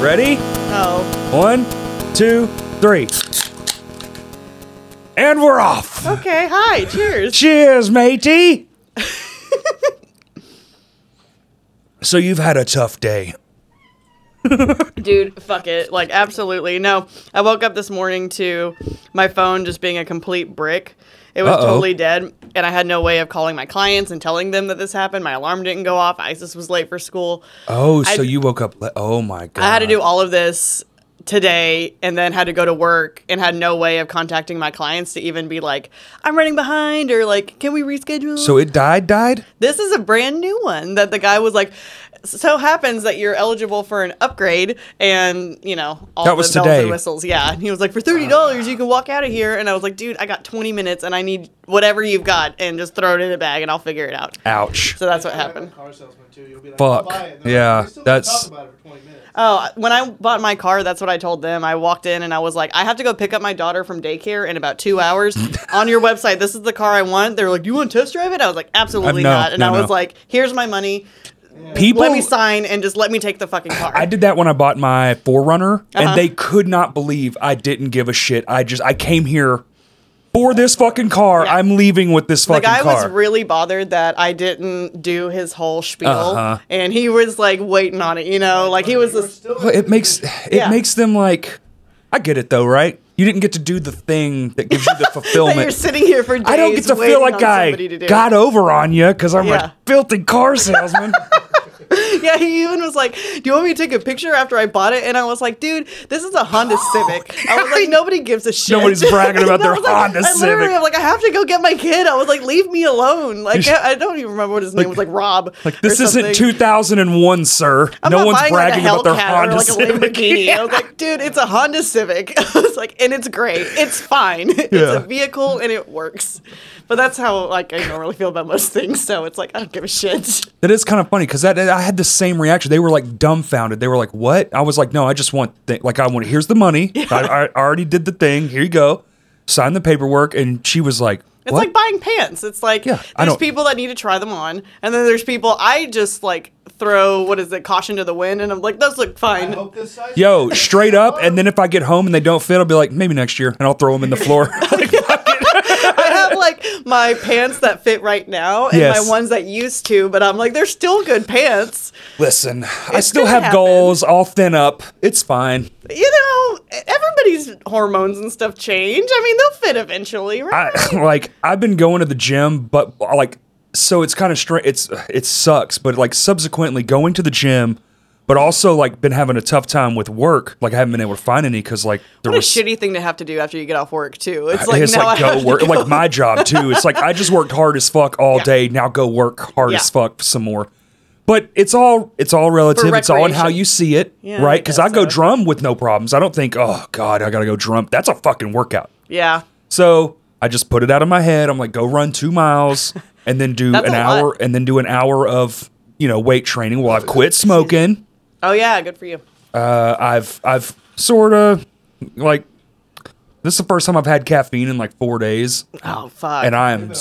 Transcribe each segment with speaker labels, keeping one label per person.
Speaker 1: Ready?
Speaker 2: Oh.
Speaker 1: One, two, three. And we're off.
Speaker 2: Okay. Hi. Cheers.
Speaker 1: Cheers, matey. so you've had a tough day.
Speaker 2: Dude, fuck it. Like, absolutely. No, I woke up this morning to my phone just being a complete brick. It was
Speaker 1: Uh-oh.
Speaker 2: totally dead, and I had no way of calling my clients and telling them that this happened. My alarm didn't go off. Isis was late for school.
Speaker 1: Oh, so
Speaker 2: I-
Speaker 1: you woke up. Le- oh my god.
Speaker 2: I had to do all of this today and then had to go to work and had no way of contacting my clients to even be like, I'm running behind or like, can we reschedule?
Speaker 1: So it died. Died.
Speaker 2: This is a brand new one that the guy was like, so happens that you're eligible for an upgrade and, you know, all
Speaker 1: That
Speaker 2: the
Speaker 1: was
Speaker 2: bells
Speaker 1: today.
Speaker 2: and whistles. Yeah. And he was like, for $30, you can walk out of here. And I was like, dude, I got 20 minutes and I need whatever you've got and just throw it in a bag and I'll figure it out.
Speaker 1: Ouch.
Speaker 2: So that's what happened.
Speaker 3: Car salesman too. You'll be like,
Speaker 1: Fuck.
Speaker 3: "I'll buy it." And they're
Speaker 1: Yeah,
Speaker 3: like, "We still gotta
Speaker 1: that's-
Speaker 3: Talk about it for 20 minutes.
Speaker 2: Oh, when I bought my car, that's what I told them. I walked in and I was like, I have to go pick up my daughter from daycare in about two hours. On your website, this is the car I want. They're like, Do you want to test drive it? I was like, Absolutely
Speaker 1: no,
Speaker 2: not. And
Speaker 1: no,
Speaker 2: I was
Speaker 1: no.
Speaker 2: like, Here's my money.
Speaker 1: People.
Speaker 2: let me sign and just let me take the fucking car.
Speaker 1: I did that when I bought my Forerunner,
Speaker 2: Uh-huh.
Speaker 1: and they could not believe I didn't give a shit. I just I came here for this fucking car.
Speaker 2: Yeah.
Speaker 1: I'm leaving with this
Speaker 2: the
Speaker 1: fucking
Speaker 2: guy
Speaker 1: car.
Speaker 2: was really bothered that I didn't do his whole spiel,
Speaker 1: Uh-huh.
Speaker 2: and he was like waiting on it. You know, like he was
Speaker 3: We're
Speaker 2: this.
Speaker 3: still.
Speaker 1: But it makes it
Speaker 2: Yeah.
Speaker 1: makes them like I get it though, right? You didn't get to do the thing that gives you the
Speaker 2: Like you're
Speaker 1: fulfillment.
Speaker 2: sitting here for days.
Speaker 1: I don't get to
Speaker 2: waiting
Speaker 1: feel like
Speaker 2: on
Speaker 1: I
Speaker 2: somebody to do it.
Speaker 1: got over on you because I'm
Speaker 2: Yeah.
Speaker 1: a filthy car salesman.
Speaker 2: Yeah, he even was like, "Do you want me to take a picture after I bought it?" And I was like, "Dude, this is a Honda Civic." I was like, "Nobody gives a shit."
Speaker 1: Nobody's bragging about
Speaker 2: And I
Speaker 1: their
Speaker 2: was like-
Speaker 1: Honda
Speaker 2: I literally,
Speaker 1: Civic.
Speaker 2: I'm like, I have to go get my kid. I was like, "Leave me alone!" Like, I, I don't even remember what his name was. Like Rob.
Speaker 1: like
Speaker 2: or
Speaker 1: this
Speaker 2: something.
Speaker 1: isn't 2001, sir.
Speaker 2: I'm
Speaker 1: no
Speaker 2: not
Speaker 1: one's
Speaker 2: buying,
Speaker 1: bragging
Speaker 2: like a
Speaker 1: about their
Speaker 2: Hellcat
Speaker 1: Honda
Speaker 2: or like
Speaker 1: Civic.
Speaker 2: a Lamborghini. I was like, dude, it's a Honda Civic. I was like, and it's great. It's fine.
Speaker 1: Yeah.
Speaker 2: It's a vehicle and it works. But that's how like I don't really feel about most things. So it's like I don't give a shit.
Speaker 1: That is kind of funny because that I had the same reaction. They were like dumbfounded. They were like, "What?" I was like, "No, I just want th- like I want. Here's the money. I, I already did the thing. Here you go. Sign the paperwork." And she was like,
Speaker 2: It's
Speaker 1: "What?"
Speaker 2: like buying pants. It's like
Speaker 1: Yeah, I
Speaker 2: there's
Speaker 1: don't-
Speaker 2: people that need to try them on, and then there's people I just like throw what is it caution to the wind, and I'm like, those look
Speaker 3: I
Speaker 2: fine.
Speaker 3: hope this size.
Speaker 1: Yo, straight up. And then if I get home and they don't fit, I'll be like, maybe next year, and I'll throw them in the floor.
Speaker 2: I have like my pants that fit right now and
Speaker 1: Yes.
Speaker 2: my ones that used to, but I'm like, they're still good pants.
Speaker 1: Listen, I
Speaker 2: It
Speaker 1: still
Speaker 2: could
Speaker 1: have
Speaker 2: happen.
Speaker 1: goals. I'll thin up. It's fine.
Speaker 2: you know, everybody's hormones and stuff change. I mean, they'll fit eventually, right?
Speaker 1: I like I've been going to the gym, but like so it's kind of strange. It's it sucks, but like subsequently going to the gym, but also like been having a tough time with work. Like I haven't been able to find any because like there
Speaker 2: what a
Speaker 1: was
Speaker 2: shitty thing to have to do after you get off work, too. It's like
Speaker 1: it's
Speaker 2: now
Speaker 1: like
Speaker 2: I have
Speaker 1: go
Speaker 2: to
Speaker 1: work
Speaker 2: go-
Speaker 1: like my job too. It's like I just worked hard as fuck all
Speaker 2: Yeah.
Speaker 1: day. Now go work hard
Speaker 2: Yeah.
Speaker 1: as fuck some more. But it's all it's all relative. It's all in how
Speaker 2: recreation.
Speaker 1: you see it,
Speaker 2: Yeah, I
Speaker 1: right? Because I,
Speaker 2: guess
Speaker 1: go
Speaker 2: so.
Speaker 1: drum with no problems. I don't think, oh god, I gotta go drum. That's a fucking workout.
Speaker 2: yeah.
Speaker 1: So I just put it out of my head. I'm like, go run two miles and then do
Speaker 2: That's
Speaker 1: an
Speaker 2: a
Speaker 1: hour
Speaker 2: lot.
Speaker 1: and then do an hour of you know weight training. Well, I've quit smoking.
Speaker 2: Oh, yeah. Good for you.
Speaker 1: Uh, I've I've sort of like this is the first time I've had caffeine in like four days,
Speaker 2: Oh, fuck.
Speaker 1: and I am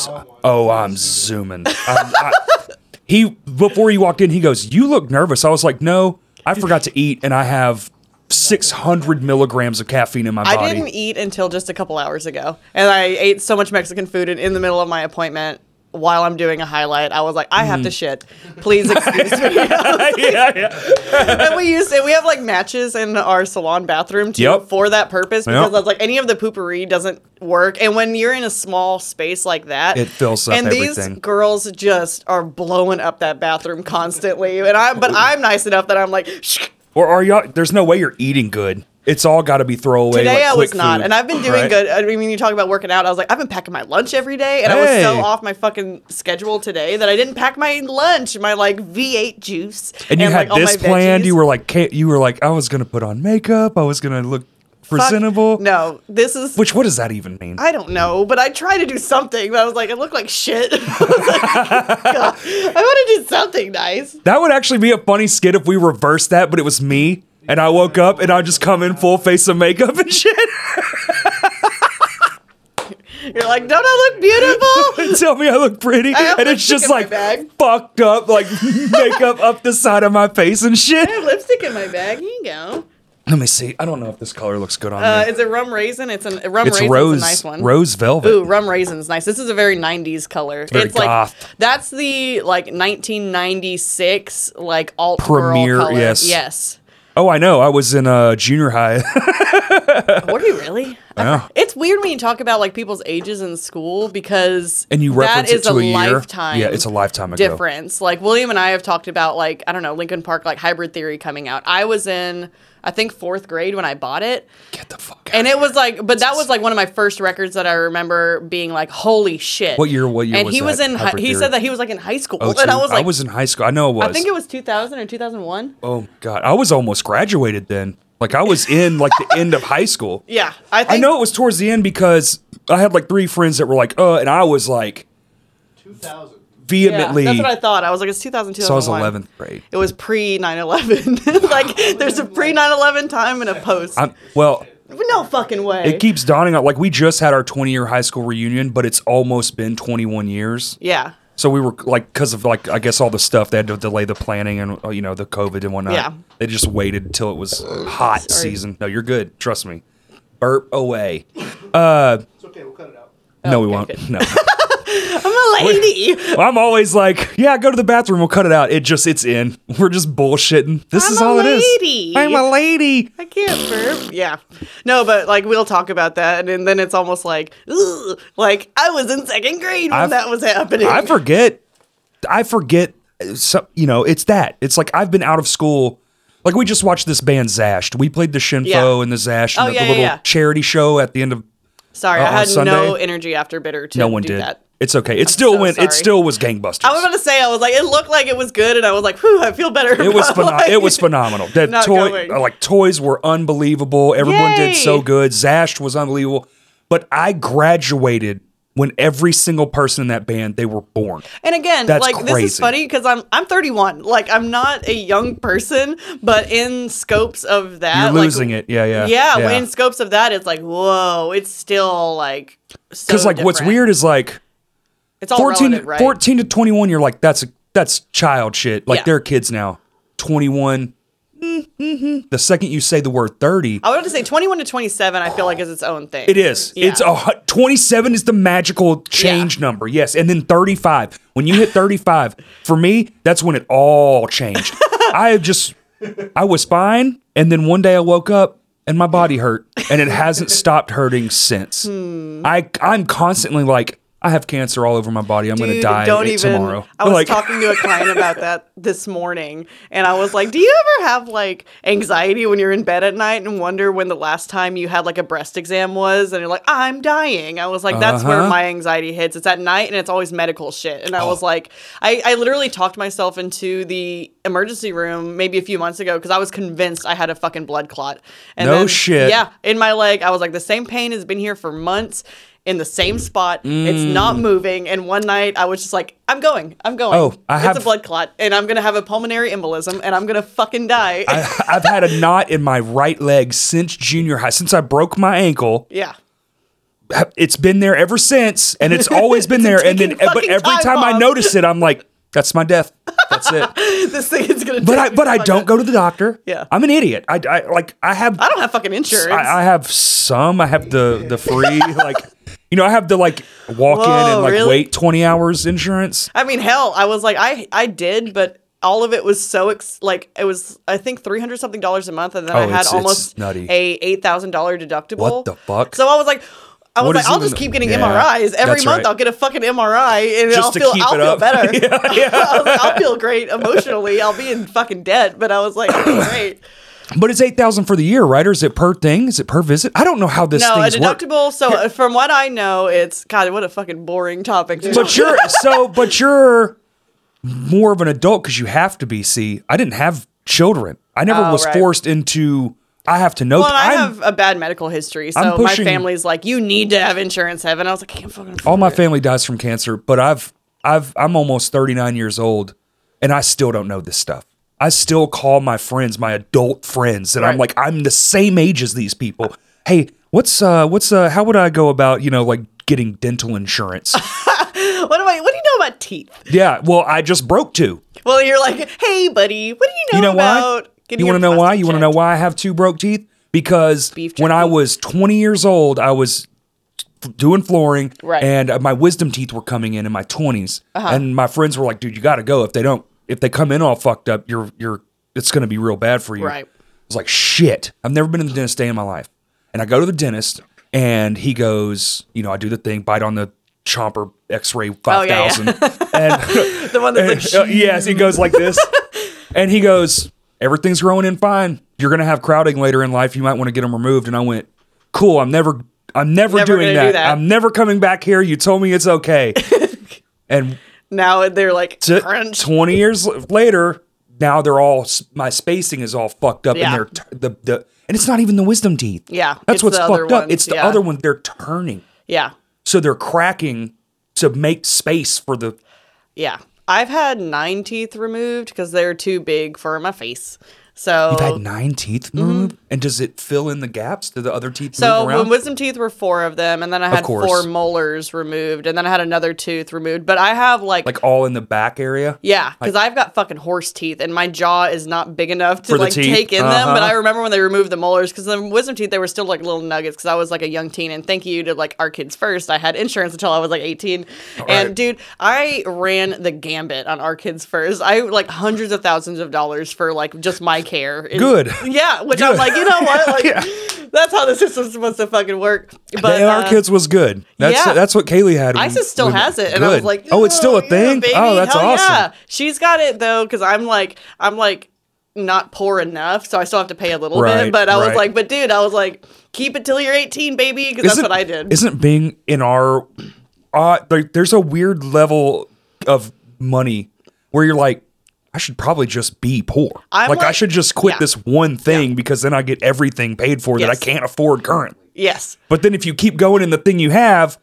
Speaker 1: oh I'm zooming. I'm, I, he before he walked in, he goes, "You look nervous." I was like, "No, I forgot to eat, and I have." 600 milligrams of caffeine in my body.
Speaker 2: I didn't eat until just a couple hours ago, and I ate so much Mexican food. And in the middle of my appointment, while I'm doing a highlight, I was like, I have to
Speaker 1: Mm.
Speaker 2: shit. Please excuse me.
Speaker 1: yeah, yeah.
Speaker 2: and we used it. We have like matches in our salon bathroom too
Speaker 1: Yep.
Speaker 2: for that purpose because
Speaker 1: Yep.
Speaker 2: I was like any of the poopery doesn't work. And when you're in a small space like that,
Speaker 1: It fills up
Speaker 2: And
Speaker 1: everything.
Speaker 2: these girls just are blowing up that bathroom constantly. And I, but I'm nice enough that I'm like. Shh.
Speaker 1: Or are y'all? There's no way you're eating good. It's all got to be throwaway. like,
Speaker 2: Today I was
Speaker 1: quick
Speaker 2: not,
Speaker 1: food,
Speaker 2: and I've been doing
Speaker 1: right?
Speaker 2: good. I mean, when you talk about working out, I was like, I've been packing my lunch every day, and I was
Speaker 1: Hey.
Speaker 2: so off my fucking schedule today that I didn't pack my lunch, my like V8 juice,
Speaker 1: And you had
Speaker 2: like, all
Speaker 1: this
Speaker 2: my
Speaker 1: planned.
Speaker 2: veggies.
Speaker 1: You were like, can't, you were like, I was gonna put on makeup. I was gonna look
Speaker 2: Fuck.
Speaker 1: presentable.
Speaker 2: No, this is
Speaker 1: Which what does that even mean?
Speaker 2: I don't know, but I tried to do something. But I was like, it looked like shit. I, was like, God, I want to do something nice.
Speaker 1: that would actually be a funny skit if we reversed that, but it was me. And I woke up and I just come in full face of makeup and shit.
Speaker 2: You're like, don't I look beautiful?
Speaker 1: and Tell me I look pretty,
Speaker 2: have
Speaker 1: and it's
Speaker 2: lipstick
Speaker 1: just
Speaker 2: in my
Speaker 1: like
Speaker 2: bag.
Speaker 1: fucked up, like makeup up the side of my face and shit.
Speaker 2: I have lipstick in my bag. Here you go.
Speaker 1: Let me see. I don't know if this color looks good on
Speaker 2: Uh,
Speaker 1: me.
Speaker 2: is it rum raisin? It's an rum
Speaker 1: It's
Speaker 2: raisin's
Speaker 1: rose,
Speaker 2: a nice one.
Speaker 1: rose velvet.
Speaker 2: Ooh, rum raisin's nice. This is a very '90s color. It's,
Speaker 1: very
Speaker 2: like
Speaker 1: goth.
Speaker 2: that's the like 1996 like alt
Speaker 1: Premier,
Speaker 2: Girl color.
Speaker 1: yes.
Speaker 2: yes.
Speaker 1: Oh, I know. I was in uh, junior high.
Speaker 2: Were you really?
Speaker 1: Yeah.
Speaker 2: It's weird when you talk about like people's ages in school because
Speaker 1: and you
Speaker 2: that
Speaker 1: reference
Speaker 2: is
Speaker 1: it to
Speaker 2: a,
Speaker 1: a, year.
Speaker 2: lifetime.
Speaker 1: Yeah, it's a lifetime ago.
Speaker 2: difference. Like William and I have talked about like I don't know Lincoln Park like hybrid theory coming out. I was in I think fourth grade when I bought it,
Speaker 1: Get the fuck out.
Speaker 2: and it was like but that was like one of my first records that I remember being like holy shit.
Speaker 1: What year- what year
Speaker 2: And
Speaker 1: was
Speaker 2: he was
Speaker 1: that,
Speaker 2: in hi-
Speaker 1: hybrid
Speaker 2: he
Speaker 1: theory?
Speaker 2: said that he was like in high school,
Speaker 1: Oh,
Speaker 2: and I
Speaker 1: two-
Speaker 2: was like I,
Speaker 1: in high school. I know it was.
Speaker 2: think it was 2000 or 2001.
Speaker 1: oh my god, I was almost graduated then. Like I was in like the end of high school.
Speaker 2: Yeah, I think
Speaker 1: I know it was towards the end because I had like three friends that were like, uh, and I was like
Speaker 3: 2000.
Speaker 2: yeah,
Speaker 1: vehemently.
Speaker 2: that's what I thought. I was like it's 2000
Speaker 1: so I was
Speaker 2: 2001.
Speaker 1: 11th grade.
Speaker 2: It was pre 9/11. like there's a pre 9/11 time and a post.
Speaker 1: I'm, well,
Speaker 2: no fucking way.
Speaker 1: it keeps dawning on. Like we just had our 20 year high school reunion, but it's almost been 21 years.
Speaker 2: yeah.
Speaker 1: So we were like, because of like, I guess all the stuff they had to delay the planning and uh, you know the COVID and whatnot.
Speaker 2: Yeah.
Speaker 1: They just waited until it was hot
Speaker 2: Sorry.
Speaker 1: season. No, you're good. Trust me. Burp away.
Speaker 3: It's okay, we'll cut it out.
Speaker 1: no, we
Speaker 2: Oh,
Speaker 1: won't.
Speaker 2: okay, good.
Speaker 1: No.
Speaker 2: I'm a lady.
Speaker 1: I'm always like, yeah, go to the bathroom. We'll cut it out. It just, it's in. We're just bullshitting. This
Speaker 2: I'm
Speaker 1: is
Speaker 2: a
Speaker 1: all
Speaker 2: lady.
Speaker 1: it is. I'm a lady.
Speaker 2: I can't burp. Yeah. No, but like we'll talk about that, and, then it's almost like, ugh, like I was in second grade when
Speaker 1: I've-
Speaker 2: that was happening.
Speaker 1: I forget. I forget. uh, So, you know, it's that. It's like I've been out of school. Like we just watched this band Zashed. We played the Shinfo
Speaker 2: Yeah.
Speaker 1: and the Zash and
Speaker 2: Oh,
Speaker 1: the,
Speaker 2: yeah,
Speaker 1: the
Speaker 2: yeah,
Speaker 1: little
Speaker 2: yeah.
Speaker 1: charity show at the end of.
Speaker 2: Sorry,
Speaker 1: Uh,
Speaker 2: I
Speaker 1: on
Speaker 2: had no
Speaker 1: Sunday?
Speaker 2: energy after bitter to
Speaker 1: No one
Speaker 2: do
Speaker 1: did.
Speaker 2: that.
Speaker 1: It's okay. It still
Speaker 2: so
Speaker 1: went.
Speaker 2: sorry.
Speaker 1: It still was gangbusters.
Speaker 2: I was about to say I was like it looked like it was good, and I was like, whew, I feel better.
Speaker 1: it was
Speaker 2: about,
Speaker 1: pheno-
Speaker 2: like-
Speaker 1: it was phenomenal. That
Speaker 2: not
Speaker 1: toy
Speaker 2: going.
Speaker 1: like toys were unbelievable. Everyone
Speaker 2: Yay!
Speaker 1: did so good. Zash was unbelievable. But I graduated when every single person in that band they were born.
Speaker 2: And again,
Speaker 1: That's
Speaker 2: like this is
Speaker 1: crazy.
Speaker 2: funny because I'm I'm 31. Like I'm not a young person, but in scopes of that,
Speaker 1: You're
Speaker 2: like,
Speaker 1: losing it. Yeah, yeah.
Speaker 2: Yeah, in scopes of that, it's like whoa, it's still like so.
Speaker 1: Cuz like what's
Speaker 2: different.
Speaker 1: weird is like
Speaker 2: It's all
Speaker 1: 14,
Speaker 2: relative, right?
Speaker 1: 14 to 21 you're like that's a, that's child shit. Like
Speaker 2: Yeah.
Speaker 1: they're kids now. 21 mm-hmm. The second you say the word 30,
Speaker 2: I would have to say 21 to 27, I feel like is its own thing.
Speaker 1: It is.
Speaker 2: Yeah.
Speaker 1: It's oh, a hu- 27 is the magical change number. Yes, and then 35. When you hit 35, for me, that's when it all changed. I just I was fine and then one day I woke up and my body hurt and it hasn't stopped hurting since.
Speaker 2: Hmm.
Speaker 1: I I'm constantly like I have cancer all over my body. I'm going to
Speaker 2: Dude,
Speaker 1: die
Speaker 2: don't
Speaker 1: i-
Speaker 2: even,
Speaker 1: tomorrow.
Speaker 2: I was
Speaker 1: like
Speaker 2: talking to a client about that this morning, and I was like, "Do you ever have like anxiety when you're in bed at night and wonder when the last time you had like a breast exam was?" And you're like, "I'm dying." I was like, "That's where
Speaker 1: Uh-huh. Oh.
Speaker 2: my anxiety hits. It's at night, and it's always medical shit." And I was like, I, "I literally talked myself into the emergency room maybe a few months ago because I was convinced I had a fucking blood clot." And
Speaker 1: No shit.
Speaker 2: Yeah, in my leg. I was like, the same pain has been here for months in the same spot. It's not moving. And one night I was just like, I'm going. I'm going.
Speaker 1: Mm. Oh, I
Speaker 2: it's a
Speaker 1: have-
Speaker 2: blood clot and I'm going to have a pulmonary embolism and I'm going to fucking die.
Speaker 1: I, I've had a knot in my right leg since junior high. Since I broke my ankle,
Speaker 2: yeah.
Speaker 1: it's been there ever since and it's always been there and then
Speaker 2: taking
Speaker 1: but
Speaker 2: fucking
Speaker 1: every
Speaker 2: time
Speaker 1: time i
Speaker 2: off.
Speaker 1: notice it i'm like that's my death that's it
Speaker 2: This thing is going to
Speaker 1: but i but i don't go to the doctor
Speaker 2: Yeah.
Speaker 1: i'm an idiot i, I like i have
Speaker 2: I don't have fucking insurance.
Speaker 1: I, I have some i have the the free like you know i have the like walk in
Speaker 2: Whoa,
Speaker 1: and like
Speaker 2: really?
Speaker 1: wait 20 hours insurance
Speaker 2: I mean, hell, I was like, I I did, but all of it was so ex- like it was I think three hundred something dollars a month, and then
Speaker 1: Oh,
Speaker 2: I had
Speaker 1: it's- it's
Speaker 2: almost
Speaker 1: nutty.
Speaker 2: a eight thousand dollar deductible.
Speaker 1: What the fuck?
Speaker 2: So I was like. I was
Speaker 1: What
Speaker 2: like,
Speaker 1: is
Speaker 2: I'll
Speaker 1: even
Speaker 2: just
Speaker 1: the-
Speaker 2: keep getting
Speaker 1: Yeah,
Speaker 2: MRIs every
Speaker 1: that's
Speaker 2: month.
Speaker 1: right.
Speaker 2: I'll get a fucking MRI, and
Speaker 1: Just
Speaker 2: I'll
Speaker 1: to
Speaker 2: feel
Speaker 1: keep
Speaker 2: I'll
Speaker 1: it
Speaker 2: feel
Speaker 1: up.
Speaker 2: better.
Speaker 1: Yeah, yeah.
Speaker 2: I was like, I'll feel great emotionally. I'll be in fucking debt, but I was like, I'll be great.
Speaker 1: but it's 8000 for the year right or is it per thing is it per visit i don't know how this
Speaker 2: No, a
Speaker 1: thing's work
Speaker 2: deductible. So uh, from what I know, it's God. What a fucking boring topic. to
Speaker 1: but you're so but you're more of an adult because you have to be see i didn't have children i never
Speaker 2: Oh,
Speaker 1: was
Speaker 2: right.
Speaker 1: forced into i have to know
Speaker 2: Well, and I
Speaker 1: I'm-
Speaker 2: have a bad medical history, so
Speaker 1: I'm
Speaker 2: my
Speaker 1: pushing- Oh.
Speaker 2: family's like, "You need to have insurance, Heaven." I was like, "I can't fucking."
Speaker 1: all
Speaker 2: afford
Speaker 1: my
Speaker 2: it."
Speaker 1: family dies from cancer but i've i've i'm almost 39 years old and i still don't know this stuff i still call my friends my adult friends and i'm like
Speaker 2: Right.
Speaker 1: i'm the same age as these people hey what's uh what's uh how would i go about you know like getting dental insurance
Speaker 2: What do I? What do you know about teeth?
Speaker 1: yeah well i just broke two
Speaker 2: Well, you're like, "Hey, buddy, what do you know,
Speaker 1: You know why?
Speaker 2: about Get
Speaker 1: You
Speaker 2: your
Speaker 1: want to know why?
Speaker 2: plastic
Speaker 1: You want to
Speaker 2: checked.
Speaker 1: know why I have two broke teeth? Because
Speaker 2: Beef
Speaker 1: when I
Speaker 2: jerky.
Speaker 1: was 20 years old, I was f- doing flooring
Speaker 2: Right. Uh-huh.
Speaker 1: and uh, my wisdom teeth were coming in in my 20s. And my friends were like, "Dude, you got to go. If they don't if they come in all fucked up, you're you're it's going to be real bad for you."
Speaker 2: Right.
Speaker 1: I was like, "Shit. I've never been in the dentist a day in my life." And I go to the dentist and he goes, you know, I do the thing, bite on the chomper x-ray
Speaker 2: Oh,
Speaker 1: 5000 and
Speaker 2: The one that's
Speaker 1: Uh,
Speaker 2: like,
Speaker 1: yes, he goes like this. and he goes, Everything's growing in fine. You're gonna have crowding later in life. You might want to get them removed. And I went, Cool, I'm never I'm never,
Speaker 2: Never
Speaker 1: doing
Speaker 2: gonna
Speaker 1: that.
Speaker 2: do that.
Speaker 1: I'm never coming back here. You told me it's okay. and
Speaker 2: now they're like
Speaker 1: t-
Speaker 2: crunch.
Speaker 1: 20 years l- later, now they're all s- my spacing is all fucked up
Speaker 2: Yeah.
Speaker 1: and they're t- the, the and it's not even the wisdom teeth.
Speaker 2: Yeah,
Speaker 1: That's
Speaker 2: it's
Speaker 1: what's
Speaker 2: the
Speaker 1: fucked
Speaker 2: other
Speaker 1: up.
Speaker 2: ones,
Speaker 1: It's the
Speaker 2: yeah.
Speaker 1: other one they're turning.
Speaker 2: yeah,
Speaker 1: So they're cracking to make space for the
Speaker 2: yeah. I've had nine teeth removed because they're too big for my face. So
Speaker 1: You've
Speaker 2: Oh.
Speaker 1: had nine teeth removed, and does it fill in the gaps? Do the other teeth
Speaker 2: Mm-hmm. So
Speaker 1: move around?
Speaker 2: when wisdom teeth were four of them, and then I had
Speaker 1: course.
Speaker 2: four molars removed, and then I had another tooth removed. But I have like,
Speaker 1: like all in the back area?
Speaker 2: yeah, because I've got fucking horse teeth, and my jaw is not big enough
Speaker 1: For
Speaker 2: to
Speaker 1: the
Speaker 2: like
Speaker 1: teeth?
Speaker 2: take in them. But
Speaker 1: Uh-huh.
Speaker 2: I remember when they removed the molars, because the wisdom teeth they were still like little nuggets. Because I was like a young teen, and thank you to like our kids first. I had insurance until I was like eighteen,
Speaker 1: right.
Speaker 2: and dude, I ran the gambit on our kids first. I like hundreds of thousands of dollars for like just my care. And-
Speaker 1: Good.
Speaker 2: yeah, which I'm
Speaker 1: Good.
Speaker 2: like, you know what, like. That's how the system's supposed to fucking work. But
Speaker 1: They- our
Speaker 2: uh,
Speaker 1: kids was good. That's
Speaker 2: yeah.
Speaker 1: that's what Kaylee had. when-
Speaker 2: Isis still
Speaker 1: when-
Speaker 2: has it, and I was
Speaker 1: good.
Speaker 2: like,
Speaker 1: oh, it's still a
Speaker 2: "Yeah,
Speaker 1: thing.
Speaker 2: baby,
Speaker 1: oh, that's
Speaker 2: hell
Speaker 1: awesome.
Speaker 2: Yeah. She's got it though, because I'm like, I'm like not poor enough, so I still have to pay a little
Speaker 1: Right,
Speaker 2: bit. But I
Speaker 1: right.
Speaker 2: was like, but dude, I was like, keep it till you're 18, baby, because that's
Speaker 1: Isn't-
Speaker 2: what I did.
Speaker 1: Isn't being in our uh, like, there's a weird level of money where you're like, I should probably just be poor.
Speaker 2: I'm
Speaker 1: like, I
Speaker 2: like-
Speaker 1: should just quit
Speaker 2: yeah.
Speaker 1: this one thing because then I get everything paid for that I
Speaker 2: Yes.
Speaker 1: can't afford currently.
Speaker 2: Yes.
Speaker 1: But then if you keep going in the thing you have,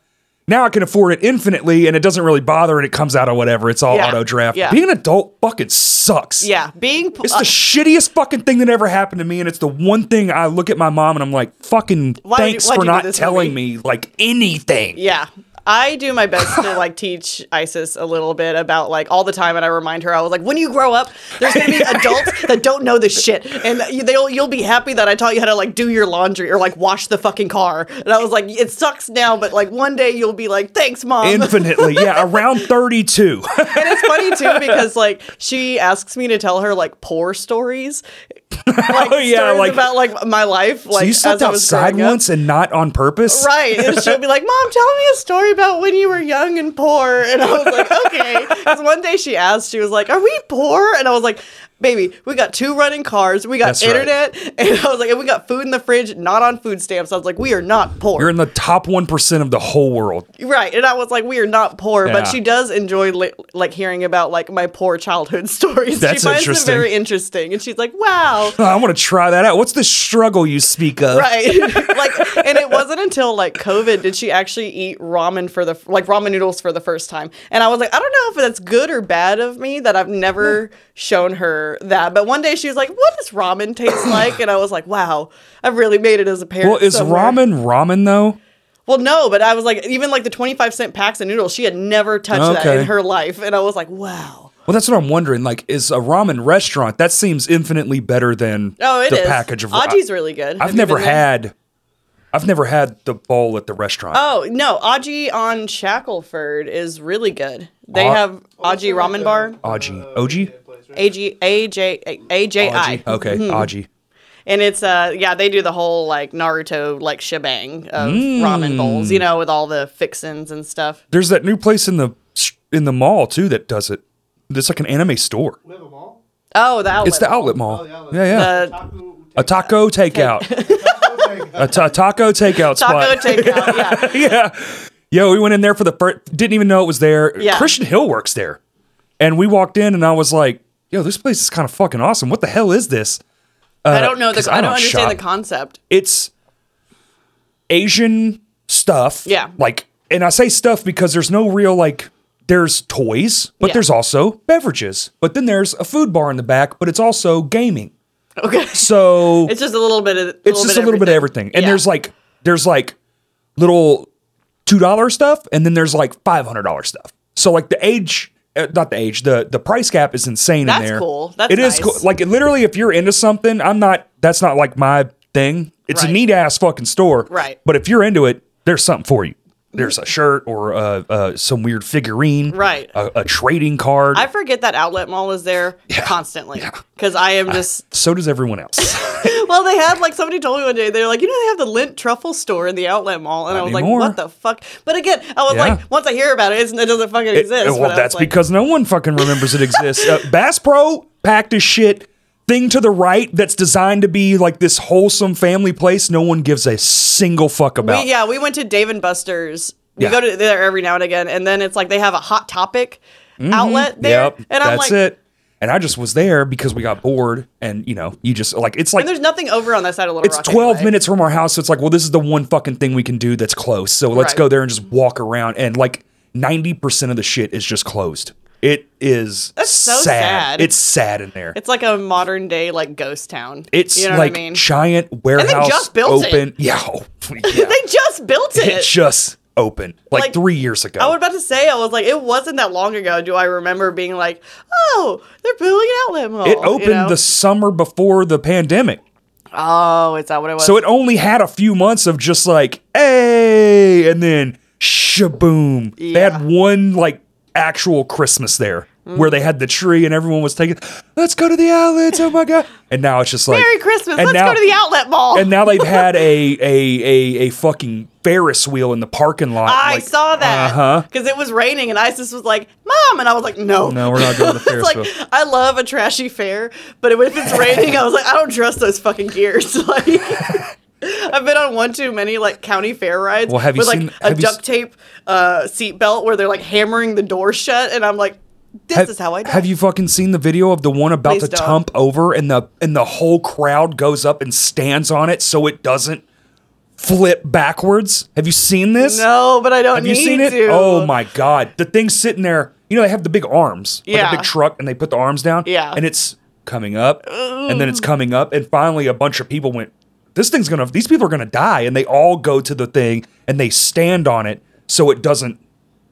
Speaker 1: now I can afford it infinitely and it doesn't really bother and it comes out of whatever. It's all
Speaker 2: Yeah.
Speaker 1: auto draft.
Speaker 2: Yeah.
Speaker 1: Being an adult fucking sucks.
Speaker 2: Yeah. Uh, Being po-
Speaker 1: It's the shittiest fucking thing that ever happened to me, and it's the one thing I look at my mom and I'm like, "Fucking
Speaker 2: Why'd you-
Speaker 1: thanks
Speaker 2: why'd
Speaker 1: for
Speaker 2: you do
Speaker 1: not
Speaker 2: this to
Speaker 1: telling me like anything."
Speaker 2: Yeah. I do my best to like teach Isis a little bit about like all the time, and I remind her I was like, when you grow up, there's gonna be adults that don't know this shit, and you, they'll you'll be happy that I taught you how to like do your laundry or like wash the fucking car. And I was like, it sucks now, but like one day you'll be like, thanks, mom.
Speaker 1: Infinitely, yeah, around 32.
Speaker 2: and it's funny too because like she asks me to tell her like poor stories, like
Speaker 1: Oh, yeah,
Speaker 2: stories
Speaker 1: like-
Speaker 2: about like my life. Like
Speaker 1: so you stepped
Speaker 2: as I was
Speaker 1: outside
Speaker 2: growing up.
Speaker 1: once and not on purpose?
Speaker 2: Right. And she'll be like, Mom, tell me a story about when you were young and poor. And I was like, Okay. Because one day she asked, she was like, Are we poor? And I was like, Baby, we got two running cars, we got
Speaker 1: That's right.
Speaker 2: internet, and I was like, and we got food in the fridge, not on food stamps. I was like, we are not poor.
Speaker 1: You're in the top 1% of the whole world.
Speaker 2: Right. And I was like, we are not poor,
Speaker 1: Yeah.
Speaker 2: but she does enjoy li- like hearing about like my poor childhood stories.
Speaker 1: That's
Speaker 2: she finds
Speaker 1: interesting.
Speaker 2: them very interesting. And she's like, wow.
Speaker 1: Oh, I want to try that out. What's the struggle you speak of?
Speaker 2: right like and it wasn't until like covid did she actually eat ramen for the like ramen noodles for the first time and i was like i don't know if that's good or bad of me that i've never shown her that but one day she was like what does ramen taste like and i was like wow i've really made it as a parent
Speaker 1: Well, is
Speaker 2: somewhere."
Speaker 1: ramen ramen though?
Speaker 2: well no but i was like even like the 25 cent packs of noodles she had never touched that
Speaker 1: Okay.
Speaker 2: in her life and i was like wow
Speaker 1: Well, that's what I'm wondering. Like, is a ramen restaurant that seems infinitely better than
Speaker 2: oh it is.
Speaker 1: the package of
Speaker 2: Aji's really good Have
Speaker 1: I've
Speaker 2: you
Speaker 1: never
Speaker 2: been there?
Speaker 1: had, I've never had the bowl at the restaurant.
Speaker 2: Oh no, Aji on Shackleford is really good. They
Speaker 1: Au-
Speaker 2: have Aji Ramen Bar.
Speaker 1: Aji, Oji,
Speaker 2: A G A J A J I.
Speaker 1: Oh,
Speaker 2: mm-hmm.
Speaker 1: Aji. Okay, Aji.
Speaker 2: And it's uh yeah, they do the whole like Naruto like shebang of
Speaker 1: Mm.
Speaker 2: ramen bowls, you know, with all the fixins and stuff.
Speaker 1: There's that new place in the in the mall too that does it. It's like an anime store.
Speaker 3: We have them all.
Speaker 2: Oh, the outlet.
Speaker 1: It's the outlet mall.
Speaker 3: Oh, the outlet.
Speaker 1: Yeah, yeah.
Speaker 2: Uh,
Speaker 1: a taco
Speaker 3: Taco.
Speaker 1: takeout. a ta- taco takeout
Speaker 2: taco
Speaker 1: spot.
Speaker 2: takeout. Yeah.
Speaker 1: yeah. Yo, we went in there for the first, didn't even know it was there.
Speaker 2: Yeah.
Speaker 1: Christian Hill works there. And we walked in and I was like, yo, this place is kind of fucking awesome. What the hell is this?
Speaker 2: I don't know
Speaker 1: Uh, 'cause
Speaker 2: the
Speaker 1: I
Speaker 2: I don't
Speaker 1: don't
Speaker 2: understand
Speaker 1: shop.
Speaker 2: the concept.
Speaker 1: It's Asian stuff.
Speaker 2: Yeah.
Speaker 1: Like, and I say stuff because there's no real, like, there's toys, but
Speaker 2: Yeah.
Speaker 1: there's also beverages. But then there's a food bar in the back, but it's also gaming.
Speaker 2: Okay.
Speaker 1: So
Speaker 2: It's just a little bit of
Speaker 1: it's just a little bit of everything. And
Speaker 2: Yeah.
Speaker 1: there's like there's like little two dollar stuff, and then there's like five hundred dollar stuff. So like the age uh, not the age the the price gap is insane in
Speaker 2: That's
Speaker 1: there.
Speaker 2: cool. That's
Speaker 1: It is
Speaker 2: nice.
Speaker 1: cool. Like it- literally, if you're into something, I'm not. That's not like my thing. It's a
Speaker 2: Right.
Speaker 1: neat ass fucking store.
Speaker 2: Right. Mm-hmm.
Speaker 1: But if you're into it, there's something for you. There's a shirt or uh, uh, some weird figurine.
Speaker 2: Right.
Speaker 1: A, a trading card.
Speaker 2: I forget that outlet mall is there constantly because I am just.
Speaker 1: so does everyone else.
Speaker 2: well, they had like somebody told me one day they were like, you know, they have the lint truffle store in the outlet mall, and I
Speaker 1: Not
Speaker 2: was
Speaker 1: anymore.
Speaker 2: like, what the fuck? But again, I was
Speaker 1: Yeah.
Speaker 2: like, once I hear about it, it's, it doesn't fucking exist.
Speaker 1: Uh,
Speaker 2: But I
Speaker 1: well,
Speaker 2: was
Speaker 1: that's
Speaker 2: like,
Speaker 1: because no one fucking remembers it exists. Uh, Bass Pro packed as shit. Thing to the right that's designed to be like this wholesome family place. No one gives a single fuck about.
Speaker 2: We, yeah, we went to Dave and Buster's. We
Speaker 1: Yeah.
Speaker 2: go to there every now and again, and then it's like they have a hot topic outlet there,
Speaker 1: Mm-hmm. Yep,
Speaker 2: and I'm
Speaker 1: that's
Speaker 2: like,
Speaker 1: it. And I just was there because we got bored, and you know, you just like it's like
Speaker 2: and there's nothing over on that side of Little
Speaker 1: it's
Speaker 2: Rock.
Speaker 1: 12
Speaker 2: anyway.
Speaker 1: minutes from our house. So it's like, well, this is the one fucking thing we can do that's close. So let's
Speaker 2: Right.
Speaker 1: go there and just walk around. And like 90% of the shit is just closed. It is
Speaker 2: That's so sad.
Speaker 1: It's sad in there.
Speaker 2: It's like a modern day like ghost town.
Speaker 1: It's
Speaker 2: you know
Speaker 1: like
Speaker 2: what I mean.
Speaker 1: giant warehouse
Speaker 2: just built it.
Speaker 1: open. Yeah, oh, yeah.
Speaker 2: they just built
Speaker 1: it
Speaker 2: it.
Speaker 1: just opened like,
Speaker 2: Like,
Speaker 1: three years ago.
Speaker 2: I was about to say, I was like, it wasn't that long ago. Do I remember being like, oh, they're building an outlet mall?
Speaker 1: it
Speaker 2: you
Speaker 1: opened
Speaker 2: know?
Speaker 1: the summer before the pandemic.
Speaker 2: Oh, is that what it was?
Speaker 1: So it only had a few months of just like, hey, and then shaboom. They
Speaker 2: Yeah.
Speaker 1: had one like actual Christmas there where they had the tree and everyone was taking, let's go to the outlets. Oh my God. And now it's just like,
Speaker 2: Merry Christmas.
Speaker 1: and
Speaker 2: Let's
Speaker 1: now-
Speaker 2: go to the outlet mall.
Speaker 1: And now they've had a a a, a fucking Ferris wheel in the parking lot.
Speaker 2: I
Speaker 1: like,
Speaker 2: saw that
Speaker 1: Uh-huh.
Speaker 2: because it was raining, and Isis was like, "Mom," and I was like, "No,
Speaker 1: No, we're not going to Ferris
Speaker 2: it's like
Speaker 1: wheel.
Speaker 2: I love a trashy fair, but if it's raining, I was like, I don't trust those fucking gears. like, I've been on one too many like county fair rides
Speaker 1: Well, have you
Speaker 2: with like
Speaker 1: seen-
Speaker 2: a
Speaker 1: have you s-
Speaker 2: duct tape uh, seat belt where they're like hammering the door shut, and I'm like, this
Speaker 1: Have-
Speaker 2: is how I die.
Speaker 1: Have you fucking seen the video of the one about
Speaker 2: Please
Speaker 1: to
Speaker 2: don't.
Speaker 1: tump over and the and the whole crowd goes up and stands on it so it doesn't flip backwards? Have you seen this?
Speaker 2: No, but I don't
Speaker 1: Have
Speaker 2: need
Speaker 1: you seen it?
Speaker 2: to.
Speaker 1: Oh my god. The thing's sitting there. You know they have the big arms, like
Speaker 2: Yeah.
Speaker 1: a big truck and they put the arms down
Speaker 2: Yeah.
Speaker 1: and it's coming up and then it's coming up and finally a bunch of people went this thing's going to these people are going to die and they all go to the thing and they stand on it so it doesn't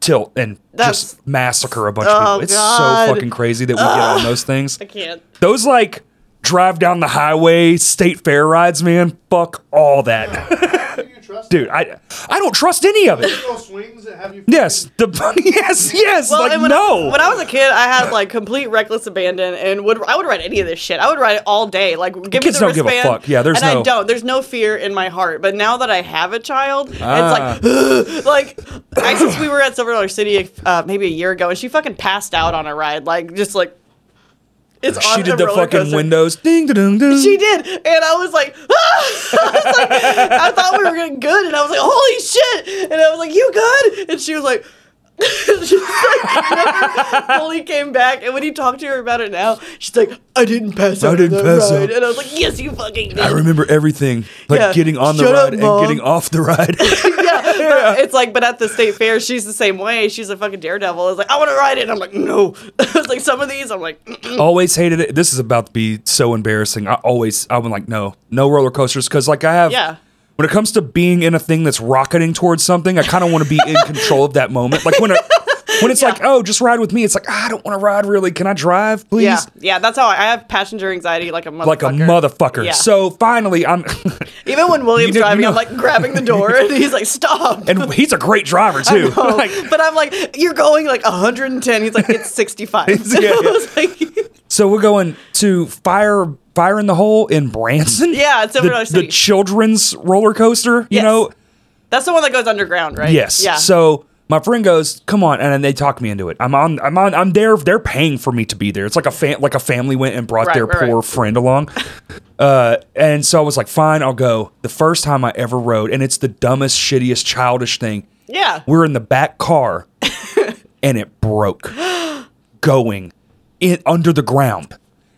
Speaker 1: tilt and
Speaker 2: That's-
Speaker 1: just massacre a bunch
Speaker 2: Oh,
Speaker 1: of people. It's
Speaker 2: God.
Speaker 1: so fucking crazy that we get on those things.
Speaker 2: I can't.
Speaker 1: Those like drive down the highway, state fair rides, man. Fuck all that,
Speaker 3: Do you trust
Speaker 1: dude. I I don't trust any of it.
Speaker 3: Go swings and have you.
Speaker 1: Yes, the yes, yes.
Speaker 2: Well,
Speaker 1: like
Speaker 2: and when
Speaker 1: no.
Speaker 2: I, when I was a kid, I had like complete reckless abandon, and would I would ride any of this shit. I would ride it all day. Like, give
Speaker 1: Kids
Speaker 2: me the
Speaker 1: don't give a
Speaker 2: wristband,
Speaker 1: fuck. Yeah, there's
Speaker 2: and I
Speaker 1: no-
Speaker 2: don't. There's no fear in my heart. But now that I have a child,
Speaker 1: Ah.
Speaker 2: it's like, like I since we were at Silver Dollar City uh, maybe a year ago, and she fucking passed out on a ride. Like, just like it's on
Speaker 1: she did the
Speaker 2: roller
Speaker 1: fucking
Speaker 2: coaster.
Speaker 1: windows. Ding ding ding.
Speaker 2: She did, and I was like, ah! I, was like I thought we were getting good, and I was like, holy shit! And I was like, you good? And she was like. she's like never fully came back, and when he talked to her about it now, she's like, "I didn't pass out." on
Speaker 1: didn't
Speaker 2: that
Speaker 1: pass
Speaker 2: ride."
Speaker 1: out.
Speaker 2: and I was like, "Yes, you fucking did."
Speaker 1: I remember everything, like
Speaker 2: Yeah.
Speaker 1: getting on the
Speaker 2: Shut up,
Speaker 1: ride
Speaker 2: Mom.
Speaker 1: and getting off the ride.
Speaker 2: yeah, but it's like, but at the state fair, she's the same way. She's a fucking daredevil. It's like, I want to ride it. And I'm like, no. it's like some of these, I'm like, "Mm-mm."
Speaker 1: always hated it. This is about to be so embarrassing. I always I'm like no, no roller coasters because like I have.
Speaker 2: Yeah.
Speaker 1: When it comes to being in a thing that's rocketing towards something, I kind of want to be in control of that moment. Like when a, when it's like oh just ride with me, it's like "Ah, I don't want to ride really. Can I drive please?
Speaker 2: yeah, yeah. That's how I, I have passenger anxiety, like a motherfucker.
Speaker 1: Like a motherfucker.
Speaker 2: Yeah.
Speaker 1: So finally, I'm,
Speaker 2: Even when William's
Speaker 1: You know- you
Speaker 2: driving, I'm
Speaker 1: know-
Speaker 2: like grabbing the door, and he's like, "Stop!"
Speaker 1: and he's a great driver too.
Speaker 2: Oh,
Speaker 1: Like,
Speaker 2: but I'm like, "You're going like 110." He's like, "It's 65."
Speaker 1: yeah,
Speaker 2: I was like,
Speaker 1: So we're going to fire fire in the hole in Branson.
Speaker 2: Yeah, it's over
Speaker 1: the,
Speaker 2: in our
Speaker 1: the
Speaker 2: city.
Speaker 1: children's roller coaster. You
Speaker 2: Yes.
Speaker 1: know,
Speaker 2: "That's the one that goes underground, right?"
Speaker 1: yes.
Speaker 2: Yeah.
Speaker 1: So my friend goes, "Come on," and then they talk me into it. I'm on. I'm on. I'm there. They're paying for me to be there. It's like a fam- like a family went and brought
Speaker 2: Right,
Speaker 1: their
Speaker 2: right,
Speaker 1: poor
Speaker 2: right.
Speaker 1: friend along. uh, and so I was like, "Fine, I'll go." The first time I ever rode, and it's the dumbest, shittiest, childish thing.
Speaker 2: yeah.
Speaker 1: We're in the back car, and it broke, going in under the ground,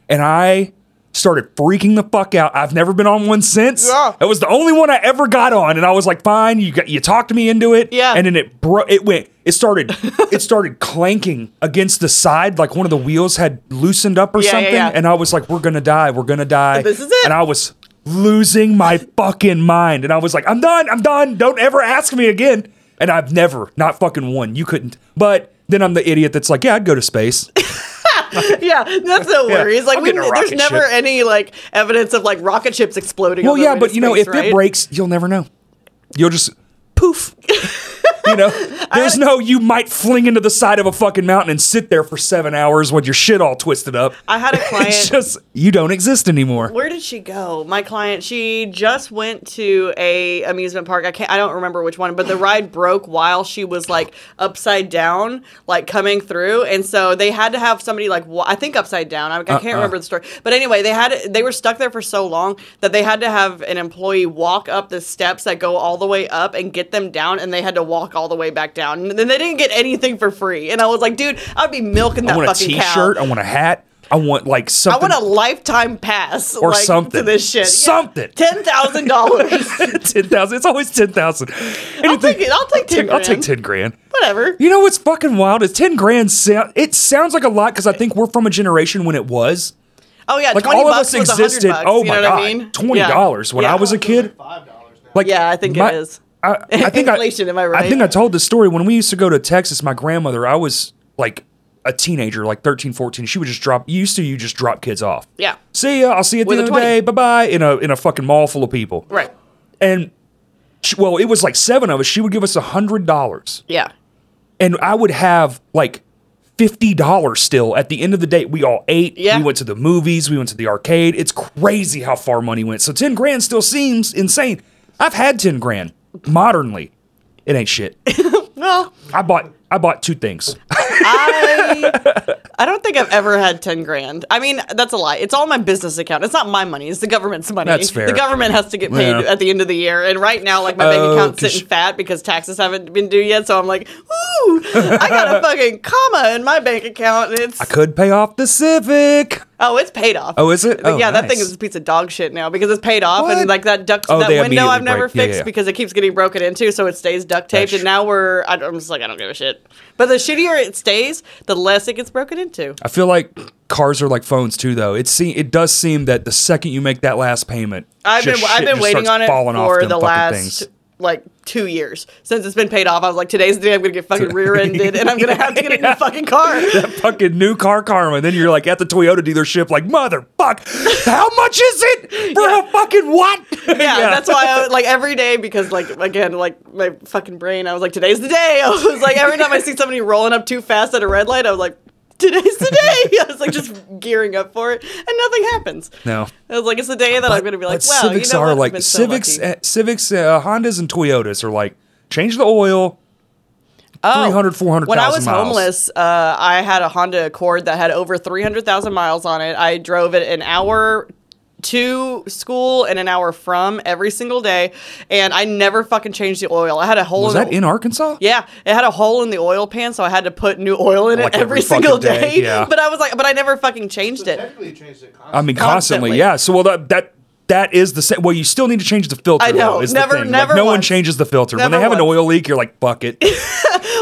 Speaker 1: and I started freaking the fuck out. I've never been on one since.
Speaker 2: Yeah.
Speaker 1: It was the only one I ever got on, and I was like, "Fine, you got, you talked me into it."
Speaker 2: Yeah.
Speaker 1: and then it broke. It went. It started. it started clanking against the side, like one of the wheels had loosened up or
Speaker 2: Yeah, yeah,
Speaker 1: something.
Speaker 2: yeah.
Speaker 1: And I was like, "We're gonna die. We're gonna die."
Speaker 2: This is it.
Speaker 1: And I was losing my fucking mind. And I was like, I'm done. I'm done. Don't ever ask me again. And I've never, not fucking one. You couldn't. But Then I'm the idiot that's like, yeah, I'd go to space.
Speaker 2: yeah, that's no
Speaker 1: Yeah,
Speaker 2: worries. Like
Speaker 1: I'm
Speaker 2: we,
Speaker 1: getting a
Speaker 2: there's
Speaker 1: rocket
Speaker 2: never
Speaker 1: ship.
Speaker 2: any like evidence of like rocket ships exploding.
Speaker 1: well,
Speaker 2: on their
Speaker 1: yeah,
Speaker 2: way
Speaker 1: but
Speaker 2: to
Speaker 1: you know,
Speaker 2: space,
Speaker 1: if
Speaker 2: right?
Speaker 1: it breaks, you'll never know. You'll just poof. you know, there's no you might fling into the side of a fucking mountain and sit there for seven hours with your shit all twisted up.
Speaker 2: I had a client.
Speaker 1: It's just you don't exist anymore.
Speaker 2: Where did she go? My client, she just went to a amusement park. I can't I don't remember which one, but the ride broke while she was like upside down, like coming through, and so they had to have somebody like wa- I think upside down. I, I
Speaker 1: Uh-uh.
Speaker 2: can't remember the story, but anyway, they had they were stuck there for so long that they had to have an employee walk up the steps that go all the way up and get them down, and they had to walk all the way back down, and then they didn't get anything for free. And I was like, dude, I'd be milking that
Speaker 1: I want a
Speaker 2: fucking cow.
Speaker 1: t-shirt. I want a hat. I want like
Speaker 2: I
Speaker 1: something.
Speaker 2: want a lifetime pass
Speaker 1: Or
Speaker 2: like,
Speaker 1: something.
Speaker 2: to this shit.
Speaker 1: Something.
Speaker 2: Ten thousand dollars.
Speaker 1: ten thousand. It's always ten thousand.
Speaker 2: I'll take it. I'll take ten.
Speaker 1: I'll take
Speaker 2: grand.
Speaker 1: ten grand.
Speaker 2: Whatever.
Speaker 1: You know what's fucking wild is ten grand. Sound, it sounds like a lot because I think we're from a generation when it was
Speaker 2: Oh yeah,
Speaker 1: like
Speaker 2: twenty
Speaker 1: all of
Speaker 2: bucks
Speaker 1: us
Speaker 2: was a
Speaker 1: existed.
Speaker 2: hundred bucks.
Speaker 1: oh
Speaker 2: you
Speaker 1: my
Speaker 2: know
Speaker 1: god,
Speaker 2: what I mean?
Speaker 1: twenty dollars
Speaker 2: Yeah.
Speaker 1: when
Speaker 2: Yeah.
Speaker 1: I was a kid.
Speaker 3: Five dollars now.
Speaker 1: Like
Speaker 2: Yeah, I think it is.
Speaker 1: I, I think I-
Speaker 2: Inflation, am I right?
Speaker 1: I think I told this story when we used to go to Texas. My grandmother, I was like a teenager, like 13, 14. She would just drop. Used to you just drop kids off.
Speaker 2: Yeah.
Speaker 1: See ya. I'll see you at the
Speaker 2: With
Speaker 1: end of
Speaker 2: a
Speaker 1: the
Speaker 2: 20.
Speaker 1: day. Bye bye. In a in a fucking mall full of people.
Speaker 2: Right.
Speaker 1: And she, well, it was like seven of us. She would give us a hundred dollars,
Speaker 2: Yeah.
Speaker 1: and I would have like fifty dollars still at the end of the day. We all ate.
Speaker 2: Yeah.
Speaker 1: We went to the movies. We went to the arcade. It's crazy how far money went. So ten grand still seems insane. I've had ten grand modernly. It ain't shit.
Speaker 2: Well,
Speaker 1: I bought I bought two things.
Speaker 2: I I don't think I've ever had ten grand. I mean, that's a lie. It's all my business account. It's not my money. It's the government's money.
Speaker 1: That's fair.
Speaker 2: The government has to get paid
Speaker 1: Yeah.
Speaker 2: at the end of the year, and right now, like my
Speaker 1: Oh,
Speaker 2: bank account's
Speaker 1: 'cause
Speaker 2: sitting
Speaker 1: you-
Speaker 2: fat because taxes haven't been due yet. So I'm like, ooh, I got a fucking comma in my bank account, and it's
Speaker 1: Could pay off the Civic.
Speaker 2: Oh, it's paid off.
Speaker 1: Oh, is it?
Speaker 2: But
Speaker 1: Oh,
Speaker 2: yeah, that
Speaker 1: nice.
Speaker 2: thing is a piece of dog shit now because it's paid off
Speaker 1: What?
Speaker 2: and like that duct
Speaker 1: Oh,
Speaker 2: that
Speaker 1: they
Speaker 2: window I've
Speaker 1: immediately
Speaker 2: never
Speaker 1: break. Yeah,
Speaker 2: fixed
Speaker 1: yeah.
Speaker 2: because it keeps getting broken into, so it stays duct taped.
Speaker 1: That's
Speaker 2: And
Speaker 1: true.
Speaker 2: now we're I- I'm just like I don't give a shit. But the shittier it stays, the less it gets broken into.
Speaker 1: I feel like cars are like phones too, though. It se- it does seem that the second you make that last payment,
Speaker 2: I've
Speaker 1: just
Speaker 2: been I've
Speaker 1: shit
Speaker 2: been
Speaker 1: just
Speaker 2: waiting
Speaker 1: starts
Speaker 2: on it
Speaker 1: falling off
Speaker 2: for
Speaker 1: them
Speaker 2: the
Speaker 1: fucking
Speaker 2: last
Speaker 1: things.
Speaker 2: like two years since it's been paid off. I was like, today's the day I'm gonna get fucking rear-ended and I'm gonna have to get a new fucking car.
Speaker 1: fucking new car karma. And then you're like at the Toyota dealership, like motherfuck, how much is it for
Speaker 2: Yeah.
Speaker 1: a fucking what?
Speaker 2: yeah, that's why I like every day because like again like my fucking brain I was like today's the day I was like every time I see somebody rolling up too fast at a red light I was like today's the day I was like just gearing up for it and nothing happens.
Speaker 1: No.
Speaker 2: I was like it's the day that I'm gonna be like
Speaker 1: But
Speaker 2: wow
Speaker 1: Civics
Speaker 2: you know
Speaker 1: are
Speaker 2: what? I've
Speaker 1: like
Speaker 2: been so
Speaker 1: Civics,
Speaker 2: lucky."
Speaker 1: uh, Civics, uh, Hondas, and Toyotas are like change the oil.
Speaker 2: Oh,
Speaker 1: 300, 400,000
Speaker 2: When I was
Speaker 1: miles.
Speaker 2: homeless, uh, I had a Honda Accord that had over 300,000 miles on it. I drove it an hour to school and an hour from every single day, and I never fucking changed the oil. I had a hole
Speaker 1: Was
Speaker 2: in
Speaker 1: that
Speaker 2: the,
Speaker 1: in Arkansas?
Speaker 2: Yeah, it had a hole in the oil pan, so I had to put new oil in it
Speaker 1: Like
Speaker 2: every,
Speaker 1: every fucking
Speaker 2: single
Speaker 1: day,
Speaker 2: day.
Speaker 1: yeah.
Speaker 2: But I was like, but I never fucking changed
Speaker 3: So
Speaker 2: it.
Speaker 3: technically, you changed it constantly.
Speaker 1: I mean, constantly.
Speaker 2: Constantly.
Speaker 1: Yeah. So well, that that that is the same. Well, you still need to change the filter.
Speaker 2: I know.
Speaker 1: Though, is
Speaker 2: Never-
Speaker 1: The thing.
Speaker 2: never
Speaker 1: Like, no one
Speaker 2: once.
Speaker 1: changes the filter when
Speaker 2: Never
Speaker 1: they have an
Speaker 2: once.
Speaker 1: oil leak. You're like, fuck it.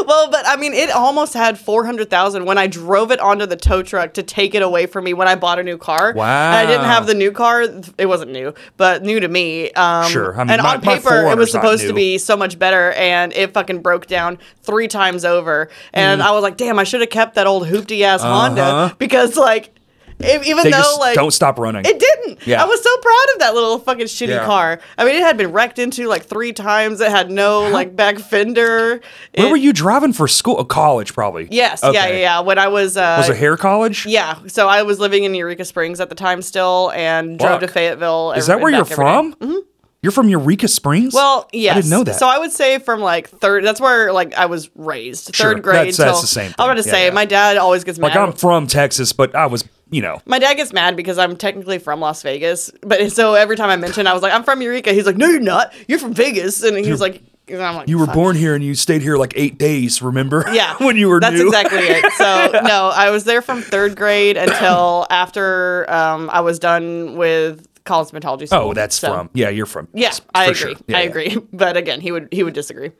Speaker 2: Well, but I mean, it almost had four hundred thousand when I drove it onto the tow truck to take it away from me when I bought a new car.
Speaker 1: Wow.
Speaker 2: And I didn't have the new car; it wasn't new, but new to me. Um,
Speaker 1: Sure. I mean,
Speaker 2: and
Speaker 1: my-
Speaker 2: on
Speaker 1: my
Speaker 2: paper, it
Speaker 1: 400
Speaker 2: was
Speaker 1: is not
Speaker 2: supposed to
Speaker 1: new.
Speaker 2: be so much better, and it fucking broke down three times over. And I was like, damn, I should have kept that old hoopty ass
Speaker 1: Hmm. Uh-huh.
Speaker 2: Honda because, like, if, even
Speaker 1: They
Speaker 2: though
Speaker 1: just
Speaker 2: like
Speaker 1: don't stop running.
Speaker 2: It didn't.
Speaker 1: Yeah.
Speaker 2: I was so proud of that little fucking shitty
Speaker 1: Yeah.
Speaker 2: car. I mean, it had been wrecked into like three times. It had no like back fender.
Speaker 1: Where
Speaker 2: It-
Speaker 1: were you driving for school? Uh, College, probably.
Speaker 2: Yes, yeah,
Speaker 1: Okay.
Speaker 2: yeah, yeah. When I was, uh,
Speaker 1: Was it hair college?
Speaker 2: yeah, so I was living in Eureka Springs at the time still, and drove
Speaker 1: Fuck.
Speaker 2: to Fayetteville.
Speaker 1: Is
Speaker 2: every-
Speaker 1: that where you're
Speaker 2: back every day. Mm-hmm.
Speaker 1: from? You're from Eureka Springs.
Speaker 2: Well, yes.
Speaker 1: I didn't know that.
Speaker 2: So I would say from like third. That's where like I was raised.
Speaker 1: Sure,
Speaker 2: Third grade.
Speaker 1: that's- that's
Speaker 2: till-
Speaker 1: the same
Speaker 2: I was
Speaker 1: thing.
Speaker 2: about to
Speaker 1: Yeah,
Speaker 2: say
Speaker 1: yeah.
Speaker 2: my dad always gets
Speaker 1: like
Speaker 2: mad.
Speaker 1: I'm from Texas, but I was, you know,
Speaker 2: my dad gets mad because I'm technically from Las Vegas, but so every time I mention, I was like, "I'm from Eureka." He's like, "No, you're not. You're from Vegas," and he's like, and "I'm like,
Speaker 1: you were
Speaker 2: "Fuck."
Speaker 1: born here and you stayed here like eight days. Remember?
Speaker 2: Yeah.
Speaker 1: when you were
Speaker 2: That's
Speaker 1: new.
Speaker 2: exactly it. So, no, I was there from third grade until after um, I was done with college dermatology school.
Speaker 1: Oh, that's
Speaker 2: So,
Speaker 1: from. Yeah, you're from.
Speaker 2: Yeah,
Speaker 1: s-
Speaker 2: I
Speaker 1: for
Speaker 2: agree.
Speaker 1: sure. Yeah,
Speaker 2: I
Speaker 1: yeah.
Speaker 2: agree. But again, he would he would disagree.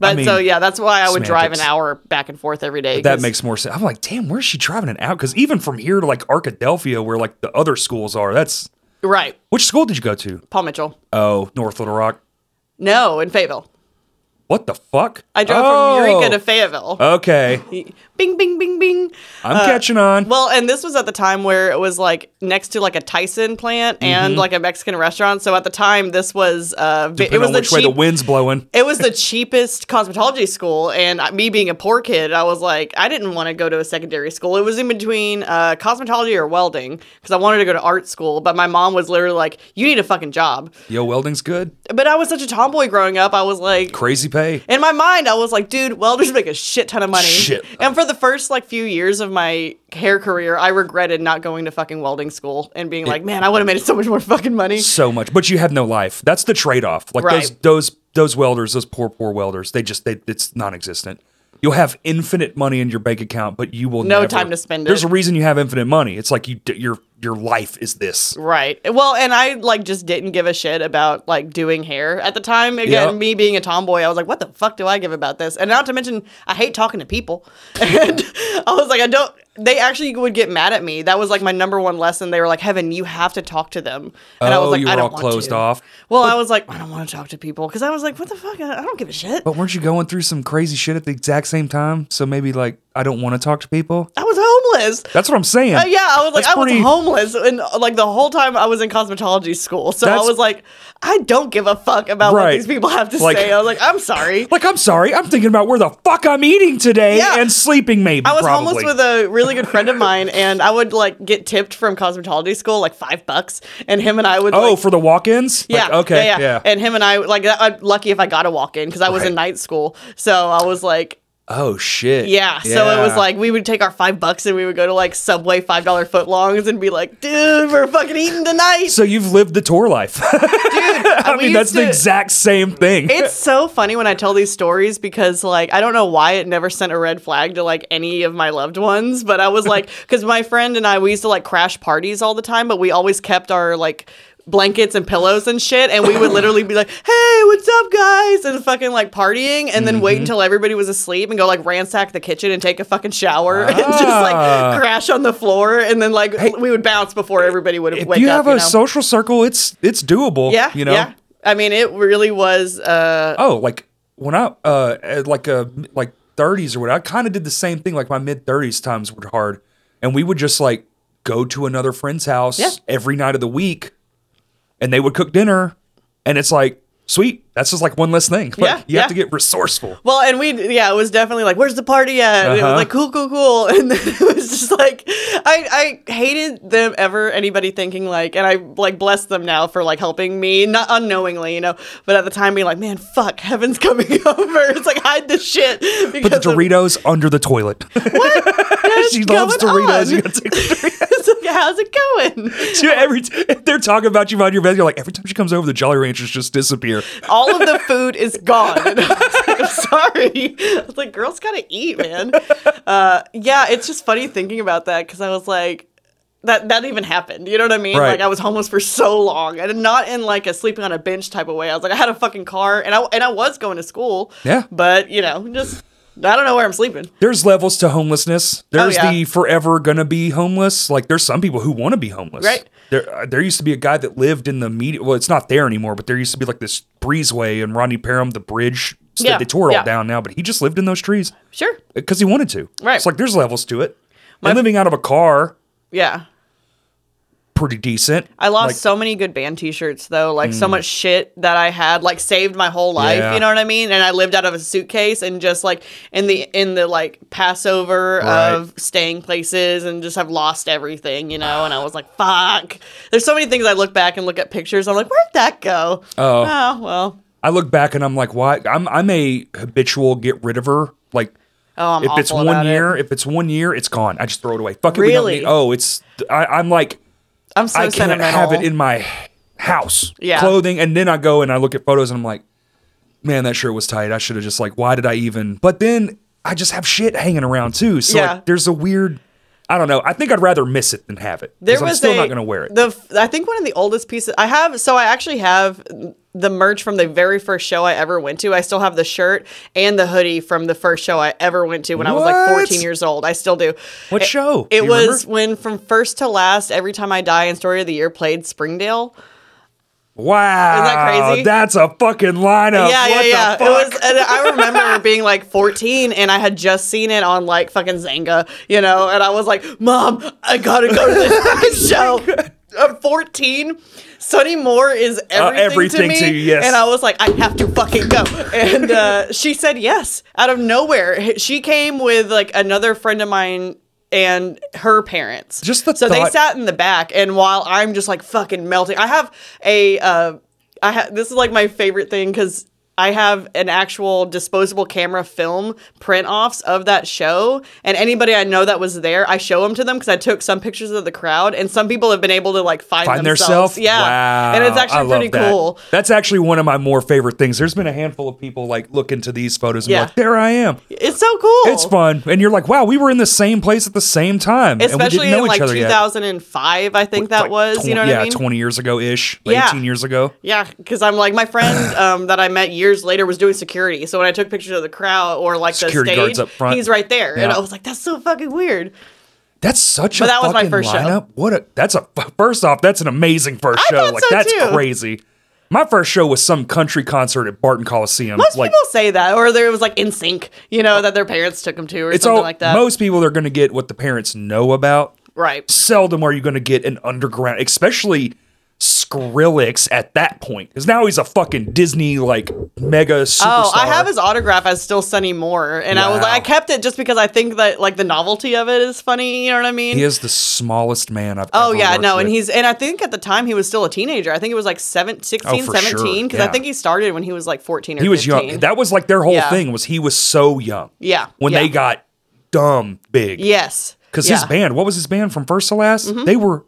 Speaker 2: But so
Speaker 1: mean,
Speaker 2: yeah, that's why I would drive an
Speaker 1: semantics.
Speaker 2: hour back and forth every day.
Speaker 1: That
Speaker 2: 'cause-
Speaker 1: makes more sense. I'm like, damn, where's she driving it out? Because even from here to like Arkadelphia, where like the other schools are, that's
Speaker 2: right.
Speaker 1: which school did you go to?
Speaker 2: Paul Mitchell.
Speaker 1: Oh, North Little Rock.
Speaker 2: No, in Fayetteville.
Speaker 1: What the fuck?
Speaker 2: I drove
Speaker 1: Oh.
Speaker 2: from Eureka to Fayetteville.
Speaker 1: Okay,
Speaker 2: bing, bing, bing, bing.
Speaker 1: I'm catching on.
Speaker 2: Uh, Well, and this was at the time where it was like next to like a Tyson plant and
Speaker 1: Mm-hmm.
Speaker 2: like a Mexican restaurant. So at the time, this was uh, vi- it
Speaker 1: Depending
Speaker 2: was
Speaker 1: on
Speaker 2: the
Speaker 1: which way the
Speaker 2: cheap-
Speaker 1: wind's blowing.
Speaker 2: it was the cheapest cosmetology school, and I- me being a poor kid, I was like, I didn't want to go to a secondary school. It was in between uh, cosmetology or welding because I wanted to go to art school, but my mom was literally like, "You need a fucking job."
Speaker 1: Yo, welding's good.
Speaker 2: But I was such a tomboy growing up. I was like,
Speaker 1: Crazy pay.
Speaker 2: in my mind, I was like, dude, welders make a shit ton of money.
Speaker 1: Shit.
Speaker 2: And for the first like few years of my hair career, I regretted not going to fucking welding school and being like, man, I would have made so much more fucking money.
Speaker 1: so much, but you have no life. That's the trade-off. Like those
Speaker 2: Right.
Speaker 1: those those welders, those poor poor welders, they just they it's non-existent. You'll have infinite money in your bank account, but you will
Speaker 2: No
Speaker 1: never-
Speaker 2: time to spend it.
Speaker 1: There's a reason you have infinite money. It's like you d- your your life is this.
Speaker 2: Right. Well, and I like just didn't give a shit about like doing hair at the time. Again,
Speaker 1: Yeah.
Speaker 2: me being a tomboy, I was like, what the fuck do I give about this? And not to mention, I hate talking to people. And I was like, I don't. They actually would get mad at me. That was like my number one lesson. They were like, Heaven, you have to talk to them. And I
Speaker 1: oh,
Speaker 2: was like,
Speaker 1: you
Speaker 2: I
Speaker 1: were
Speaker 2: don't
Speaker 1: all
Speaker 2: want
Speaker 1: closed
Speaker 2: to."
Speaker 1: off.
Speaker 2: Well, I was like, I don't want to talk to people because I was like, what the fuck? I I don't give a shit.
Speaker 1: But weren't you going through some crazy shit at the exact same time? So maybe like I don't want to talk to people.
Speaker 2: I was homeless.
Speaker 1: That's what I'm saying.
Speaker 2: Uh, yeah, I was like,
Speaker 1: That's
Speaker 2: I was
Speaker 1: pretty-
Speaker 2: homeless, and uh, like the whole time I was in cosmetology school. So I
Speaker 1: That's-
Speaker 2: was like, I don't give a fuck about what
Speaker 1: Right.
Speaker 2: these people have to
Speaker 1: Like-
Speaker 2: say. I was like, I'm sorry.
Speaker 1: Like I'm sorry, I'm thinking about where the fuck I'm eating today
Speaker 2: Yeah.
Speaker 1: and sleeping maybe.
Speaker 2: I was
Speaker 1: probably.
Speaker 2: homeless with a really good friend of mine, and I would like get tipped from cosmetology school like five bucks, and him and I would.
Speaker 1: oh
Speaker 2: like,
Speaker 1: for the walk-ins.
Speaker 2: Yeah.
Speaker 1: Like, okay.
Speaker 2: Yeah, yeah. And him and I like that, I'm lucky if I got a walk in because I was in
Speaker 1: Right.
Speaker 2: night school, so I was like,
Speaker 1: oh shit.
Speaker 2: Yeah, so it was
Speaker 1: Yeah.
Speaker 2: like we would take our five bucks and we would go to like Subway five dollar footlongs and be like, dude, we're fucking eating tonight.
Speaker 1: So you've lived the tour life.
Speaker 2: Uh,
Speaker 1: I mean, that's the exact same thing.
Speaker 2: It's so funny when I tell these stories because like I don't know why it never sent a red flag to like any of my loved ones, but I was like, because my friend and I we used to like crash parties all the time, but we always kept our like. Blankets and pillows and shit, and we would literally be like, "Hey, what's up, guys?" and fucking like partying, and then wait
Speaker 1: Mm-hmm.
Speaker 2: until everybody was asleep and go like ransack the kitchen and take a fucking shower and just
Speaker 1: Ah.
Speaker 2: like crash on the floor, and then like we would bounce before everybody would have
Speaker 1: If
Speaker 2: wake
Speaker 1: Eh, you
Speaker 2: up.
Speaker 1: have
Speaker 2: you
Speaker 1: a
Speaker 2: know?
Speaker 1: social circle, it's it's doable.
Speaker 2: yeah,
Speaker 1: you know.
Speaker 2: yeah. I mean, it really was. uh
Speaker 1: Oh, like when I uh at like uh like 30s or what, I kind of did the same thing. Like my mid 30s times were hard, and we would just like go to another friend's house
Speaker 2: Yeah.
Speaker 1: every night of the week, and they would cook dinner, and it's like sweet. That's just like one less thing. Like,
Speaker 2: Yeah,
Speaker 1: you have
Speaker 2: yeah.
Speaker 1: to get resourceful.
Speaker 2: Well, and we, yeah, it was definitely like, where's the party at? And it
Speaker 1: Uh-huh.
Speaker 2: was like, cool, cool, cool. And then it was just like, I, I hated them ever, anybody thinking like, and I like bless them now for like helping me, not unknowingly, you know, but at the time being like, man, fuck, heaven's coming over. It's like, hide the shit.
Speaker 1: Put the
Speaker 2: Because of-
Speaker 1: Doritos under the toilet. What? she loves
Speaker 2: going
Speaker 1: Doritos.
Speaker 2: on?
Speaker 1: You gotta take the Doritos.
Speaker 2: It's like, how's it going?
Speaker 1: Dude, every t- if they're talking about you behind your back, you're like, every time she comes over, the Jolly Ranchers just disappear.
Speaker 2: All of the food is gone. And I was like, I'm sorry. I was like, girls gotta eat, man. Uh, yeah, it's just funny thinking about that because I was like, that that even happened. You know what I mean?
Speaker 1: Right.
Speaker 2: Like I was homeless for so long, and not in like a sleeping on a bench type of way. I was like, I had a fucking car, and I and I was going to school.
Speaker 1: Yeah.
Speaker 2: But you know, just I don't know where I'm sleeping.
Speaker 1: There's levels to homelessness. There's
Speaker 2: Oh, yeah.
Speaker 1: the forever gonna be homeless. Like there's some people who want to be homeless.
Speaker 2: Right.
Speaker 1: There, uh, there used to be a guy that lived in the media. Well, it's not there anymore, but there used to be like this breezeway in Rodney Parham, the bridge. So
Speaker 2: Yeah,
Speaker 1: They tore it all
Speaker 2: yeah.
Speaker 1: down now, but he just lived in those trees
Speaker 2: Sure.
Speaker 1: because he wanted to.
Speaker 2: Right.
Speaker 1: It's like there's levels to it. and living out of a car,
Speaker 2: Yeah.
Speaker 1: pretty decent.
Speaker 2: I lost
Speaker 1: Like- Mm.
Speaker 2: so many good band t-shirts though, like so much shit that I had like saved my whole life,
Speaker 1: Yeah.
Speaker 2: you know what I mean? And I lived out of a suitcase and just like in the in the like Passover
Speaker 1: Right.
Speaker 2: of staying places and just have lost everything, you know? And I was like, fuck. There's so many things I look back and look at pictures. I'm like, where'd that go? Oh, well.
Speaker 1: I look back and I'm like, why? I'm I'm a habitual get rid of her. Like,
Speaker 2: Oh, I'm
Speaker 1: if it's
Speaker 2: awful
Speaker 1: one
Speaker 2: about it.
Speaker 1: year, if it's one year, it's gone. I just throw it away. Fuck it. we don't
Speaker 2: Really?
Speaker 1: need- oh, it's I, I'm like
Speaker 2: I'm so
Speaker 1: I can't
Speaker 2: sentimental.
Speaker 1: have it in my house
Speaker 2: Yeah.
Speaker 1: clothing, and then I go and I look at photos and I'm like, man, that shirt was tight. I should have just like, why did I even? But then I just have shit hanging around too. So
Speaker 2: Yeah.
Speaker 1: like, there's a weird. I don't know. I think I'd rather miss it than have it. 'cause
Speaker 2: There
Speaker 1: I'm
Speaker 2: was
Speaker 1: still
Speaker 2: a-
Speaker 1: not gonna wear it.
Speaker 2: The f- I think one of the oldest pieces I have. So I actually have the merch from the very first show I ever went to. I still have the shirt and the hoodie from the first show I ever went to when I was like
Speaker 1: What?
Speaker 2: 14 years old. I still do.
Speaker 1: What
Speaker 2: It-
Speaker 1: show? Do
Speaker 2: It
Speaker 1: you
Speaker 2: was when from first to last, every time I die and story of the year played Springdale.
Speaker 1: Wow.
Speaker 2: Isn't that crazy?
Speaker 1: That's a fucking lineup.
Speaker 2: yeah,
Speaker 1: what
Speaker 2: yeah,
Speaker 1: The
Speaker 2: yeah.
Speaker 1: fuck?
Speaker 2: It was, and I remember being like 14, and I had just seen it on like fucking Zanga, you know, and I was like, "Mom, I gotta go to this fucking show." I'm 14. Sonny Moore is everything,
Speaker 1: Uh, everything
Speaker 2: to me,
Speaker 1: to you, yes.
Speaker 2: and I was like, "I have to fucking go." And uh, she said yes out of nowhere. She came with like another friend of mine and her parents.
Speaker 1: Just the
Speaker 2: so they
Speaker 1: thought-
Speaker 2: sat sat in the back and while I'm just like fucking melting, I have a uh I ha- this is like my favorite thing cuz I have an actual disposable camera film print offs of that show and anybody I know that was there, I show them to them cuz I took some pictures of the crowd and some people have been able to like find,
Speaker 1: Find
Speaker 2: themselves.
Speaker 1: themselves.
Speaker 2: Yeah.
Speaker 1: Wow.
Speaker 2: And it's
Speaker 1: I
Speaker 2: actually
Speaker 1: love
Speaker 2: pretty
Speaker 1: that.
Speaker 2: cool.
Speaker 1: That's actually one of my more favorite things. There's been a handful of people like look into these photos and be
Speaker 2: Yeah.
Speaker 1: like, there I am.
Speaker 2: It's so cool.
Speaker 1: It's fun. And you're like, wow, we were in the same place at the same time. and we
Speaker 2: Especially
Speaker 1: didn't know
Speaker 2: in
Speaker 1: each
Speaker 2: like
Speaker 1: other yet.
Speaker 2: 2005, I think that
Speaker 1: Like,
Speaker 2: was, you
Speaker 1: twen-
Speaker 2: know what
Speaker 1: yeah,
Speaker 2: I mean?
Speaker 1: 20 years ago ish,
Speaker 2: Yeah.
Speaker 1: 18 years ago.
Speaker 2: Yeah, because I'm like my friend um, that I met years later was doing security. So when I took pictures of the crowd or like
Speaker 1: Security
Speaker 2: the stage,
Speaker 1: guards up front.
Speaker 2: he's right there, and
Speaker 1: Yeah.
Speaker 2: I was like, "That's so fucking weird."
Speaker 1: That's such a
Speaker 2: that was my
Speaker 1: fucking
Speaker 2: first show.
Speaker 1: lineup. What a that's a first off, that's an amazing first show.
Speaker 2: thought
Speaker 1: like
Speaker 2: so,
Speaker 1: that's
Speaker 2: too.
Speaker 1: crazy. My first show was some country concert at Barton Coliseum.
Speaker 2: Most
Speaker 1: like
Speaker 2: people say that, or there was like in sync, you know, that their parents took them to, or
Speaker 1: it's
Speaker 2: something
Speaker 1: all
Speaker 2: like that.
Speaker 1: most people are going to get what the parents know about.
Speaker 2: right?
Speaker 1: Seldom are you going to get an underground, especially Skrillex at that point, because now he's a fucking Disney like mega superstar.
Speaker 2: Oh, I have his autograph as still Sonny Moore, and I was
Speaker 1: Wow.
Speaker 2: like, I kept it just because I think that like the novelty of it is funny. You know what I mean?
Speaker 1: He is the smallest man I've.
Speaker 2: Oh
Speaker 1: ever
Speaker 2: yeah,
Speaker 1: worked
Speaker 2: no, and
Speaker 1: with.
Speaker 2: he's and I think at the time he was still a teenager. I think it was like seven, 16,
Speaker 1: Oh, for sure,
Speaker 2: 17, because
Speaker 1: yeah.
Speaker 2: I think he started when he was like fourteen or
Speaker 1: he was
Speaker 2: 15.
Speaker 1: young. That was like their whole
Speaker 2: Yeah.
Speaker 1: thing was he was so young.
Speaker 2: Yeah,
Speaker 1: When
Speaker 2: yeah.
Speaker 1: they got dumb big.
Speaker 2: yes,
Speaker 1: Because his
Speaker 2: Yeah. Mm-hmm.
Speaker 1: band, what was his band from first to last? They were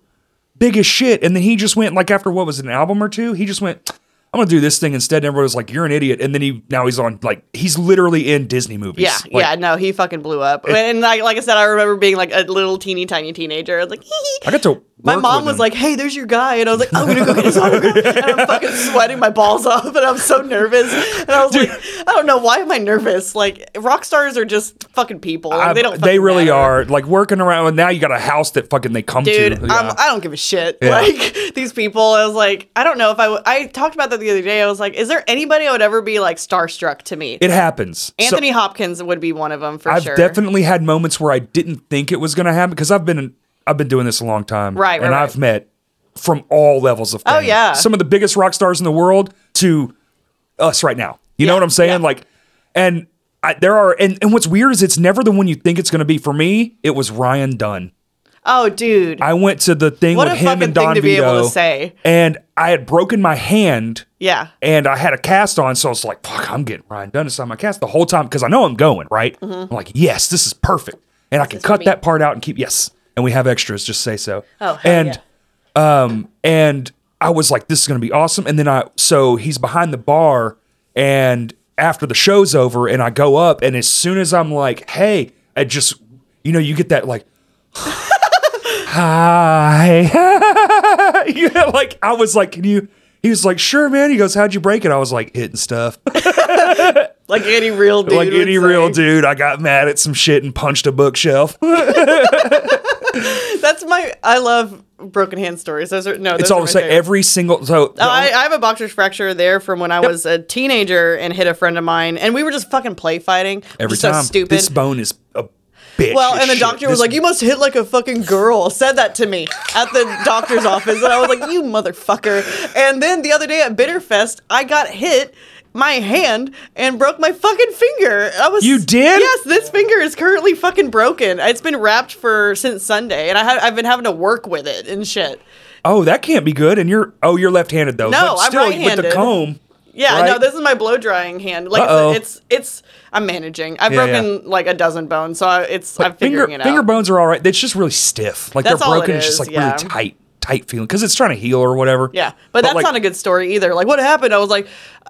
Speaker 1: big as shit. And then he just went, like, after what was it, an album or two, he just went, I'm going to do this thing instead. And everyone was like, you're an idiot. And then he, now he's on, like, he's literally in Disney movies.
Speaker 2: Yeah,
Speaker 1: Like,
Speaker 2: yeah, no, he fucking blew up. and like, like I said, I remember being like a little teeny tiny teenager. I was like, hee
Speaker 1: I got to.
Speaker 2: My
Speaker 1: work
Speaker 2: mom
Speaker 1: with
Speaker 2: was
Speaker 1: him.
Speaker 2: like, "Hey, there's your guy," and I was like, "I'm gonna go get his autograph." And I'm fucking sweating my balls off, and I'm so nervous. And I was like, "I don't know why am I nervous? Like, rock stars are just fucking people. Like,
Speaker 1: I-
Speaker 2: they don't.
Speaker 1: They
Speaker 2: fucking
Speaker 1: really
Speaker 2: matter.
Speaker 1: are. Like, working around. now you got a house that fucking they come
Speaker 2: dude. um,
Speaker 1: to.
Speaker 2: I'm-
Speaker 1: Yeah.
Speaker 2: I don't give a shit.
Speaker 1: Yeah.
Speaker 2: Like these people, I was like, I don't know if I. W- I talked about that the other day. I was like, is there anybody that would ever be like starstruck to me?
Speaker 1: it happens. So-
Speaker 2: Anthony Hopkins would be one of them for
Speaker 1: I've
Speaker 2: sure.
Speaker 1: definitely had moments where I didn't think it was going to happen because I've been I've been doing this a long time,
Speaker 2: Right, right,
Speaker 1: And
Speaker 2: right.
Speaker 1: I've met from all levels of fame.
Speaker 2: Oh, yeah.
Speaker 1: some of the biggest rock stars in the world to us right now. You know
Speaker 2: Yeah,
Speaker 1: what I'm saying?
Speaker 2: yeah.
Speaker 1: Like, and I, there are and and what's weird is it's never the one you think it's going to be. For me, it was Ryan Dunn.
Speaker 2: oh, dude.
Speaker 1: I went to the thing
Speaker 2: What
Speaker 1: with
Speaker 2: a
Speaker 1: him
Speaker 2: fucking
Speaker 1: and
Speaker 2: thing
Speaker 1: Don
Speaker 2: to be able to
Speaker 1: Vito,
Speaker 2: say.
Speaker 1: and I had broken my hand
Speaker 2: yeah.
Speaker 1: and I had a cast on, so I was like, "Fuck, I'm getting Ryan Dunn inside my cast the whole time because I know I'm going right."
Speaker 2: Mm-hmm.
Speaker 1: I'm like, "Yes, this is perfect," and I can cut that part out and keep yes. And we have extras, just say so.
Speaker 2: Oh, hell
Speaker 1: and um, and I was like, "This is gonna be awesome." And then I, so he's behind the bar, and after the show's over, and I go up, and as soon as I'm like, "Hey," I just, you know, you get that like. Hi. you know, like I was like, can you? He was like, sure, man. He goes, how'd you break it? I was like, hitting stuff.
Speaker 2: Like any real dude.
Speaker 1: like
Speaker 2: would
Speaker 1: any real
Speaker 2: say.
Speaker 1: dude, I got mad at some shit and punched a bookshelf.
Speaker 2: That's my. I love broken hand stories. Those are no.
Speaker 1: it's
Speaker 2: those are
Speaker 1: all
Speaker 2: my
Speaker 1: the same.
Speaker 2: favorite.
Speaker 1: Every single so
Speaker 2: Oh, I, I have a boxer's fracture there from when I was a teenager and hit a friend of mine, and we were just fucking play fighting.
Speaker 1: every
Speaker 2: which is so
Speaker 1: time
Speaker 2: stupid.
Speaker 1: this bone is a bitch.
Speaker 2: Well,
Speaker 1: as
Speaker 2: and the
Speaker 1: shit.
Speaker 2: doctor was
Speaker 1: This-
Speaker 2: like, "You must hit like a fucking girl." Said that to me at the doctor's office, and I was like, "You motherfucker!" And then the other day at Bitterfest, I got hit my hand and broke my fucking finger. I was
Speaker 1: You did?
Speaker 2: Yes, this finger is currently fucking broken. It's been wrapped for since Sunday, and I had I've been having to work with it and shit.
Speaker 1: oh, that can't be good. And you're oh, you're left-handed though.
Speaker 2: No,
Speaker 1: but
Speaker 2: I'm
Speaker 1: still with the
Speaker 2: right-handed.
Speaker 1: comb.
Speaker 2: Yeah, no,
Speaker 1: right?
Speaker 2: this is my blow drying hand. Like
Speaker 1: Uh-oh.
Speaker 2: it's, it's it's I'm managing. I've
Speaker 1: Yeah, yeah.
Speaker 2: broken like a dozen bones, so I, it's I'm
Speaker 1: finger
Speaker 2: figuring it out.
Speaker 1: finger bones are all right. It's just really stiff. Like
Speaker 2: That's
Speaker 1: they're
Speaker 2: all it
Speaker 1: broken. it's just
Speaker 2: is,
Speaker 1: like
Speaker 2: yeah.
Speaker 1: really tight, tight feeling because it's trying to heal or whatever.
Speaker 2: Yeah, but, that's
Speaker 1: like,
Speaker 2: not a good story either. Like, what happened? I was like,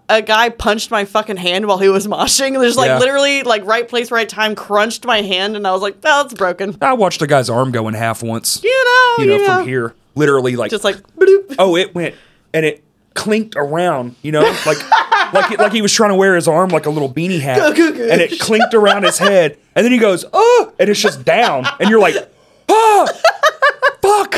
Speaker 2: a guy punched my fucking hand while he was moshing. There's like
Speaker 1: Yeah.
Speaker 2: literally like right place, right time, crunched my hand, and I was like, oh, it's broken.
Speaker 1: I watched a guy's arm go in half once.
Speaker 2: Oh, You know,
Speaker 1: you know, from here, literally like
Speaker 2: just like bloop.
Speaker 1: oh, it went and it clinked around, you know, like like like he was trying to wear his arm like a little beanie hat, and it clinked around his head, and then he goes oh, and it's just down, and you're like oh, fuck,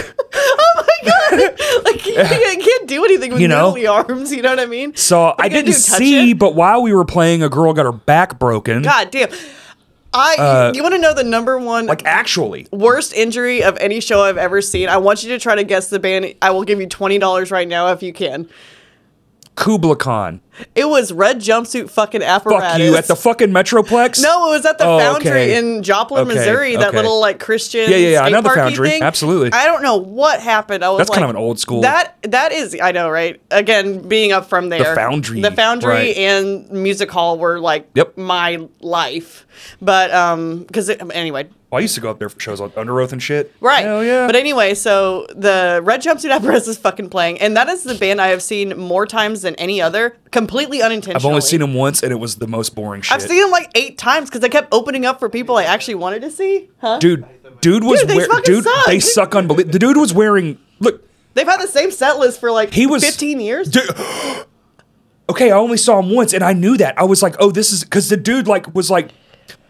Speaker 2: like you can't, you can't do anything with
Speaker 1: You know?
Speaker 2: noodly arms. You know what I mean?
Speaker 1: So
Speaker 2: What are
Speaker 1: I
Speaker 2: you gonna
Speaker 1: didn't
Speaker 2: do, touch
Speaker 1: see,
Speaker 2: it?
Speaker 1: but while we were playing, a girl got her back broken.
Speaker 2: God damn. I. you want to know the number one
Speaker 1: Uh, Like actually,
Speaker 2: worst injury of any show I've ever seen? I want you to try to guess the band. I will give you twenty dollars right now if you can.
Speaker 1: Kubla Khan.
Speaker 2: It was red jumpsuit fucking apparatus.
Speaker 1: Fuck you at the fucking Metroplex.
Speaker 2: No, it was at the
Speaker 1: Oh,
Speaker 2: Foundry
Speaker 1: okay.
Speaker 2: in Joplin,
Speaker 1: Okay,
Speaker 2: Missouri. That
Speaker 1: okay.
Speaker 2: little like Christian,
Speaker 1: Yeah, yeah, yeah, I
Speaker 2: skate
Speaker 1: know the
Speaker 2: parky
Speaker 1: Foundry.
Speaker 2: thing.
Speaker 1: Absolutely.
Speaker 2: I don't know what happened. I was
Speaker 1: That's kind
Speaker 2: like,
Speaker 1: of an old school-
Speaker 2: That that is, I know, right? Again, being up from there,
Speaker 1: Foundry,
Speaker 2: the Foundry
Speaker 1: right.
Speaker 2: and music hall were like
Speaker 1: Yep.
Speaker 2: my life. But um, because anyway,
Speaker 1: Well, I used to go up there for shows on Under Oath and shit.
Speaker 2: Right.
Speaker 1: Hell yeah.
Speaker 2: But anyway, so the Red Jumpsuit Apparatus is fucking playing, and that is the band I have seen more times than any other, completely unintentionally.
Speaker 1: I've only seen him once, and it was the most boring shit.
Speaker 2: I've seen them like eight times because they kept opening up for people I actually wanted to see. Huh?
Speaker 1: dude. Dude was
Speaker 2: Dude, they
Speaker 1: wear-
Speaker 2: fucking
Speaker 1: dude.
Speaker 2: suck.
Speaker 1: They suck unbelievable. The dude was wearing look.
Speaker 2: They've had the same set list for like
Speaker 1: He was-
Speaker 2: 15 years.
Speaker 1: Dude, okay, I only saw him once, and I knew that. I was like, oh, this is because the dude like was like,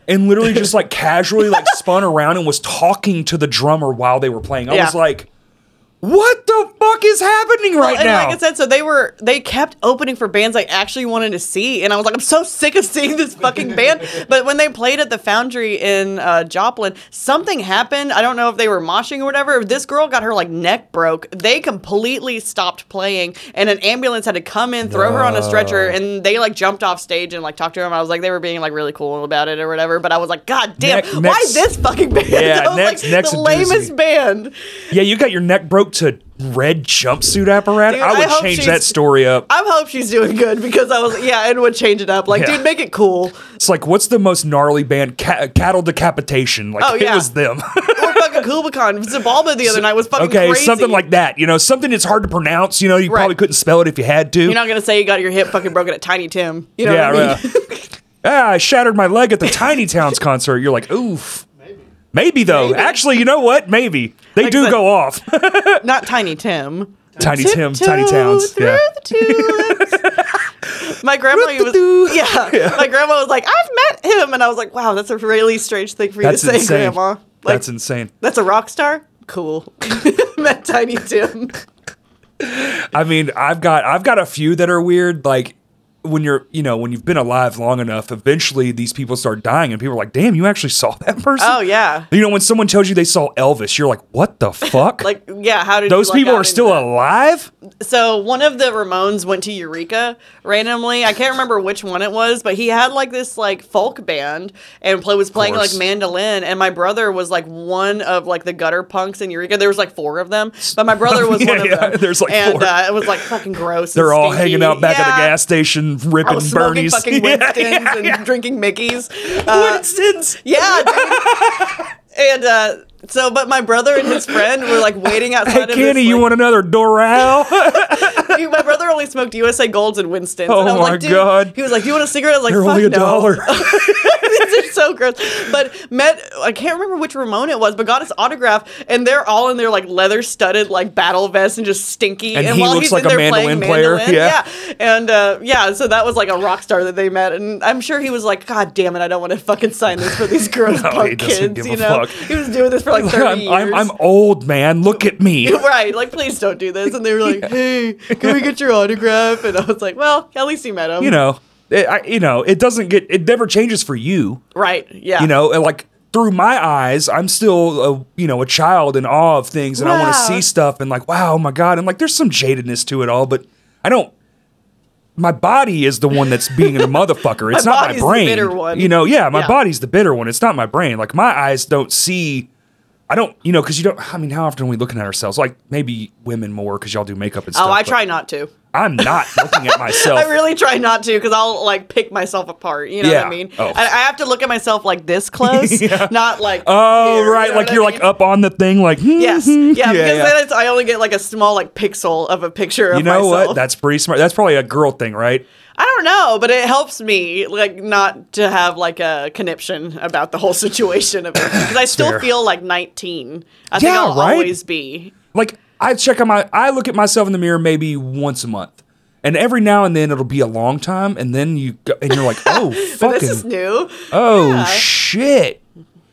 Speaker 1: and literally just like casually like spun around and was talking to the drummer while they were playing. I
Speaker 2: Yeah.
Speaker 1: was like, what the fuck is happening right
Speaker 2: and
Speaker 1: now?
Speaker 2: like I said, so they were they kept opening for bands I actually wanted to see, and I was like, I'm so sick of seeing this fucking band. But when they played at the Foundry in uh, Joplin, something happened. I don't know if they were moshing or whatever. This girl got her like neck broke. They completely stopped playing, and an ambulance had to come in, throw her on a stretcher, and they like jumped off stage and like talked to them. I was like, they were being like really cool about it or whatever. But I was like, God damn,
Speaker 1: Neck-
Speaker 2: why
Speaker 1: neck's-
Speaker 2: this fucking band?
Speaker 1: Yeah,
Speaker 2: I was
Speaker 1: neck's-
Speaker 2: like,
Speaker 1: neck's a
Speaker 2: the lamest
Speaker 1: doozy.
Speaker 2: band.
Speaker 1: yeah, you got your neck broke to red jumpsuit apparatus.
Speaker 2: Dude,
Speaker 1: I
Speaker 2: I
Speaker 1: would
Speaker 2: hope
Speaker 1: change
Speaker 2: she's-
Speaker 1: that story up.
Speaker 2: I hope she's doing good because I was yeah, and would change it up. Like,
Speaker 1: Yeah.
Speaker 2: dude, make it cool.
Speaker 1: It's like, what's the most gnarly band? Ca- cattle decapitation. Like,
Speaker 2: Oh,
Speaker 1: it
Speaker 2: yeah.
Speaker 1: was them.
Speaker 2: Or fucking Kubicon. Zabalba the other night was fucking
Speaker 1: okay,
Speaker 2: crazy.
Speaker 1: something like that. You know, something that's hard to pronounce. You know, you
Speaker 2: Right.
Speaker 1: probably couldn't spell it if you had to.
Speaker 2: You're not gonna say you got your hip fucking broken at Tiny Tim. You know
Speaker 1: yeah,
Speaker 2: what I mean?
Speaker 1: right. ah, I shattered my leg at the Tiny Towns concert. You're like, oof.
Speaker 3: Maybe.
Speaker 1: Maybe though. Actually, you know what? Maybe they
Speaker 2: Like
Speaker 1: do
Speaker 2: the-
Speaker 1: go off.
Speaker 2: Not Tiny Tim.
Speaker 1: Tiny Tim, Tiny
Speaker 2: Tiptoe
Speaker 1: Towns.
Speaker 2: through
Speaker 1: Yeah.
Speaker 2: the tulips. My grandma was yeah, My grandma was like, I've met him, and I was like, Wow, that's a really strange thing for you
Speaker 1: That's
Speaker 2: to say,
Speaker 1: insane.
Speaker 2: Grandma. Like,
Speaker 1: That's insane.
Speaker 2: that's a rock star. Cool. met Tiny Tim.
Speaker 1: I mean, I've got I've got a few that are weird. Like when you're you know when you've been alive long enough, eventually these people start dying, and people are like, "Damn, you actually saw that person."
Speaker 2: Oh yeah.
Speaker 1: You know, when someone tells you they saw Elvis, you're like, "What the fuck?"
Speaker 2: Like yeah, how did you
Speaker 1: those
Speaker 2: luck
Speaker 1: people
Speaker 2: out
Speaker 1: are
Speaker 2: into
Speaker 1: still
Speaker 2: that?
Speaker 1: alive.
Speaker 2: so one of the Ramones went to Eureka randomly. I can't remember which one it was, but he had like this like folk band and play was playing like
Speaker 1: course.
Speaker 2: mandolin. And my brother was like one of like the gutter punks in Eureka. There was like four of them, but my brother was
Speaker 1: Yeah,
Speaker 2: one of
Speaker 1: yeah,
Speaker 2: them.
Speaker 1: there's, like,
Speaker 2: and
Speaker 1: four.
Speaker 2: Uh, it was like fucking gross. and
Speaker 1: They're all
Speaker 2: stinky.
Speaker 1: hanging out back at the
Speaker 2: Yeah.
Speaker 1: gas station,
Speaker 2: I
Speaker 1: ripping
Speaker 2: was smoking
Speaker 1: Bernies.
Speaker 2: fucking
Speaker 1: Yeah,
Speaker 2: Winston's
Speaker 1: yeah,
Speaker 2: and
Speaker 1: yeah.
Speaker 2: drinking Mickey's. Uh,
Speaker 1: Winston's.
Speaker 2: yeah. dude. and uh, so, but my brother and his friend were like waiting outside
Speaker 1: Hey,
Speaker 2: of this,
Speaker 1: Kenny, you
Speaker 2: like,
Speaker 1: want another Doral?
Speaker 2: Dude, my brother only smoked USA Golds and Winston's. and I
Speaker 1: Oh
Speaker 2: was
Speaker 1: my
Speaker 2: like, Dude,
Speaker 1: God.
Speaker 2: He was like, "You want a cigarette?" I was like,
Speaker 1: They're
Speaker 2: "Fuck
Speaker 1: only a
Speaker 2: no."
Speaker 1: dollar.
Speaker 2: this is so gross. But met, I can't remember which Ramon it was, but got his autograph, and they're all in their like leather studded like battle vests and just stinky.
Speaker 1: And he
Speaker 2: while
Speaker 1: looks
Speaker 2: he's
Speaker 1: like
Speaker 2: in
Speaker 1: a
Speaker 2: there playing
Speaker 1: mandolin player,
Speaker 2: mandolin,
Speaker 1: yeah.
Speaker 2: And uh, yeah, so that was like a rock star that they met, and I'm sure he was like, "God damn it, I don't want to fucking sign this for these gross
Speaker 1: No, he
Speaker 2: punk
Speaker 1: doesn't
Speaker 2: kids."
Speaker 1: give
Speaker 2: you
Speaker 1: a
Speaker 2: know,
Speaker 1: fuck.
Speaker 2: he was doing this for like 30
Speaker 1: I'm,
Speaker 2: years.
Speaker 1: I'm, I'm old, man. Look at me.
Speaker 2: right like please don't do this and they were like hey can we get your autograph and i was like well at least you met him
Speaker 1: You know, it, I, you know, it doesn't get, it never changes for you.
Speaker 2: right yeah
Speaker 1: You know, and, like through my eyes, I'm still, a, you know, a child in awe of things, and I want to
Speaker 2: Wow.
Speaker 1: see stuff, and like, wow, oh my god, and like, there's some jadedness to it all, but I don't. My body is the one that's being a motherfucker. It's not
Speaker 2: body's
Speaker 1: my
Speaker 2: the
Speaker 1: brain.
Speaker 2: bitter one.
Speaker 1: You know, yeah, my
Speaker 2: Yeah.
Speaker 1: body's the bitter one. It's not my brain. Like my eyes don't see. I don't, you know, because you don't. I mean, how often are we looking at ourselves? Like maybe women more because y'all do makeup and stuff.
Speaker 2: oh i
Speaker 1: but
Speaker 2: try not to
Speaker 1: I'm not looking at myself.
Speaker 2: i really try not to because i'll like pick myself apart you know what
Speaker 1: Yeah.
Speaker 2: i mean
Speaker 1: Oh.
Speaker 2: I, I have to look at myself like this close not like
Speaker 1: Oh
Speaker 2: here, you
Speaker 1: right, like
Speaker 2: know what I
Speaker 1: you're
Speaker 2: mean?
Speaker 1: like up on the thing, like hmm,
Speaker 2: yes yeah,
Speaker 1: hmm.
Speaker 2: because then it's, i only get like a small like pixel of a picture of
Speaker 1: you know
Speaker 2: myself
Speaker 1: what? That's pretty smart. That's probably a girl thing, right?
Speaker 2: i don't know but it helps me like not to have like a conniption about the whole situation of it because i still
Speaker 1: fair.
Speaker 2: feel like 19 i think
Speaker 1: Yeah,
Speaker 2: i'll
Speaker 1: right?
Speaker 2: always be
Speaker 1: Like I check on my, I look at myself in the mirror maybe once a month, and every now and then it'll be a long time, and then you go, and you're like, oh
Speaker 2: But this is
Speaker 1: fucking,
Speaker 2: new.
Speaker 1: oh
Speaker 2: yeah.
Speaker 1: shit,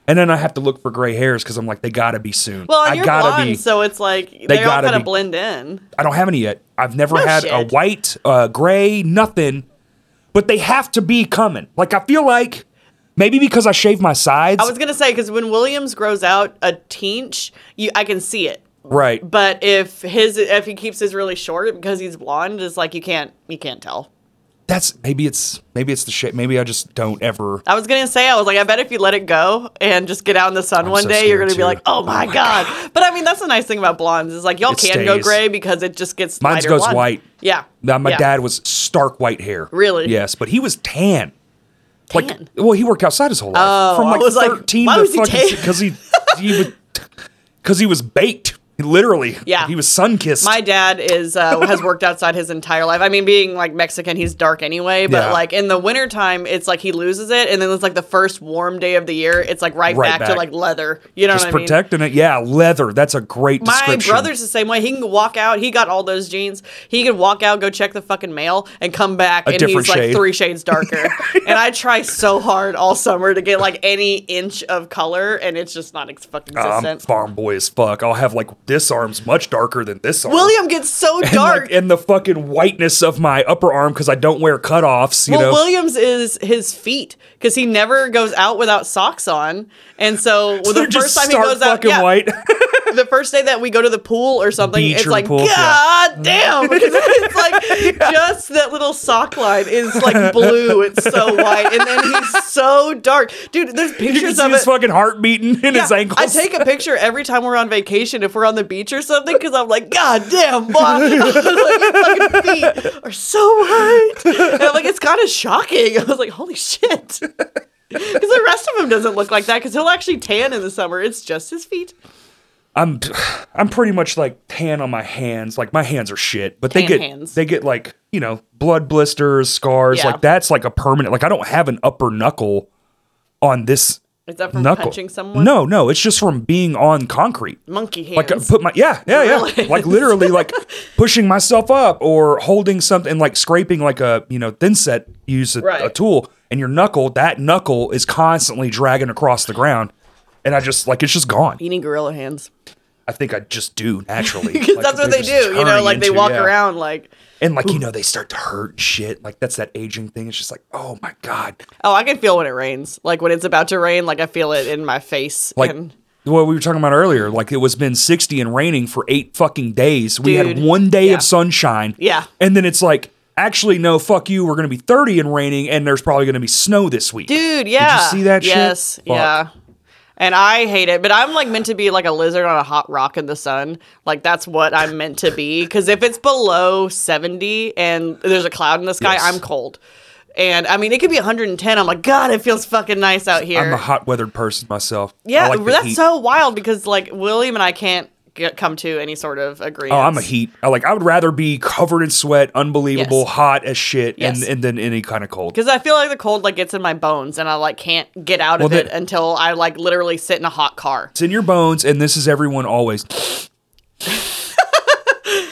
Speaker 1: And then I have to look for gray hairs because I'm like, they gotta be soon.
Speaker 2: Well, and
Speaker 1: I
Speaker 2: you're
Speaker 1: gotta
Speaker 2: blonde,
Speaker 1: be.
Speaker 2: so it's like they, all
Speaker 1: gotta
Speaker 2: kind
Speaker 1: be-
Speaker 2: of blend in.
Speaker 1: I don't have any yet. I've never
Speaker 2: No
Speaker 1: had a
Speaker 2: shit.
Speaker 1: white, uh, gray, nothing. But they have to be coming. Like I feel like maybe because I shave my sides.
Speaker 2: I was gonna say because when Williams grows out a teench, you I can see it.
Speaker 1: right.
Speaker 2: But if his if he keeps his really short because he's blonde, it's like you can't you can't tell.
Speaker 1: That's maybe it's maybe it's the shape. Maybe I just don't ever.
Speaker 2: I was gonna say I was like I bet if you let it go and just get out in the sun one
Speaker 1: so
Speaker 2: day, you're
Speaker 1: scared
Speaker 2: gonna
Speaker 1: too.
Speaker 2: be like, oh my, god. But I mean that's the nice thing about blondes is like y'all
Speaker 1: It
Speaker 2: can go
Speaker 1: stays.
Speaker 2: gray because it just gets
Speaker 1: Mine
Speaker 2: lighter
Speaker 1: goes
Speaker 2: blonde.
Speaker 1: white.
Speaker 2: Yeah.
Speaker 1: Now, my
Speaker 2: Yeah.
Speaker 1: dad was stark white hair.
Speaker 2: Really?
Speaker 1: Yes, but he was tan. Like,
Speaker 2: Tan.
Speaker 1: well, he worked outside his whole life.
Speaker 2: Oh,
Speaker 1: From
Speaker 2: I
Speaker 1: like
Speaker 2: was like,
Speaker 1: thirteen
Speaker 2: why
Speaker 1: to
Speaker 2: was he
Speaker 1: fucking
Speaker 2: tan?
Speaker 1: because he he was because he was baked. Literally.
Speaker 2: Yeah.
Speaker 1: He was sun kissed.
Speaker 2: My dad is uh, has worked outside his entire life. I mean, being like Mexican, he's dark anyway. But
Speaker 1: Yeah.
Speaker 2: like in the wintertime, it's like he loses it, and then it's like the first warm day of the year, it's like right,
Speaker 1: Right
Speaker 2: back, to
Speaker 1: back.
Speaker 2: like leather. You know
Speaker 1: Just
Speaker 2: what I mean?
Speaker 1: protecting it. Yeah, leather. That's a great
Speaker 2: My
Speaker 1: description.
Speaker 2: brother's the same way. He can walk out. He got all those jeans. He can walk out, go check the fucking mail, and come back, and
Speaker 1: different
Speaker 2: he's like
Speaker 1: shade.
Speaker 2: three shades darker. And I try so hard all summer to get like any inch of color, and it's just not ex- fucking
Speaker 1: I'm
Speaker 2: consistent.
Speaker 1: farm boy as fuck. I'll have like this arm's much darker than this arm.
Speaker 2: William gets so
Speaker 1: and, like,
Speaker 2: dark.
Speaker 1: and the fucking whiteness of my upper arm because I don't wear cutoffs. You
Speaker 2: well,
Speaker 1: know,
Speaker 2: Williams is his feet because he never goes out without socks on, and so,
Speaker 1: So
Speaker 2: the
Speaker 1: they're just
Speaker 2: first time he
Speaker 1: stark
Speaker 2: goes out,
Speaker 1: fucking
Speaker 2: yeah,
Speaker 1: white.
Speaker 2: the first day that we go to the pool or something,
Speaker 1: Beach
Speaker 2: it's
Speaker 1: or
Speaker 2: like
Speaker 1: pool, yeah. Mm.
Speaker 2: God damn, because it's like just that little sock line is like blue. It's so white, and then he's so dark, dude. There's
Speaker 1: you can
Speaker 2: pictures
Speaker 1: see
Speaker 2: of
Speaker 1: his
Speaker 2: it.
Speaker 1: fucking heart beating in
Speaker 2: Yeah,
Speaker 1: his ankles.
Speaker 2: I take a picture every time we're on vacation if we're on the beach or something because I'm like, God damn, boy, I was like, your fucking feet are so white. And I'm like, it's kind of shocking. I was like, holy shit. Because the rest of him doesn't look like that because he'll actually tan in the summer. It's just his feet.
Speaker 1: I'm I'm pretty much like tan on my hands. Like my hands are shit, but they
Speaker 2: Tan
Speaker 1: get
Speaker 2: hands.
Speaker 1: they get like you know blood blisters, scars.
Speaker 2: Yeah.
Speaker 1: Like that's like a permanent. Like I don't have an upper knuckle on this
Speaker 2: Is that from
Speaker 1: knuckle.
Speaker 2: punching someone?
Speaker 1: No, no, it's just from being on concrete.
Speaker 2: Monkey hands.
Speaker 1: Like I put my yeah yeah yeah
Speaker 2: Really?
Speaker 1: like literally like pushing myself up or holding something like scraping like a you know thin set use a,
Speaker 2: Right.
Speaker 1: a tool and your knuckle that knuckle is constantly dragging across the ground and I just like it's just gone.
Speaker 2: you need gorilla hands.
Speaker 1: I think I just do naturally.
Speaker 2: Because
Speaker 1: Like,
Speaker 2: that's what
Speaker 1: they're
Speaker 2: they
Speaker 1: just
Speaker 2: do. You know,
Speaker 1: turning
Speaker 2: like they
Speaker 1: into-
Speaker 2: walk
Speaker 1: yeah.
Speaker 2: around like,
Speaker 1: and like you know they start to hurt and shit. Like that's that aging thing. It's just like oh my god.
Speaker 2: oh, I can feel when it rains. Like when it's about to rain, like I feel it in my face.
Speaker 1: Like
Speaker 2: and
Speaker 1: what we were talking about earlier. Like it was been sixty and raining for eight fucking days. we had
Speaker 2: Dude.
Speaker 1: one day
Speaker 2: Yeah.
Speaker 1: of sunshine.
Speaker 2: Yeah.
Speaker 1: and then it's like actually no fuck you. We're gonna be thirty and raining, and there's probably gonna be snow this week.
Speaker 2: Dude, yeah.
Speaker 1: see that shit?
Speaker 2: yes,
Speaker 1: Fuck.
Speaker 2: yeah. And I hate it, but I'm like meant to be like a lizard on a hot rock in the sun. Like that's what I'm meant to be. Because if it's below 70 and there's a cloud in the sky,
Speaker 1: Yes.
Speaker 2: I'm cold. And I mean, it could be 110. I'm like, God, it feels fucking nice out here.
Speaker 1: I'm a hot weathered person myself. I
Speaker 2: yeah,
Speaker 1: like the
Speaker 2: that's
Speaker 1: heat.
Speaker 2: so wild because like William and I can't get, come to any sort of agreement.
Speaker 1: Oh, I'm a heat. I like. I would rather be covered in sweat, unbelievable,
Speaker 2: Yes.
Speaker 1: hot as shit,
Speaker 2: Yes.
Speaker 1: and and then any kind of cold.
Speaker 2: Because I feel like the cold like gets in my bones and I like can't get out of
Speaker 1: Well,
Speaker 2: it
Speaker 1: that-
Speaker 2: until I like literally sit in a hot car.
Speaker 1: It's in your bones, and this is everyone always.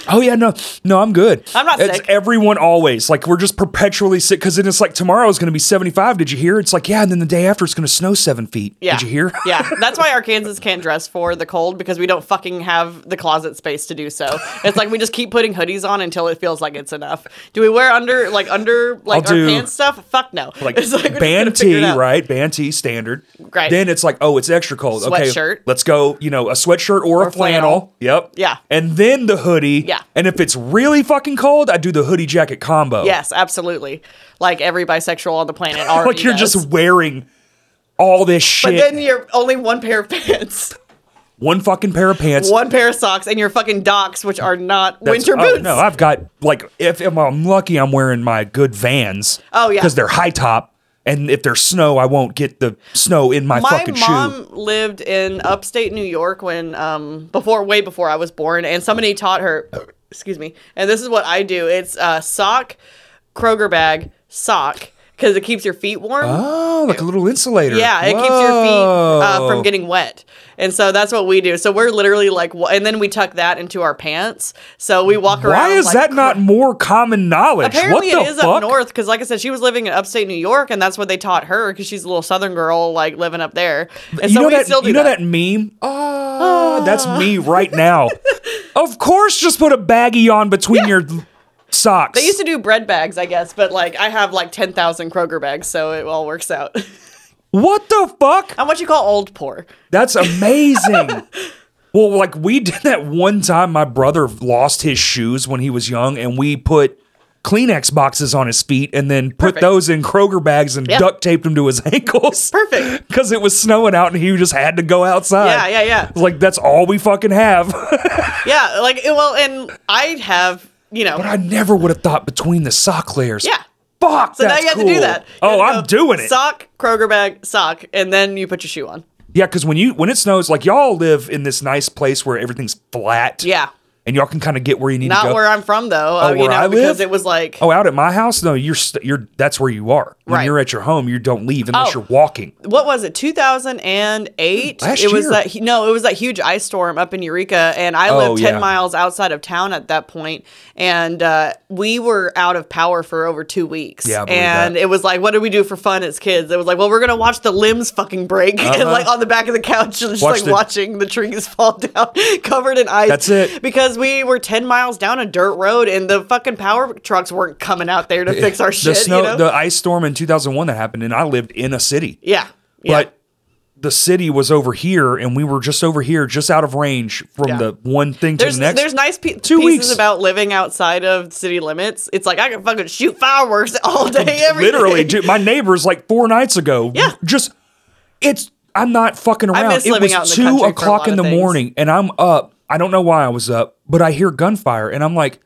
Speaker 1: oh yeah, no, no, I'm good.
Speaker 2: I'm not
Speaker 1: It's
Speaker 2: sick.
Speaker 1: everyone always like we're just perpetually sick because then it's like tomorrow is going to be 75. Did you hear? It's like yeah, and then the day after it's going to snow seven feet.
Speaker 2: Yeah.
Speaker 1: Did you hear?
Speaker 2: yeah. That's why Arkansans can't dress for the cold because we don't fucking have the closet space to do so. It's like we just keep putting hoodies on until it feels like it's enough. Do we wear under like under like
Speaker 1: I'll
Speaker 2: our
Speaker 1: do-
Speaker 2: pants stuff? Fuck no.
Speaker 1: Like,
Speaker 2: It's we're just gonna
Speaker 1: band
Speaker 2: figure it
Speaker 1: tee,
Speaker 2: out.
Speaker 1: right? Band tee standard.
Speaker 2: Right.
Speaker 1: Then it's like, oh, it's extra cold.
Speaker 2: Sweatshirt.
Speaker 1: Okay, let's go. You know, a sweatshirt or,
Speaker 2: Or
Speaker 1: a flannel.
Speaker 2: flannel.
Speaker 1: Yep.
Speaker 2: Yeah.
Speaker 1: And then the hoodie.
Speaker 2: Yeah.
Speaker 1: And if it's really fucking cold, I do the hoodie jacket combo.
Speaker 2: Yes, absolutely. Like every bisexual on the planet E already.
Speaker 1: Like you're
Speaker 2: does.
Speaker 1: just wearing all this shit.
Speaker 2: But then you're only one pair of pants,
Speaker 1: one fucking pair of pants.
Speaker 2: one pair of socks, and your fucking docs, which are not
Speaker 1: That's-
Speaker 2: winter
Speaker 1: oh,
Speaker 2: boots.
Speaker 1: no, I've got like if, if I'm lucky, I'm wearing my good Vans.
Speaker 2: Oh, yeah.
Speaker 1: because they're high top, and if there's snow, I won't get the snow in my,
Speaker 2: my
Speaker 1: fucking
Speaker 2: mom
Speaker 1: shoe.
Speaker 2: lived in upstate New York when um before way before I was born, and somebody taught her. Excuse me. And this is what I do. It's uh, sock, Kroger bag, sock, because it keeps your feet warm.
Speaker 1: Oh, like a little insulator.
Speaker 2: Yeah, it keeps your feet uh,
Speaker 1: Whoa.
Speaker 2: from getting wet. And so that's what we do. So we're literally like, wa- and then we tuck that into our pants. So we walk around.
Speaker 1: Why is
Speaker 2: like
Speaker 1: that not more common knowledge?
Speaker 2: Apparently,
Speaker 1: what
Speaker 2: it
Speaker 1: the
Speaker 2: is
Speaker 1: fuck?
Speaker 2: up north because, like I said, she was living in upstate New York, and that's what they taught her because she's a little Southern girl, like living up there. And
Speaker 1: you
Speaker 2: so
Speaker 1: know
Speaker 2: we
Speaker 1: that
Speaker 2: still do
Speaker 1: you know
Speaker 2: that.
Speaker 1: that, meme? Ah, that's me right now. of course, just put a baggie on between your socks.
Speaker 2: They used to do bread bags, I guess, but like I have like ten thousand Kroger bags, so it all works out.
Speaker 1: what the fuck?
Speaker 2: I'm what you call old poor.
Speaker 1: That's amazing. well, like we did that one time. My brother lost his shoes when he was young, and we put. Kleenex boxes on his feet and then put
Speaker 2: Perfect.
Speaker 1: those in Kroger bags and
Speaker 2: Yeah.
Speaker 1: duct taped them to his ankles.
Speaker 2: Perfect.
Speaker 1: Because it was snowing out and he just had to go outside.
Speaker 2: Yeah, yeah, yeah.
Speaker 1: Like, that's all we fucking have.
Speaker 2: Yeah, like it- well, and I have you know.
Speaker 1: But I never would have thought between the sock layers.
Speaker 2: Yeah.
Speaker 1: Fuck.
Speaker 2: so now
Speaker 1: that's
Speaker 2: you have
Speaker 1: cool.
Speaker 2: to do that. You
Speaker 1: Oh,
Speaker 2: have to
Speaker 1: I'm
Speaker 2: go
Speaker 1: doing it.
Speaker 2: Sock, Kroger bag, sock, and then you put your shoe on.
Speaker 1: yeah, because when you when it snows, like y'all live in this nice place where everything's flat.
Speaker 2: Yeah.
Speaker 1: And y'all can kind of get where you need to
Speaker 2: Not
Speaker 1: go. Oh,
Speaker 2: where I'm from though. uh, you
Speaker 1: where
Speaker 2: know,
Speaker 1: I live?
Speaker 2: because it was like
Speaker 1: oh, out at my house, no, you're st- you're that's where you are. When
Speaker 2: Right.
Speaker 1: you're at your home, you don't leave unless
Speaker 2: Oh.
Speaker 1: you're walking.
Speaker 2: what was it 2008
Speaker 1: Last
Speaker 2: it was
Speaker 1: year.
Speaker 2: that no it was that huge ice storm up in eureka and i
Speaker 1: Oh,
Speaker 2: lived 10
Speaker 1: yeah.
Speaker 2: miles outside of town at that point and uh, we were out of power for over two weeks
Speaker 1: Yeah, I believe
Speaker 2: and
Speaker 1: that.
Speaker 2: it was like what did we do for fun as kids it was like well we're gonna watch the limbs fucking break and like on the back of the couch just
Speaker 1: Uh-huh. Watch
Speaker 2: like
Speaker 1: the-
Speaker 2: watching the trees fall down covered in ice
Speaker 1: That's it.
Speaker 2: because we were 10 miles down a dirt road and the fucking power trucks weren't coming out there to fix our
Speaker 1: The
Speaker 2: shit
Speaker 1: snow,
Speaker 2: you know?
Speaker 1: the ice storm in 2001 that happened, and I lived in a city.
Speaker 2: yeah yeah.
Speaker 1: But the city was over here, and we were just over here, just out of range from
Speaker 2: Yeah.
Speaker 1: the one thing
Speaker 2: There's
Speaker 1: to the next.
Speaker 2: there's nice pe-
Speaker 1: two
Speaker 2: pieces
Speaker 1: weeks.
Speaker 2: about living outside of city limits. It's like I can fucking shoot fireworks all day every day.
Speaker 1: literally dude, my neighbors like four nights ago
Speaker 2: Yeah.
Speaker 1: just it's i'm not fucking around
Speaker 2: miss
Speaker 1: it
Speaker 2: living
Speaker 1: was
Speaker 2: out in the country
Speaker 1: two
Speaker 2: for a
Speaker 1: o'clock
Speaker 2: lot
Speaker 1: in
Speaker 2: of
Speaker 1: the
Speaker 2: things.
Speaker 1: morning and i'm up i don't know why i was up but i hear gunfire and i'm like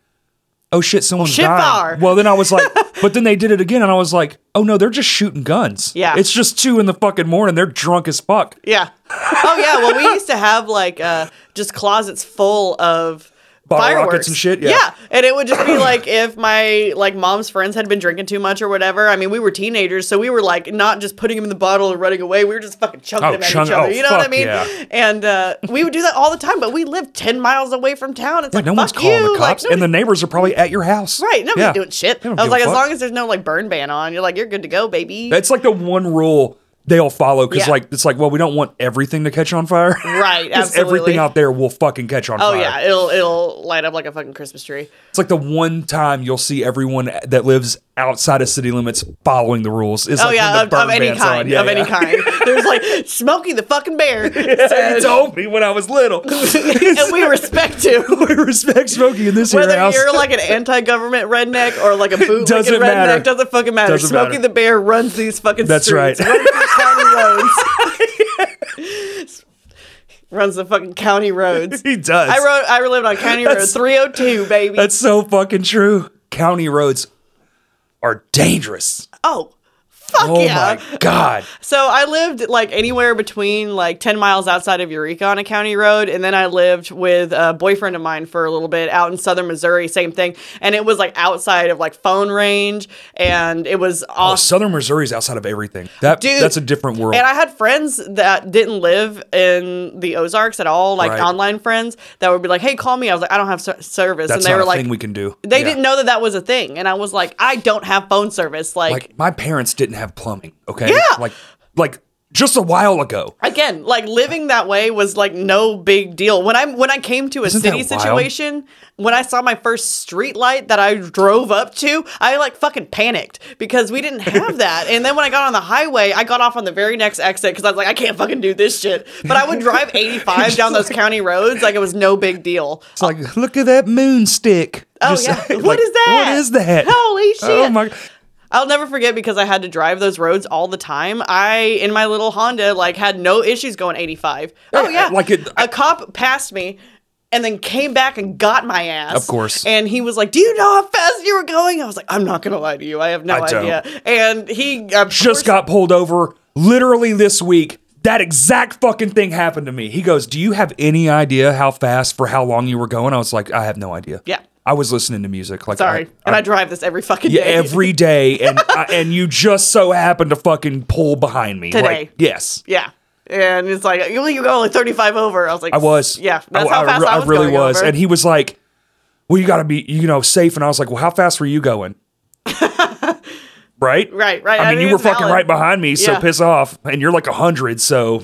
Speaker 1: oh shit someone's
Speaker 2: shit
Speaker 1: dying
Speaker 2: fire.
Speaker 1: well then i was like but then they did it again and i was like oh no they're just shooting guns
Speaker 2: Yeah.
Speaker 1: it's just two in the fucking morning they're drunk as fuck
Speaker 2: Yeah. Oh yeah. Well, we used to have like uh, just closets full of.
Speaker 1: Bottle rockets
Speaker 2: fireworks
Speaker 1: and shit, yeah.
Speaker 2: and it would just be like if my like mom's friends had been drinking too much or whatever. I mean, we were teenagers, so we were like not just putting them in the bottle and running away. We were just fucking chunking
Speaker 1: Oh,
Speaker 2: them at
Speaker 1: chunk-
Speaker 2: each other.
Speaker 1: oh,
Speaker 2: you know what I
Speaker 1: fuck
Speaker 2: mean?
Speaker 1: yeah.
Speaker 2: And uh, we would do that all the time. But we lived ten miles away from town. It's like
Speaker 1: no one's
Speaker 2: fuck
Speaker 1: calling
Speaker 2: you.
Speaker 1: the cops
Speaker 2: like,
Speaker 1: and the neighbors are probably at your house
Speaker 2: Right. Nobody's
Speaker 1: Yeah.
Speaker 2: doing shit.
Speaker 1: They
Speaker 2: I
Speaker 1: don't
Speaker 2: was
Speaker 1: give
Speaker 2: like,
Speaker 1: a
Speaker 2: as
Speaker 1: fuck.
Speaker 2: long as there's no like burn ban on, you're like, you're good to go, baby.
Speaker 1: that's like the one rule they'll follow because
Speaker 2: Yeah.
Speaker 1: like it's like well we don't want everything to catch on fire
Speaker 2: right.
Speaker 1: Because
Speaker 2: Absolutely.
Speaker 1: everything out there will fucking catch on
Speaker 2: Oh
Speaker 1: fire.
Speaker 2: yeah, it'll it'll light up like a fucking Christmas tree.
Speaker 1: It's like the one time you'll see everyone that lives outside of city limits following the rules. Is
Speaker 2: Oh
Speaker 1: like
Speaker 2: yeah,
Speaker 1: when
Speaker 2: of,
Speaker 1: the
Speaker 2: of
Speaker 1: burn
Speaker 2: any
Speaker 1: ban's on.
Speaker 2: kind,
Speaker 1: Yeah,
Speaker 2: of any
Speaker 1: yeah.
Speaker 2: kind. There's like Smokey the fucking bear,
Speaker 1: He
Speaker 2: said,
Speaker 1: told me when I was little.
Speaker 2: and we respect you.
Speaker 1: we respect smoking in this here
Speaker 2: Whether
Speaker 1: house.
Speaker 2: you're like an anti-government redneck or like a bootlegging
Speaker 1: Doesn't
Speaker 2: redneck,
Speaker 1: matter.
Speaker 2: doesn't fucking matter.
Speaker 1: Doesn't
Speaker 2: Smokey
Speaker 1: matter.
Speaker 2: the Bear runs these fucking
Speaker 1: That's
Speaker 2: streets.
Speaker 1: right.
Speaker 2: Runs these county roads. runs the fucking county roads.
Speaker 1: he does.
Speaker 2: I wrote. I lived on County Road
Speaker 1: That's-
Speaker 2: 302, baby.
Speaker 1: That's so fucking true. County roads are dangerous.
Speaker 2: oh, fuck
Speaker 1: Oh
Speaker 2: yeah.
Speaker 1: my god.
Speaker 2: So I lived like anywhere between like 10 miles outside of Eureka on a county road. And then I lived with a boyfriend of mine for a little bit out in southern Missouri, same thing. And it was like outside of like phone range. And it was
Speaker 1: Oh,
Speaker 2: awesome.
Speaker 1: Southern Missouri's outside of everything. That
Speaker 2: Dude.
Speaker 1: that's a different world.
Speaker 2: And I had friends that didn't live in the Ozarks at all, like
Speaker 1: Right.
Speaker 2: online friends that would be like, hey, call me. I was like, I don't have ser- service.
Speaker 1: that's
Speaker 2: and they
Speaker 1: not
Speaker 2: were
Speaker 1: a
Speaker 2: like,
Speaker 1: thing we can do.
Speaker 2: they
Speaker 1: Yeah.
Speaker 2: didn't know that that was a thing. And I was like, I don't have phone service. Like,
Speaker 1: Like my parents didn't have plumbing. Okay.
Speaker 2: Yeah.
Speaker 1: Like like just a while ago.
Speaker 2: again, like living that way was like no big deal. When I when I came to a
Speaker 1: Isn't
Speaker 2: city
Speaker 1: that wild?
Speaker 2: situation, when I saw my first street light that I drove up to, I like fucking panicked because we didn't have that. and then when I got on the highway, I got off on the very next exit because I was like, I can't fucking do this shit. But I would drive 85 down those county roads like it was no big deal.
Speaker 1: It's like, look at that moon stick.
Speaker 2: Oh, yeah. What is that?
Speaker 1: What is that?
Speaker 2: Holy
Speaker 1: Oh
Speaker 2: shit.
Speaker 1: my!
Speaker 2: I'll never forget because I had to drive those roads all the time. I in my little Honda like had no issues going 85. Oh
Speaker 1: I-
Speaker 2: yeah,
Speaker 1: like it-
Speaker 2: a cop passed me. And then came back and got my ass.
Speaker 1: Of course.
Speaker 2: And he was like, "Do you know how fast you were going?" I was like, "I'm not gonna lie to you. I have no
Speaker 1: I don't.
Speaker 2: idea." And he of course-
Speaker 1: Just got pulled over literally this week. That exact fucking thing happened to me. He goes, "Do you have any idea how fast for how long you were going?" I was like, "I have no idea."
Speaker 2: Yeah.
Speaker 1: I was listening to music. Like,
Speaker 2: sorry.
Speaker 1: I,
Speaker 2: and I
Speaker 1: I-
Speaker 2: drive this every fucking
Speaker 1: yeah,
Speaker 2: day.
Speaker 1: every day, and I, and you just so happened to fucking pull behind me
Speaker 2: Today.
Speaker 1: Like, yes,
Speaker 2: yeah. and it's like you you go like 35 over. I was like,
Speaker 1: I was.
Speaker 2: yeah, that's how fast I, was
Speaker 1: really
Speaker 2: going
Speaker 1: was.
Speaker 2: over.
Speaker 1: And he was like, "Well, you got to be, you know, safe." And I was like, "Well, how fast were you going?" right.
Speaker 2: Right, right.
Speaker 1: I,
Speaker 2: I
Speaker 1: mean,
Speaker 2: think
Speaker 1: you were
Speaker 2: it's
Speaker 1: fucking
Speaker 2: valid.
Speaker 1: right behind me, so
Speaker 2: Yeah.
Speaker 1: piss off. And you're like a hundred, so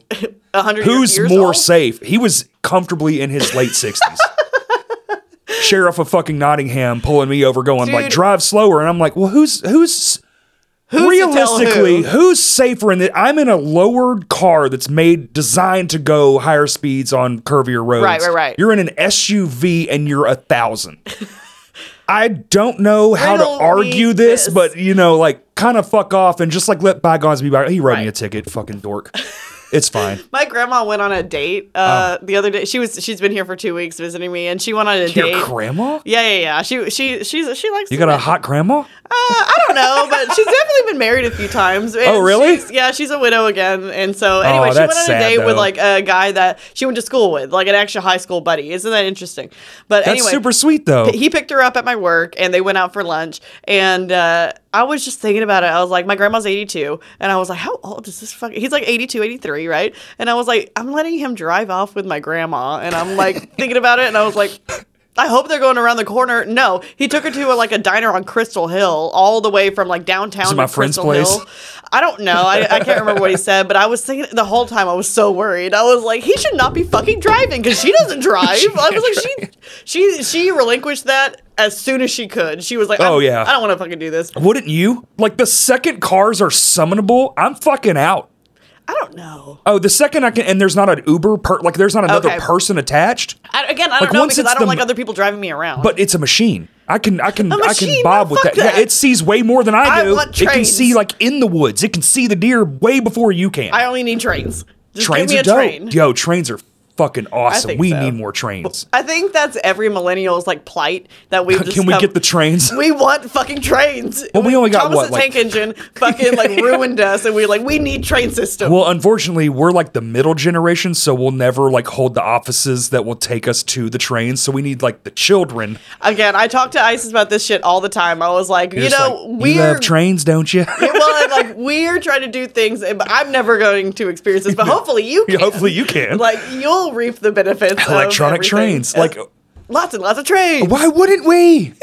Speaker 2: 100
Speaker 1: who's
Speaker 2: years
Speaker 1: more
Speaker 2: old?
Speaker 1: safe? He was comfortably in his late sixties. Sheriff of fucking Nottingham pulling me over, going like
Speaker 2: Dude.
Speaker 1: drive slower, and I'm like, well, who's who's.
Speaker 2: to tell
Speaker 1: Realistically,
Speaker 2: who?
Speaker 1: who's safer in that? I'm in a lowered car that's made designed to go higher speeds on curvier roads.
Speaker 2: Right, right, right.
Speaker 1: You're in an SUV and you're a thousand. I don't know how to
Speaker 2: don't
Speaker 1: argue
Speaker 2: need
Speaker 1: this,
Speaker 2: this.
Speaker 1: but you know, like, kind of fuck off and just like let bygones be bygones. He wrote me
Speaker 2: Right.
Speaker 1: a ticket, fucking dork. It's fine.
Speaker 2: My grandma went on a date
Speaker 1: Oh.
Speaker 2: uh, the other day. She was she's been here for two weeks visiting me, and she went on a
Speaker 1: Your
Speaker 2: date.
Speaker 1: grandma?
Speaker 2: yeah, yeah, yeah. She she she's she likes. uh,
Speaker 1: You got a hot grandma?
Speaker 2: I don't know, but she's definitely been married a few times. and
Speaker 1: Oh, really? Oh,
Speaker 2: she's- yeah, she's a widow again. And so, anyway, she
Speaker 1: that's
Speaker 2: went on
Speaker 1: sad,
Speaker 2: a date
Speaker 1: though.
Speaker 2: with like a guy that she went to school with, like an actual high school buddy. Isn't that interesting? But
Speaker 1: That's
Speaker 2: anyway,
Speaker 1: super sweet though.
Speaker 2: he picked her up at my work and they went out for lunch and uh, i was just thinking about it i was like my grandma's 82 and i was like how old is this fucking he's like 82 83 right and i was like i'm letting him drive off with my grandma and i'm like thinking about it and i was like I hope they're going around the corner. No, he took her to a, like a diner on Crystal Hill, all the way from like downtown
Speaker 1: Is it
Speaker 2: to
Speaker 1: my friend's
Speaker 2: Crystal
Speaker 1: place?
Speaker 2: Hill. I don't know. I, I can't remember what he said, but I was thinking the whole time. I was so worried. I was like, he should not be fucking driving because she doesn't drive. I was like, she she she relinquished that as soon as she could. She was like,
Speaker 1: Oh,
Speaker 2: I'm-
Speaker 1: yeah.
Speaker 2: I don't want to fucking do this.
Speaker 1: Wouldn't you? Like the second cars are summonable, I'm fucking out.
Speaker 2: I don't know.
Speaker 1: Oh, the second I can, and there's not an Uber per, like there's not another
Speaker 2: Okay.
Speaker 1: person attached,
Speaker 2: I, again, I don't know
Speaker 1: once
Speaker 2: because
Speaker 1: it's
Speaker 2: I don't
Speaker 1: the-
Speaker 2: like other people driving me around.
Speaker 1: but it's a machine. I can, I can, I can
Speaker 2: machine?
Speaker 1: bob
Speaker 2: No,
Speaker 1: with
Speaker 2: fuck
Speaker 1: that. Yeah,
Speaker 2: that.
Speaker 1: it sees way more than I
Speaker 2: I
Speaker 1: do.
Speaker 2: want
Speaker 1: it can
Speaker 2: trains.
Speaker 1: see like in the woods. It can see the deer way before you can.
Speaker 2: I only need trains. Just
Speaker 1: trains
Speaker 2: give me
Speaker 1: are
Speaker 2: a
Speaker 1: dope.
Speaker 2: train.
Speaker 1: Yo, trains are fucking awesome.
Speaker 2: think
Speaker 1: We
Speaker 2: so.
Speaker 1: need more trains.
Speaker 2: I think that's every millennial's like plight that we've just
Speaker 1: Can we
Speaker 2: come-
Speaker 1: get the trains?
Speaker 2: We want fucking trains.
Speaker 1: Well, we only got
Speaker 2: Thomas
Speaker 1: what,
Speaker 2: the
Speaker 1: like-
Speaker 2: Tank Engine fucking like ruined us, and we are like we need train system.
Speaker 1: Well, unfortunately, we're like the middle generation, so we'll never like hold the offices that will take us to the trains. So we need like the children.
Speaker 2: Again, I talk to ISIS about this shit all the time. I was like, you
Speaker 1: Just
Speaker 2: know,
Speaker 1: like,
Speaker 2: we're
Speaker 1: you love trains, don't you?
Speaker 2: well, and, like we're trying to do things, and I'm never going to experience this, but hopefully you can.
Speaker 1: Hopefully, you can.
Speaker 2: like you'll reap the benefits. of
Speaker 1: Electronic
Speaker 2: everything.
Speaker 1: trains.
Speaker 2: Uh,
Speaker 1: Like,
Speaker 2: lots and lots of trains.
Speaker 1: why wouldn't we?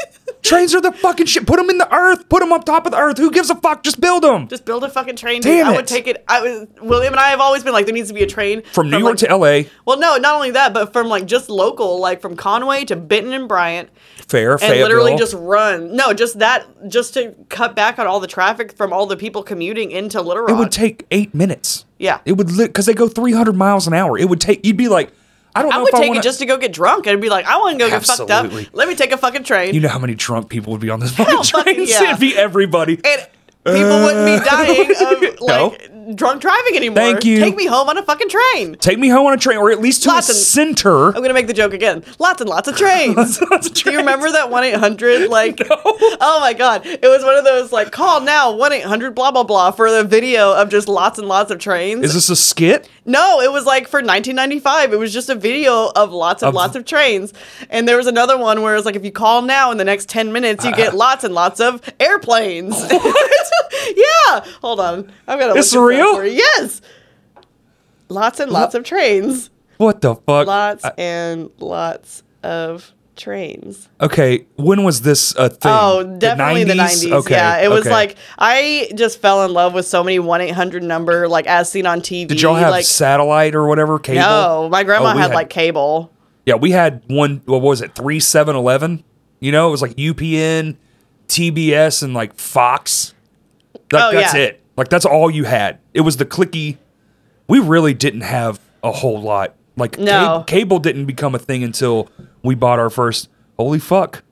Speaker 1: trains are the fucking shit. Put them in the earth. Put them on top of the earth. Who gives a fuck? Just build them.
Speaker 2: Just build a fucking train. dude.
Speaker 1: Damn
Speaker 2: I
Speaker 1: it.
Speaker 2: would take it. I was William and I have always been like there needs to be a train
Speaker 1: From New
Speaker 2: like,
Speaker 1: York to LA,
Speaker 2: Well, no, not only that, but from like just local, like from Conway to Benton and Bryant,
Speaker 1: fair,
Speaker 2: and
Speaker 1: Fayetteville.
Speaker 2: literally just run. No, just that, just to cut back on all the traffic from all the people commuting into Little Rock.
Speaker 1: it would take eight minutes.
Speaker 2: Yeah.
Speaker 1: It would because they go 300 miles an hour. It would take. You'd be like, I don't know
Speaker 2: I would
Speaker 1: if I
Speaker 2: take
Speaker 1: want
Speaker 2: it just to go get drunk and be like, I want to go get fucked up.
Speaker 1: Absolutely.
Speaker 2: Let me take a fucking train.
Speaker 1: You know how many drunk people would be on this fucking
Speaker 2: fucking
Speaker 1: train?
Speaker 2: yeah.
Speaker 1: It'd be everybody.
Speaker 2: and people wouldn't be dying of
Speaker 1: Uh, No.
Speaker 2: like drunk driving anymore.
Speaker 1: Thank you.
Speaker 2: Take me home on a fucking train.
Speaker 1: Take me home on a train, or at least to
Speaker 2: Lots
Speaker 1: a
Speaker 2: of-
Speaker 1: center.
Speaker 2: I'm gonna make the joke again. Lots and lots of trains.
Speaker 1: lots of
Speaker 2: Do you
Speaker 1: trains.
Speaker 2: remember that one eight hundred? Like, oh my god, it was one of those like call now one eight hundred blah blah blah for the video of just lots and lots of trains.
Speaker 1: Is this a skit?
Speaker 2: No, it was like for 1995. It was just a video of lots and lots of trains. And there was another one where it was like, if you call now in the next 10 minutes, you
Speaker 1: Uh,
Speaker 2: get lots and lots of airplanes. yeah. Hold on. I'm going to
Speaker 1: It's real?
Speaker 2: Yes. Lots and lots of trains.
Speaker 1: What the fuck?
Speaker 2: Lots
Speaker 1: I-
Speaker 2: and lots of trains.
Speaker 1: okay, when was this a thing?
Speaker 2: Oh, definitely the 90s. Yeah, it was
Speaker 1: okay.
Speaker 2: like I just fell in love with so many 1-800 number like as seen on TV.
Speaker 1: Did y'all have
Speaker 2: like
Speaker 1: satellite or whatever cable?
Speaker 2: No, my grandma
Speaker 1: Oh, we
Speaker 2: had, like cable.
Speaker 1: Yeah, we had one. What was it? Three seven eleven. You know, it was like UPN, TBS, and like Fox. Like,
Speaker 2: Oh,
Speaker 1: that's
Speaker 2: yeah.
Speaker 1: it. Like that's all you had. It was the clicky. We really didn't have a whole lot. Like cab-
Speaker 2: No.
Speaker 1: cable didn't become a thing until we bought our first. Holy fuck!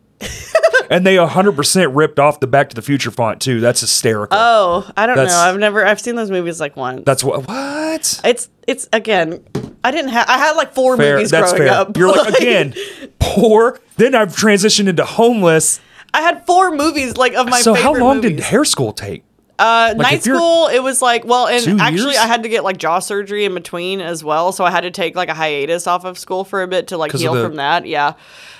Speaker 1: and they 100% ripped off the Back to the Future font too. That's hysterical.
Speaker 2: Oh, I don't
Speaker 1: That's-
Speaker 2: know. I've never I've seen those movies like once.
Speaker 1: that's what. What?
Speaker 2: It's it's again. I didn't have. I had like four
Speaker 1: Fair.
Speaker 2: movies
Speaker 1: That's
Speaker 2: growing
Speaker 1: fair.
Speaker 2: up.
Speaker 1: You're like again poor. Then I've transitioned into homeless.
Speaker 2: I had four movies like of my.
Speaker 1: so how
Speaker 2: favorite
Speaker 1: long did
Speaker 2: movies.
Speaker 1: hair school take?
Speaker 2: Uh,
Speaker 1: Like,
Speaker 2: night
Speaker 1: if you're-
Speaker 2: school, it was like, well,
Speaker 1: Two
Speaker 2: and actually,
Speaker 1: years?
Speaker 2: I had to get like jaw surgery in between as well. So I had to take like a hiatus off of school for a bit to like
Speaker 1: 'Cause of
Speaker 2: heal
Speaker 1: the-
Speaker 2: from that. Yeah.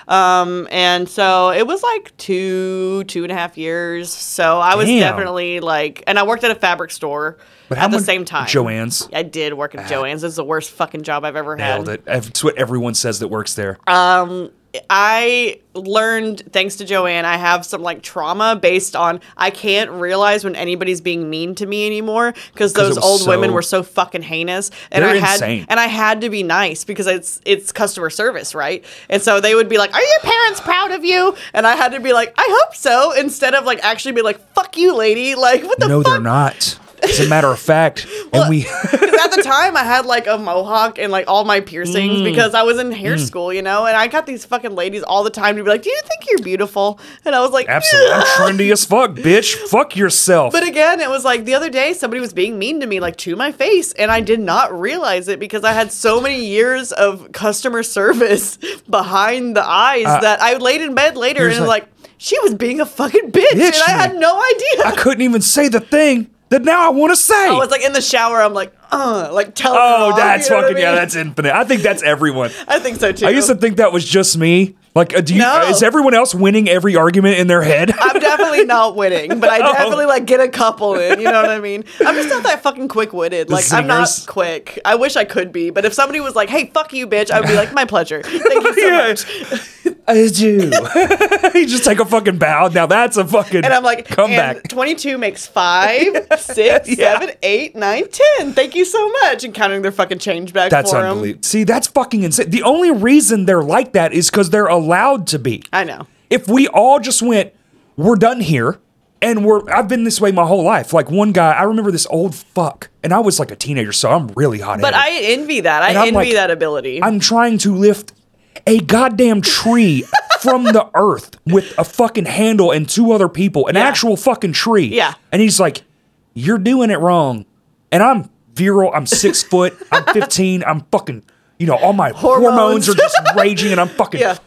Speaker 2: Um, and so it was like two, two and a half years. So I was
Speaker 1: Damn.
Speaker 2: definitely like, and I worked at a fabric store
Speaker 1: But how
Speaker 2: at the
Speaker 1: much-
Speaker 2: same time.
Speaker 1: Joann's.
Speaker 2: I did work at Joann's. It's the worst fucking job I've ever had.
Speaker 1: Uh-huh. Nailed it. It's what everyone says that works there.
Speaker 2: Uh, I learned thanks to Joanne, I have some like trauma based on I can't realize when anybody's being mean to me anymore because those
Speaker 1: it was
Speaker 2: old women
Speaker 1: so-
Speaker 2: were so fucking heinous, and
Speaker 1: They're
Speaker 2: I had
Speaker 1: insane.
Speaker 2: and I had to be nice because it's it's customer service, right? And so they would be like, "Are your parents proud of you?" And I had to be like, "I hope so," instead of like actually be like, "Fuck you, lady!" Like what the
Speaker 1: no,
Speaker 2: fuck?
Speaker 1: they're not. As a matter of fact, and we
Speaker 2: Because at the time I had like a mohawk and like all my piercings
Speaker 1: Mm.
Speaker 2: because I was in hair school, you know, and I got these fucking ladies all the time to be like, Do you think you're beautiful? And I was like,
Speaker 1: absolutely. I'm
Speaker 2: "Yeah."
Speaker 1: trendy as fuck, bitch. Fuck yourself.
Speaker 2: But again, it was like the other day somebody was being mean to me, like to my face, and I did not realize it because I had so many years of customer service behind the eyes that I laid in bed later
Speaker 1: Uh, here's
Speaker 2: and was
Speaker 1: like-
Speaker 2: like, she was being a fucking bitch,
Speaker 1: Bitch,
Speaker 2: and I had
Speaker 1: man.
Speaker 2: no idea.
Speaker 1: I couldn't even say the thing that now I want to say.
Speaker 2: I was like in the shower, I'm like, uh, like telling. her
Speaker 1: oh,
Speaker 2: off,
Speaker 1: that's
Speaker 2: you know what I
Speaker 1: fucking yeah,
Speaker 2: mean?
Speaker 1: that's infinite. I think that's everyone.
Speaker 2: I think so too.
Speaker 1: I used to think that was just me. Like, uh, do you,
Speaker 2: No.
Speaker 1: is everyone else winning every argument in their head?
Speaker 2: I'm definitely not winning, but I definitely like get a couple in. You know what I mean? I'm just not that fucking quick witted. Like I'm not
Speaker 1: zingers.
Speaker 2: quick. I wish I could be, but if somebody was like, "Hey, fuck you, bitch," I'd be like, "My pleasure. Thank you so
Speaker 1: Yeah.
Speaker 2: much."
Speaker 1: I do. you just take a fucking bow. Now that's a fucking
Speaker 2: And I'm like, and
Speaker 1: comeback.
Speaker 2: 22 makes five, six,
Speaker 1: Yeah.
Speaker 2: seven, eight, nine, ten. Thank you so much. And counting their fucking change back
Speaker 1: That's
Speaker 2: for 'em.
Speaker 1: unbelievable. See, that's fucking insane. The only reason they're like that is because they're allowed to be.
Speaker 2: I know.
Speaker 1: If we all just went, we're done here, and we're I've been this way my whole life. Like one guy, I remember this old fuck, and I was like a teenager, so I'm really hot.
Speaker 2: But I envy that. I
Speaker 1: And I'm
Speaker 2: envy
Speaker 1: like-
Speaker 2: that ability.
Speaker 1: I'm trying to lift a goddamn tree from the earth with a fucking handle and two other people, an
Speaker 2: Yeah.
Speaker 1: actual fucking tree.
Speaker 2: Yeah.
Speaker 1: And he's like, You're doing it wrong. And I'm virile, I'm six foot, I'm 15, I'm fucking, you know, all my hormones,
Speaker 2: Hormones.
Speaker 1: are just raging and I'm fucking.
Speaker 2: Yeah.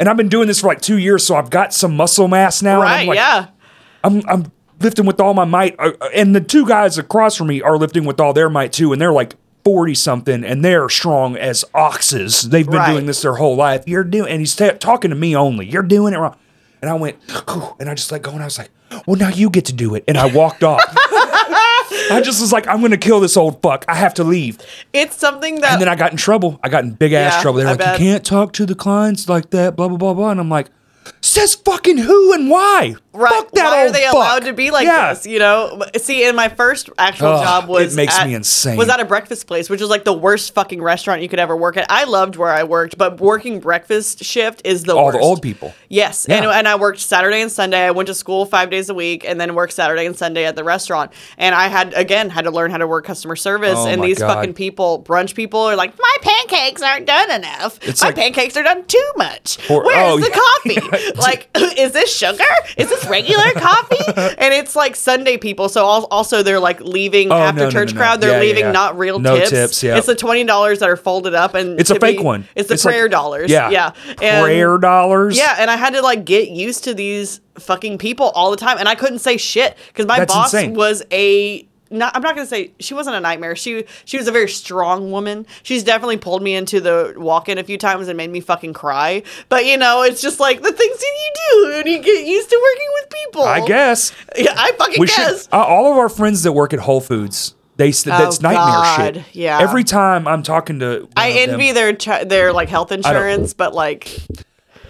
Speaker 1: And I've been doing this for like two years, so I've got some muscle mass now. and
Speaker 2: right?
Speaker 1: I'm like,
Speaker 2: yeah.
Speaker 1: I'm I'm lifting with all my might, uh, uh, and the two guys across from me are lifting with all their might too, and they're like forty something, and they're strong as oxes. They've been
Speaker 2: Right.
Speaker 1: doing this their whole life. You're doing, and he's ta talking to me only. You're doing it wrong. And I went, "Whew," and I just let go, and I was like, "Well, now you get to do it." And I walked off. I just was like, "I'm gonna kill this old fuck. I have to leave."
Speaker 2: It's something that
Speaker 1: And then I got in trouble. I got in big ass
Speaker 2: Uh, Yeah,
Speaker 1: trouble. They're
Speaker 2: I
Speaker 1: like,
Speaker 2: bet.
Speaker 1: "You can't talk to the clients like that." Blah blah blah blah. And I'm like, "Says fucking who and why?
Speaker 2: Right.
Speaker 1: Fuck that
Speaker 2: Why are
Speaker 1: old
Speaker 2: they
Speaker 1: fuck.
Speaker 2: allowed to be like
Speaker 1: Yeah.
Speaker 2: this? You know, see, in my first actual
Speaker 1: Ugh,
Speaker 2: job was
Speaker 1: it makes
Speaker 2: at-
Speaker 1: me insane.
Speaker 2: Was at a breakfast place, which is like the worst fucking restaurant you could ever work at. I loved where I worked, but working breakfast shift is the
Speaker 1: all
Speaker 2: worst.
Speaker 1: the old people.
Speaker 2: Yes, and,
Speaker 1: Yeah.
Speaker 2: and I worked Saturday and Sunday. I went to school five days a week, and then worked Saturday and Sunday at the restaurant. And I had again had to learn how to work customer service.
Speaker 1: Oh
Speaker 2: and
Speaker 1: my
Speaker 2: these
Speaker 1: God.
Speaker 2: fucking people, brunch people, are like, my pancakes aren't done enough.
Speaker 1: It's
Speaker 2: my
Speaker 1: like-
Speaker 2: pancakes are done too much.
Speaker 1: Or-
Speaker 2: Where's
Speaker 1: oh,
Speaker 2: the
Speaker 1: yeah.
Speaker 2: coffee? like, is this sugar? Is this regular coffee? And it's like Sunday people, so al- also they're like leaving
Speaker 1: Oh,
Speaker 2: after
Speaker 1: no, no,
Speaker 2: church
Speaker 1: no, no.
Speaker 2: crowd. They're
Speaker 1: Yeah, yeah,
Speaker 2: leaving
Speaker 1: yeah.
Speaker 2: not real
Speaker 1: No
Speaker 2: tips.
Speaker 1: tips, yeah.
Speaker 2: It's the twenty dollars that are folded up, and
Speaker 1: It's a
Speaker 2: to
Speaker 1: fake
Speaker 2: be-
Speaker 1: one.
Speaker 2: It's the
Speaker 1: It's like-
Speaker 2: prayer dollars.
Speaker 1: Yeah.
Speaker 2: yeah. And-
Speaker 1: Prayer dollars.
Speaker 2: yeah, and I had to like get used to these fucking people all the time, and I couldn't say shit because my
Speaker 1: That's
Speaker 2: boss
Speaker 1: insane.
Speaker 2: was a. Not, I'm not gonna say she wasn't a nightmare. She she was a very strong woman. She's definitely pulled me into the walk-in a few times and made me fucking cry. But you know, it's just like the things that you do, and you get used to working with people.
Speaker 1: I guess
Speaker 2: Yeah, Oh. I fucking
Speaker 1: we
Speaker 2: guess. Oh,
Speaker 1: should. Uh, all of our friends that work at Whole Foods, they s- that's nightmare
Speaker 2: God,
Speaker 1: shit.
Speaker 2: yeah.
Speaker 1: Every time I'm talking to, one
Speaker 2: I
Speaker 1: of
Speaker 2: envy
Speaker 1: Them,
Speaker 2: their ch- their like health insurance, but like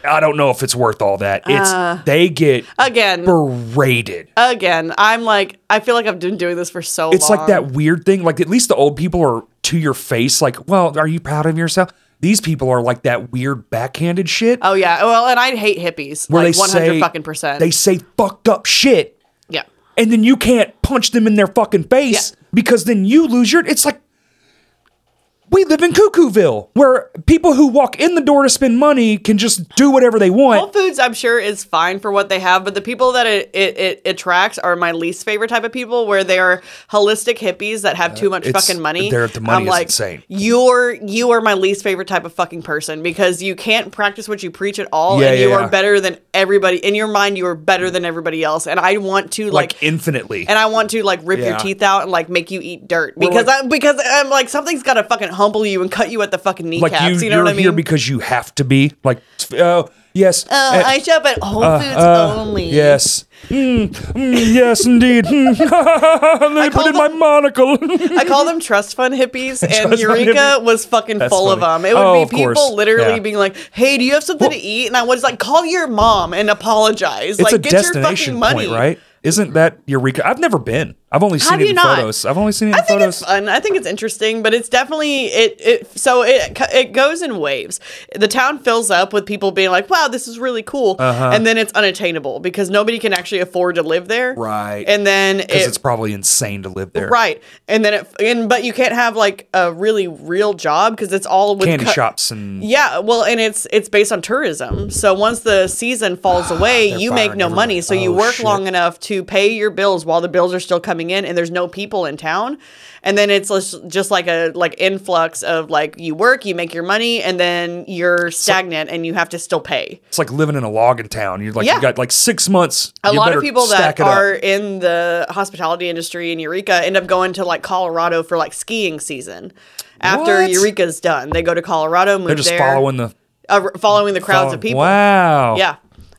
Speaker 1: I don't know if it's worth all that. It's
Speaker 2: Uh,
Speaker 1: they get
Speaker 2: again,
Speaker 1: berated.
Speaker 2: again, I'm like I feel like I've been doing this for so long.
Speaker 1: It's like that weird thing. Like at least the old people are to your face. Like, well, are you proud of yourself? These people are like that weird backhanded shit
Speaker 2: Oh yeah. Well, and I hate hippies.
Speaker 1: where
Speaker 2: like
Speaker 1: they
Speaker 2: one
Speaker 1: say
Speaker 2: hundred fucking percent.
Speaker 1: They say fucked up shit
Speaker 2: yeah.
Speaker 1: and then you can't punch them in their fucking face
Speaker 2: Yeah.
Speaker 1: because then you lose your. It's like, We live in Cuckooville, where people who walk in the door to spend money can just do whatever they
Speaker 2: Whole
Speaker 1: want.
Speaker 2: Foods, I'm sure, is fine for what they have, but the people that it, it, it attracts are my least favorite type of people, where they are holistic hippies that have too much
Speaker 1: Uh, it's-
Speaker 2: fucking money.
Speaker 1: their- the money
Speaker 2: I'm
Speaker 1: is
Speaker 2: like,
Speaker 1: insane.
Speaker 2: You're you are my least favorite type of fucking person because you can't practice what you preach at all,
Speaker 1: Yeah,
Speaker 2: and you
Speaker 1: yeah, yeah.
Speaker 2: are better than everybody. In your mind, you are better than everybody else, and I want to
Speaker 1: Like,
Speaker 2: like.
Speaker 1: infinitely.
Speaker 2: and I want to like rip
Speaker 1: Yeah.
Speaker 2: your teeth out and like make you eat dirt because
Speaker 1: like-
Speaker 2: I because I'm like something's got to fucking humble you and cut you at the fucking
Speaker 1: like
Speaker 2: kneecaps.
Speaker 1: you,
Speaker 2: you,
Speaker 1: you
Speaker 2: know
Speaker 1: are
Speaker 2: what I mean?
Speaker 1: here because you have to be. Like, oh yes,
Speaker 2: Oh,
Speaker 1: eh,
Speaker 2: I shop at Whole Foods
Speaker 1: uh,
Speaker 2: only.
Speaker 1: Yes. Mm, mm, yes, indeed. Mm. they put
Speaker 2: call
Speaker 1: in my
Speaker 2: them-
Speaker 1: monocle.
Speaker 2: I call them trust fund hippies, and
Speaker 1: fund
Speaker 2: Eureka
Speaker 1: hippies.
Speaker 2: was fucking
Speaker 1: That's
Speaker 2: full
Speaker 1: funny.
Speaker 2: of them. It would
Speaker 1: Oh, of
Speaker 2: be people
Speaker 1: course.
Speaker 2: literally
Speaker 1: Yeah.
Speaker 2: being like, "Hey, do you have something to eat?" And I was like, "Call your mom and apologize.
Speaker 1: it's
Speaker 2: like,
Speaker 1: a
Speaker 2: get
Speaker 1: destination
Speaker 2: your fucking money,
Speaker 1: point, right? Isn't that Eureka? I've never been. I've only seen
Speaker 2: Have
Speaker 1: it
Speaker 2: you
Speaker 1: in
Speaker 2: not?
Speaker 1: photos. I've only seen it in
Speaker 2: I think
Speaker 1: photos.
Speaker 2: it's uh, fun. I think it's interesting, but it's definitely it. It so it it goes in waves. The town fills up with people being like, "Wow, this is really cool,"
Speaker 1: Uh-huh.
Speaker 2: and then it's unattainable because nobody can actually afford to live there.
Speaker 1: Right.
Speaker 2: And then
Speaker 1: Because
Speaker 2: it-
Speaker 1: it's probably insane to live there.
Speaker 2: Right. And then it, and but you can't have like a really real job because it's all with
Speaker 1: Candy
Speaker 2: cu-
Speaker 1: shops and
Speaker 2: Yeah, well, and it's it's based on tourism. So once the season falls away,
Speaker 1: They're
Speaker 2: you make
Speaker 1: firing
Speaker 2: no money.
Speaker 1: everybody.
Speaker 2: So you
Speaker 1: Oh,
Speaker 2: work
Speaker 1: shit.
Speaker 2: long enough to pay your bills while the bills are still coming in, and there's no people in town. And then it's just just like a like influx of like you work, you make your money, and then you're stagnant, and you have to still pay.
Speaker 1: it's like living in a logging town. You're like
Speaker 2: Yeah.
Speaker 1: you got like six months.
Speaker 2: a
Speaker 1: You
Speaker 2: lot
Speaker 1: better
Speaker 2: of people
Speaker 1: stack
Speaker 2: that
Speaker 1: it up.
Speaker 2: are in the hospitality industry in Eureka end up going to like Colorado for like skiing season. After
Speaker 1: What?
Speaker 2: Eureka's done, they go to Colorado, move
Speaker 1: they're just
Speaker 2: there,
Speaker 1: following the
Speaker 2: uh, following the crowds of
Speaker 1: follow-
Speaker 2: people.
Speaker 1: Wow.
Speaker 2: Yeah,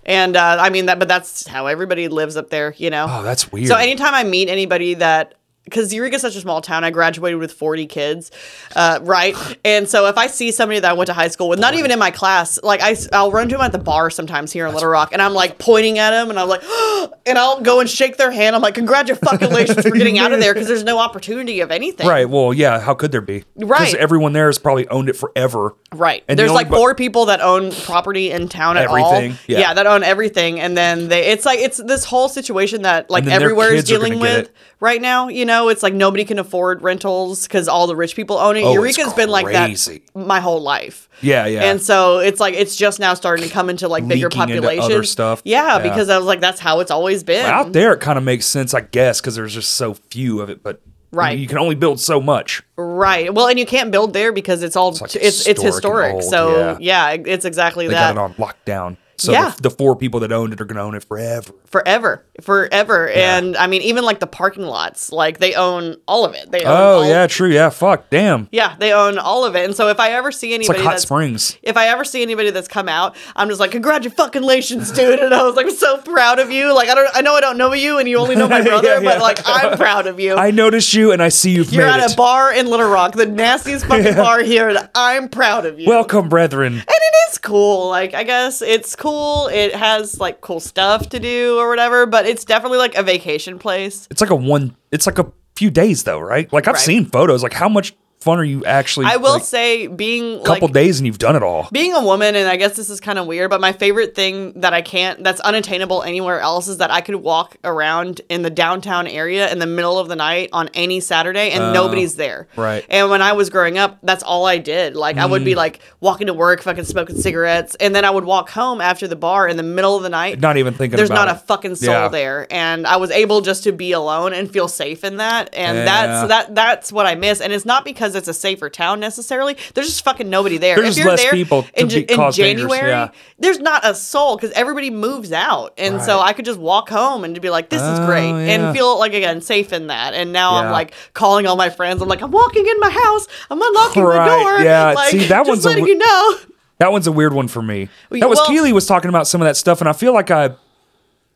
Speaker 2: and uh, I mean that, but that's how everybody lives up there, you know.
Speaker 1: Oh, that's weird.
Speaker 2: So anytime I meet anybody that, because Eureka's such a small town, I graduated with 40 kids, uh, right? And so if I see somebody that I went to high school with, not even in my class, like I, will run to them at the bar sometimes here in Little Rock, and I'm like pointing at them, and I'm like, and I'll go and shake their hand. I'm like, congratulations for getting out of there, because there's no opportunity of anything.
Speaker 1: Right. Well, yeah. How could there be?
Speaker 2: Right.
Speaker 1: everyone there has probably owned it forever.
Speaker 2: Right.
Speaker 1: And the
Speaker 2: There's
Speaker 1: only
Speaker 2: like
Speaker 1: bu-
Speaker 2: four people that own property in town at all.
Speaker 1: Everything, yeah.
Speaker 2: that own everything. And then they, it's like, it's this whole situation that like
Speaker 1: And then their
Speaker 2: everywhere is
Speaker 1: kids are gonna
Speaker 2: dealing
Speaker 1: get
Speaker 2: with
Speaker 1: it.
Speaker 2: right now. You know, it's like nobody can afford rentals because all the rich people own it.
Speaker 1: Oh, it's
Speaker 2: Eureka's been like that
Speaker 1: crazy.
Speaker 2: my whole life.
Speaker 1: Yeah, yeah.
Speaker 2: And so it's like, it's just now starting to come into like bigger
Speaker 1: Leaking into other
Speaker 2: populations.
Speaker 1: stuff.
Speaker 2: Yeah,
Speaker 1: Yeah.
Speaker 2: Because I was like, that's how it's always been.
Speaker 1: Out there, it kind of makes sense, I guess, because there's just so few of it. But
Speaker 2: Right.
Speaker 1: you can only build so much.
Speaker 2: Right. Well, and you can't build there because it's all, it's,
Speaker 1: like
Speaker 2: it's,
Speaker 1: historic and
Speaker 2: historic.
Speaker 1: old,
Speaker 2: so yeah. it's exactly
Speaker 1: They
Speaker 2: that.
Speaker 1: got it on lockdown. So
Speaker 2: Yeah.
Speaker 1: the, the four people that owned it are going to own it forever.
Speaker 2: forever, forever. And I mean, even like the parking lots, like they own all of it. They own
Speaker 1: Oh
Speaker 2: all-
Speaker 1: yeah, true. Yeah, fuck, damn.
Speaker 2: yeah, they own all of it. And so if I ever see
Speaker 1: It's like
Speaker 2: anybody
Speaker 1: hot
Speaker 2: that's
Speaker 1: springs.
Speaker 2: if I ever see anybody that's come out, I'm just like, congratulations, dude. And I was like, I'm so proud of you. Like I don't, I know I don't know you, and you only know my brother,
Speaker 1: Yeah, yeah.
Speaker 2: but like I'm proud of you.
Speaker 1: I noticed you, and I see you've
Speaker 2: You're
Speaker 1: made
Speaker 2: at
Speaker 1: it.
Speaker 2: a bar in Little Rock, the nastiest fucking bar here, and I'm proud of you.
Speaker 1: Welcome, brethren.
Speaker 2: and it is cool. Like I guess it's cool. It has like cool stuff to do or whatever, but it's definitely like a vacation place.
Speaker 1: It's like a one. It's like a few days though, right? Like I've
Speaker 2: Right.
Speaker 1: seen photos. Like how much fun are you actually?
Speaker 2: I will
Speaker 1: like,
Speaker 2: say being
Speaker 1: a couple
Speaker 2: like
Speaker 1: days, and you've done it all.
Speaker 2: being a woman, and I guess this is kind of weird, but my favorite thing that I can't that's unattainable anywhere else is that I could walk around in the downtown area in the middle of the night on any Saturday and nobody's there.
Speaker 1: Oh, right. Mm.
Speaker 2: And when I was growing up, that's all I did. Like I would be like walking to work, fucking smoking cigarettes, and then I would walk home after the bar in the middle of the night.
Speaker 1: Not even thinking.
Speaker 2: there's
Speaker 1: about
Speaker 2: not
Speaker 1: it.
Speaker 2: a fucking soul
Speaker 1: Yeah.
Speaker 2: there and i was able just to be alone and feel safe in that and
Speaker 1: Yeah.
Speaker 2: that's that that's what i miss and it's not because it's a safer town necessarily there's just fucking nobody there
Speaker 1: There's just less people to
Speaker 2: in, Ja-
Speaker 1: be-
Speaker 2: in
Speaker 1: cause dangers,
Speaker 2: january
Speaker 1: yeah.
Speaker 2: there's not a soul because everybody moves out and so
Speaker 1: Right.
Speaker 2: i could just walk home and be like this is
Speaker 1: Oh,
Speaker 2: great
Speaker 1: yeah.
Speaker 2: and feel like again safe in that and now
Speaker 1: Yeah.
Speaker 2: i'm like calling all my friends i'm like i'm walking in my house i'm unlocking
Speaker 1: Right,
Speaker 2: the door
Speaker 1: yeah.
Speaker 2: like
Speaker 1: See, that
Speaker 2: just
Speaker 1: one's a
Speaker 2: letting
Speaker 1: w-
Speaker 2: you know
Speaker 1: That one's a weird one for me.
Speaker 2: Well,
Speaker 1: That was
Speaker 2: well-
Speaker 1: Keely was talking about some of that stuff, and I feel like I,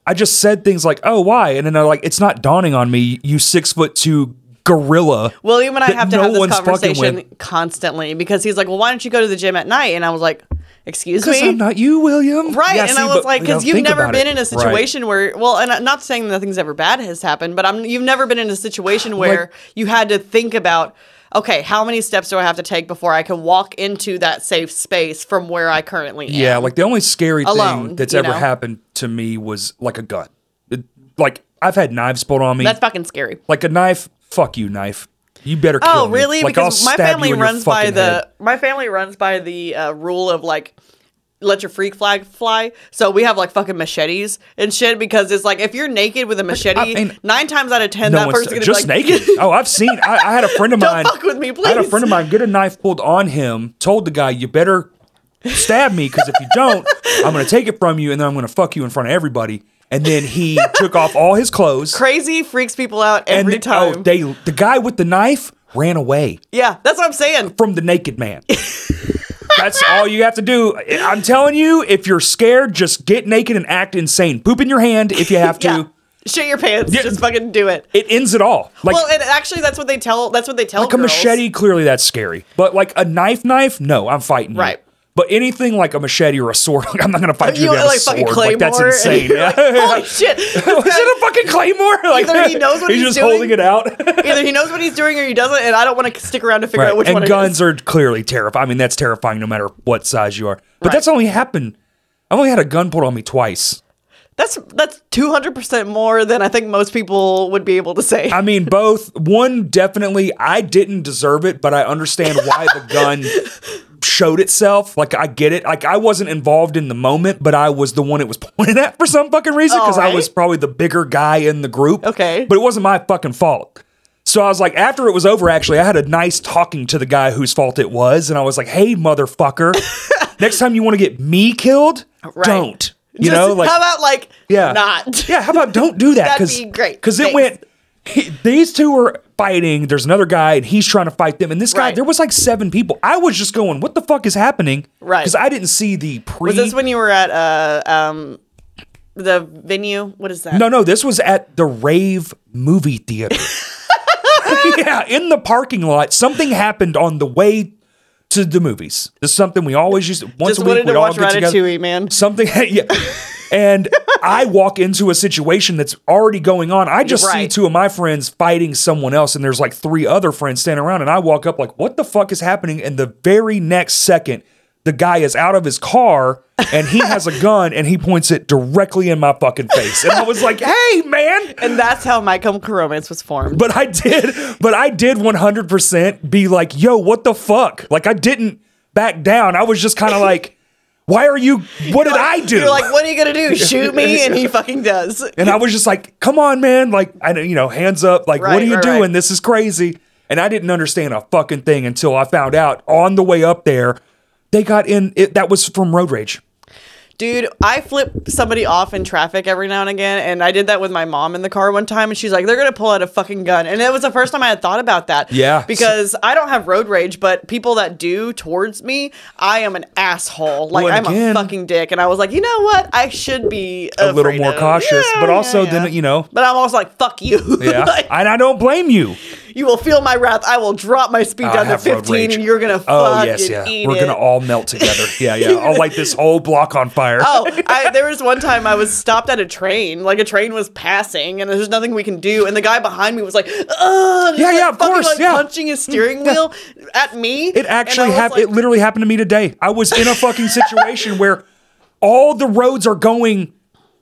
Speaker 1: I just said things like, "Oh, why?" And then I like, it's not dawning on me. You six foot two gorilla.
Speaker 2: William and I
Speaker 1: that
Speaker 2: have to
Speaker 1: no
Speaker 2: have this
Speaker 1: one's fucking
Speaker 2: conversation
Speaker 1: with.
Speaker 2: constantly because he's like, "Well, why don't you go to the gym at night?" And I was like, "Excuse
Speaker 1: Because
Speaker 2: me."
Speaker 1: I'm not you, William.
Speaker 2: Right,
Speaker 1: Yeah,
Speaker 2: and
Speaker 1: see,
Speaker 2: I was
Speaker 1: but
Speaker 2: like,
Speaker 1: we don't
Speaker 2: because you've
Speaker 1: think
Speaker 2: never
Speaker 1: about
Speaker 2: been
Speaker 1: it.
Speaker 2: in a
Speaker 1: Right.
Speaker 2: situation where, well, and I'm not saying nothing's ever bad has happened, but I'm you've never been in a situation where you had to think about, okay, how many steps do I have to take before I can walk into that safe space from where I currently am?
Speaker 1: Yeah, like the only scary
Speaker 2: Alone,
Speaker 1: thing that's
Speaker 2: you
Speaker 1: ever
Speaker 2: know?
Speaker 1: happened to me was like a gun. It- like I've had knives pulled on me.
Speaker 2: that's fucking scary.
Speaker 1: like a knife. Fuck you, knife. You better kill
Speaker 2: Oh,
Speaker 1: me.
Speaker 2: really?
Speaker 1: Like, I'll
Speaker 2: because my
Speaker 1: stab you
Speaker 2: family
Speaker 1: in your
Speaker 2: runs by
Speaker 1: fucking
Speaker 2: the
Speaker 1: head.
Speaker 2: my family runs by the uh, rule of like let your freak flag fly. So we have like fucking machetes and shit because it's like if you're naked with a machete,
Speaker 1: mean,
Speaker 2: nine times out of ten
Speaker 1: No
Speaker 2: that
Speaker 1: one's
Speaker 2: person's gonna
Speaker 1: just
Speaker 2: be like,
Speaker 1: naked. oh, I've seen. I, I had a friend of
Speaker 2: Don't
Speaker 1: mine.
Speaker 2: fuck with
Speaker 1: I
Speaker 2: me,
Speaker 1: had a
Speaker 2: please.
Speaker 1: friend of mine get a knife pulled on him. Told the guy, "You better stab me because if you don't, I'm going to take it from you, and then I'm going to fuck you in front of everybody." And then he took off all his clothes.
Speaker 2: Crazy freaks people out
Speaker 1: and
Speaker 2: every
Speaker 1: th-
Speaker 2: time.
Speaker 1: Oh, they the guy with the knife ran away
Speaker 2: yeah, that's what I'm saying.
Speaker 1: from the naked man. That's all you have to do. I- I'm telling you, if you're scared, just get naked and act insane. Poop in your hand if you have to.
Speaker 2: Yeah. Shit your pants.
Speaker 1: Yeah.
Speaker 2: Just fucking do it.
Speaker 1: It ends it all. Like
Speaker 2: well, and actually, that's what they tell. That's what they tell.
Speaker 1: like a
Speaker 2: girls.
Speaker 1: machete, clearly that's scary. But like a knife, knife, no, I'm fighting. you.
Speaker 2: Right.
Speaker 1: But anything like a machete or a sword, like, I'm not gonna fight you,
Speaker 2: You
Speaker 1: with
Speaker 2: like
Speaker 1: a sword.
Speaker 2: fucking
Speaker 1: Like that's
Speaker 2: Claymore, and
Speaker 1: insane.
Speaker 2: you're
Speaker 1: Yeah.
Speaker 2: Holy shit! This
Speaker 1: Was
Speaker 2: guy-
Speaker 1: it a fucking claymore? Like
Speaker 2: Either he knows what he's
Speaker 1: just
Speaker 2: doing-
Speaker 1: holding it out.
Speaker 2: Either he knows what he's doing or he doesn't, and I don't want to stick around to figure out
Speaker 1: Right.
Speaker 2: which
Speaker 1: and
Speaker 2: one.
Speaker 1: guns
Speaker 2: it
Speaker 1: are clearly terrifying. I mean, that's terrifying no matter what size you are. But
Speaker 2: Right.
Speaker 1: that's only happened. I've only had a gun pulled on me twice.
Speaker 2: is. That's that's two hundred percent more than I think most people would be able to say.
Speaker 1: I mean, both. One definitely, I didn't deserve it, but I understand why the gun showed itself. Like I get it. Like I wasn't involved in the moment, but I was the one it was pointed at for some fucking reason because I
Speaker 2: Alright.
Speaker 1: was probably the bigger guy in the group.
Speaker 2: Okay.
Speaker 1: but it wasn't my fucking fault. So I was like, after it was over, actually, I had a nice talking to the guy whose fault it was, and I was like, "Hey, motherfucker, next time you want to get me killed,
Speaker 2: Right.
Speaker 1: don't." You
Speaker 2: Just-
Speaker 1: know, like
Speaker 2: how about like
Speaker 1: yeah.
Speaker 2: not?
Speaker 1: Yeah, how about don't do that?
Speaker 2: That'd
Speaker 1: Cause,
Speaker 2: be great.
Speaker 1: Because it
Speaker 2: Thanks.
Speaker 1: went. he- these two were fighting. There's another guy, and he's trying to fight them. And this guy,
Speaker 2: Right.
Speaker 1: there was like seven people. I was just going, "What the fuck is happening?"
Speaker 2: Right.
Speaker 1: Because I didn't see the pre.
Speaker 2: Was this when you were at uh um the venue? What is that?
Speaker 1: no, no, this was at the rave movie theater. yeah, in the parking lot, something happened on the way to the movies. This is something we always used. Once
Speaker 2: just
Speaker 1: a week,
Speaker 2: wanted
Speaker 1: we'd
Speaker 2: to
Speaker 1: all
Speaker 2: watch
Speaker 1: get together.
Speaker 2: Ratatouille, man.
Speaker 1: something yeah and i walk into a situation that's already going on i just see
Speaker 2: Right.
Speaker 1: two of my friends fighting someone else and there's like three other friends standing around and i walk up like what the fuck is happening and the very next second the guy is out of his car and he has a gun and he points it directly in my fucking face and i was like hey man
Speaker 2: And that's how my chemical romance was formed.
Speaker 1: but I did, but I did 100% be like, yo, what the fuck? Like, I didn't back down. I was just kind of like, why are you, what did I do?
Speaker 2: You're like, what are you gonna do? Shoot me? And he fucking does.
Speaker 1: and I was just like, come on, man. Like, I know, you know, hands up. Like, what
Speaker 2: Right,
Speaker 1: are you
Speaker 2: right,
Speaker 1: doing?
Speaker 2: right.
Speaker 1: This is crazy. And I didn't understand a fucking thing until I found out on the way up there, they got in, it, that was from road rage.
Speaker 2: Dude, I flip somebody off in traffic every now and again, and I did that with my mom in the car one time, and she's like, "They're gonna pull out a fucking gun," and it was the first time I had thought about that.
Speaker 1: Yeah.
Speaker 2: because I don't have road rage, but people that do towards me, I am an asshole. Like
Speaker 1: Well, and
Speaker 2: I'm
Speaker 1: again-
Speaker 2: a fucking dick, and I was like, you know what? I should be
Speaker 1: A little more cautious, but also
Speaker 2: then
Speaker 1: then, you know.
Speaker 2: But I'm also like, fuck you.
Speaker 1: Yeah.
Speaker 2: Like,
Speaker 1: and I don't blame you.
Speaker 2: you will feel my wrath. I will drop my speed
Speaker 1: I
Speaker 2: down to
Speaker 1: have road
Speaker 2: 15,
Speaker 1: rage.
Speaker 2: and you're gonna
Speaker 1: Oh,
Speaker 2: fucking
Speaker 1: yes, yeah.
Speaker 2: eat
Speaker 1: We're
Speaker 2: it.
Speaker 1: going to all melt together. Yeah, yeah. I'll light this whole block on fire.
Speaker 2: oh, I, there was one time I was stopped at a train, like a train was passing, and there's nothing we can do. And the guy behind me was like, "Ugh!"
Speaker 1: Yeah,
Speaker 2: like,
Speaker 1: yeah, of
Speaker 2: fucking,
Speaker 1: course,
Speaker 2: like,
Speaker 1: yeah.
Speaker 2: punching his steering wheel at me.
Speaker 1: It actually happened.
Speaker 2: happened.
Speaker 1: it literally happened to me today. I was in a fucking situation where all the roads are going.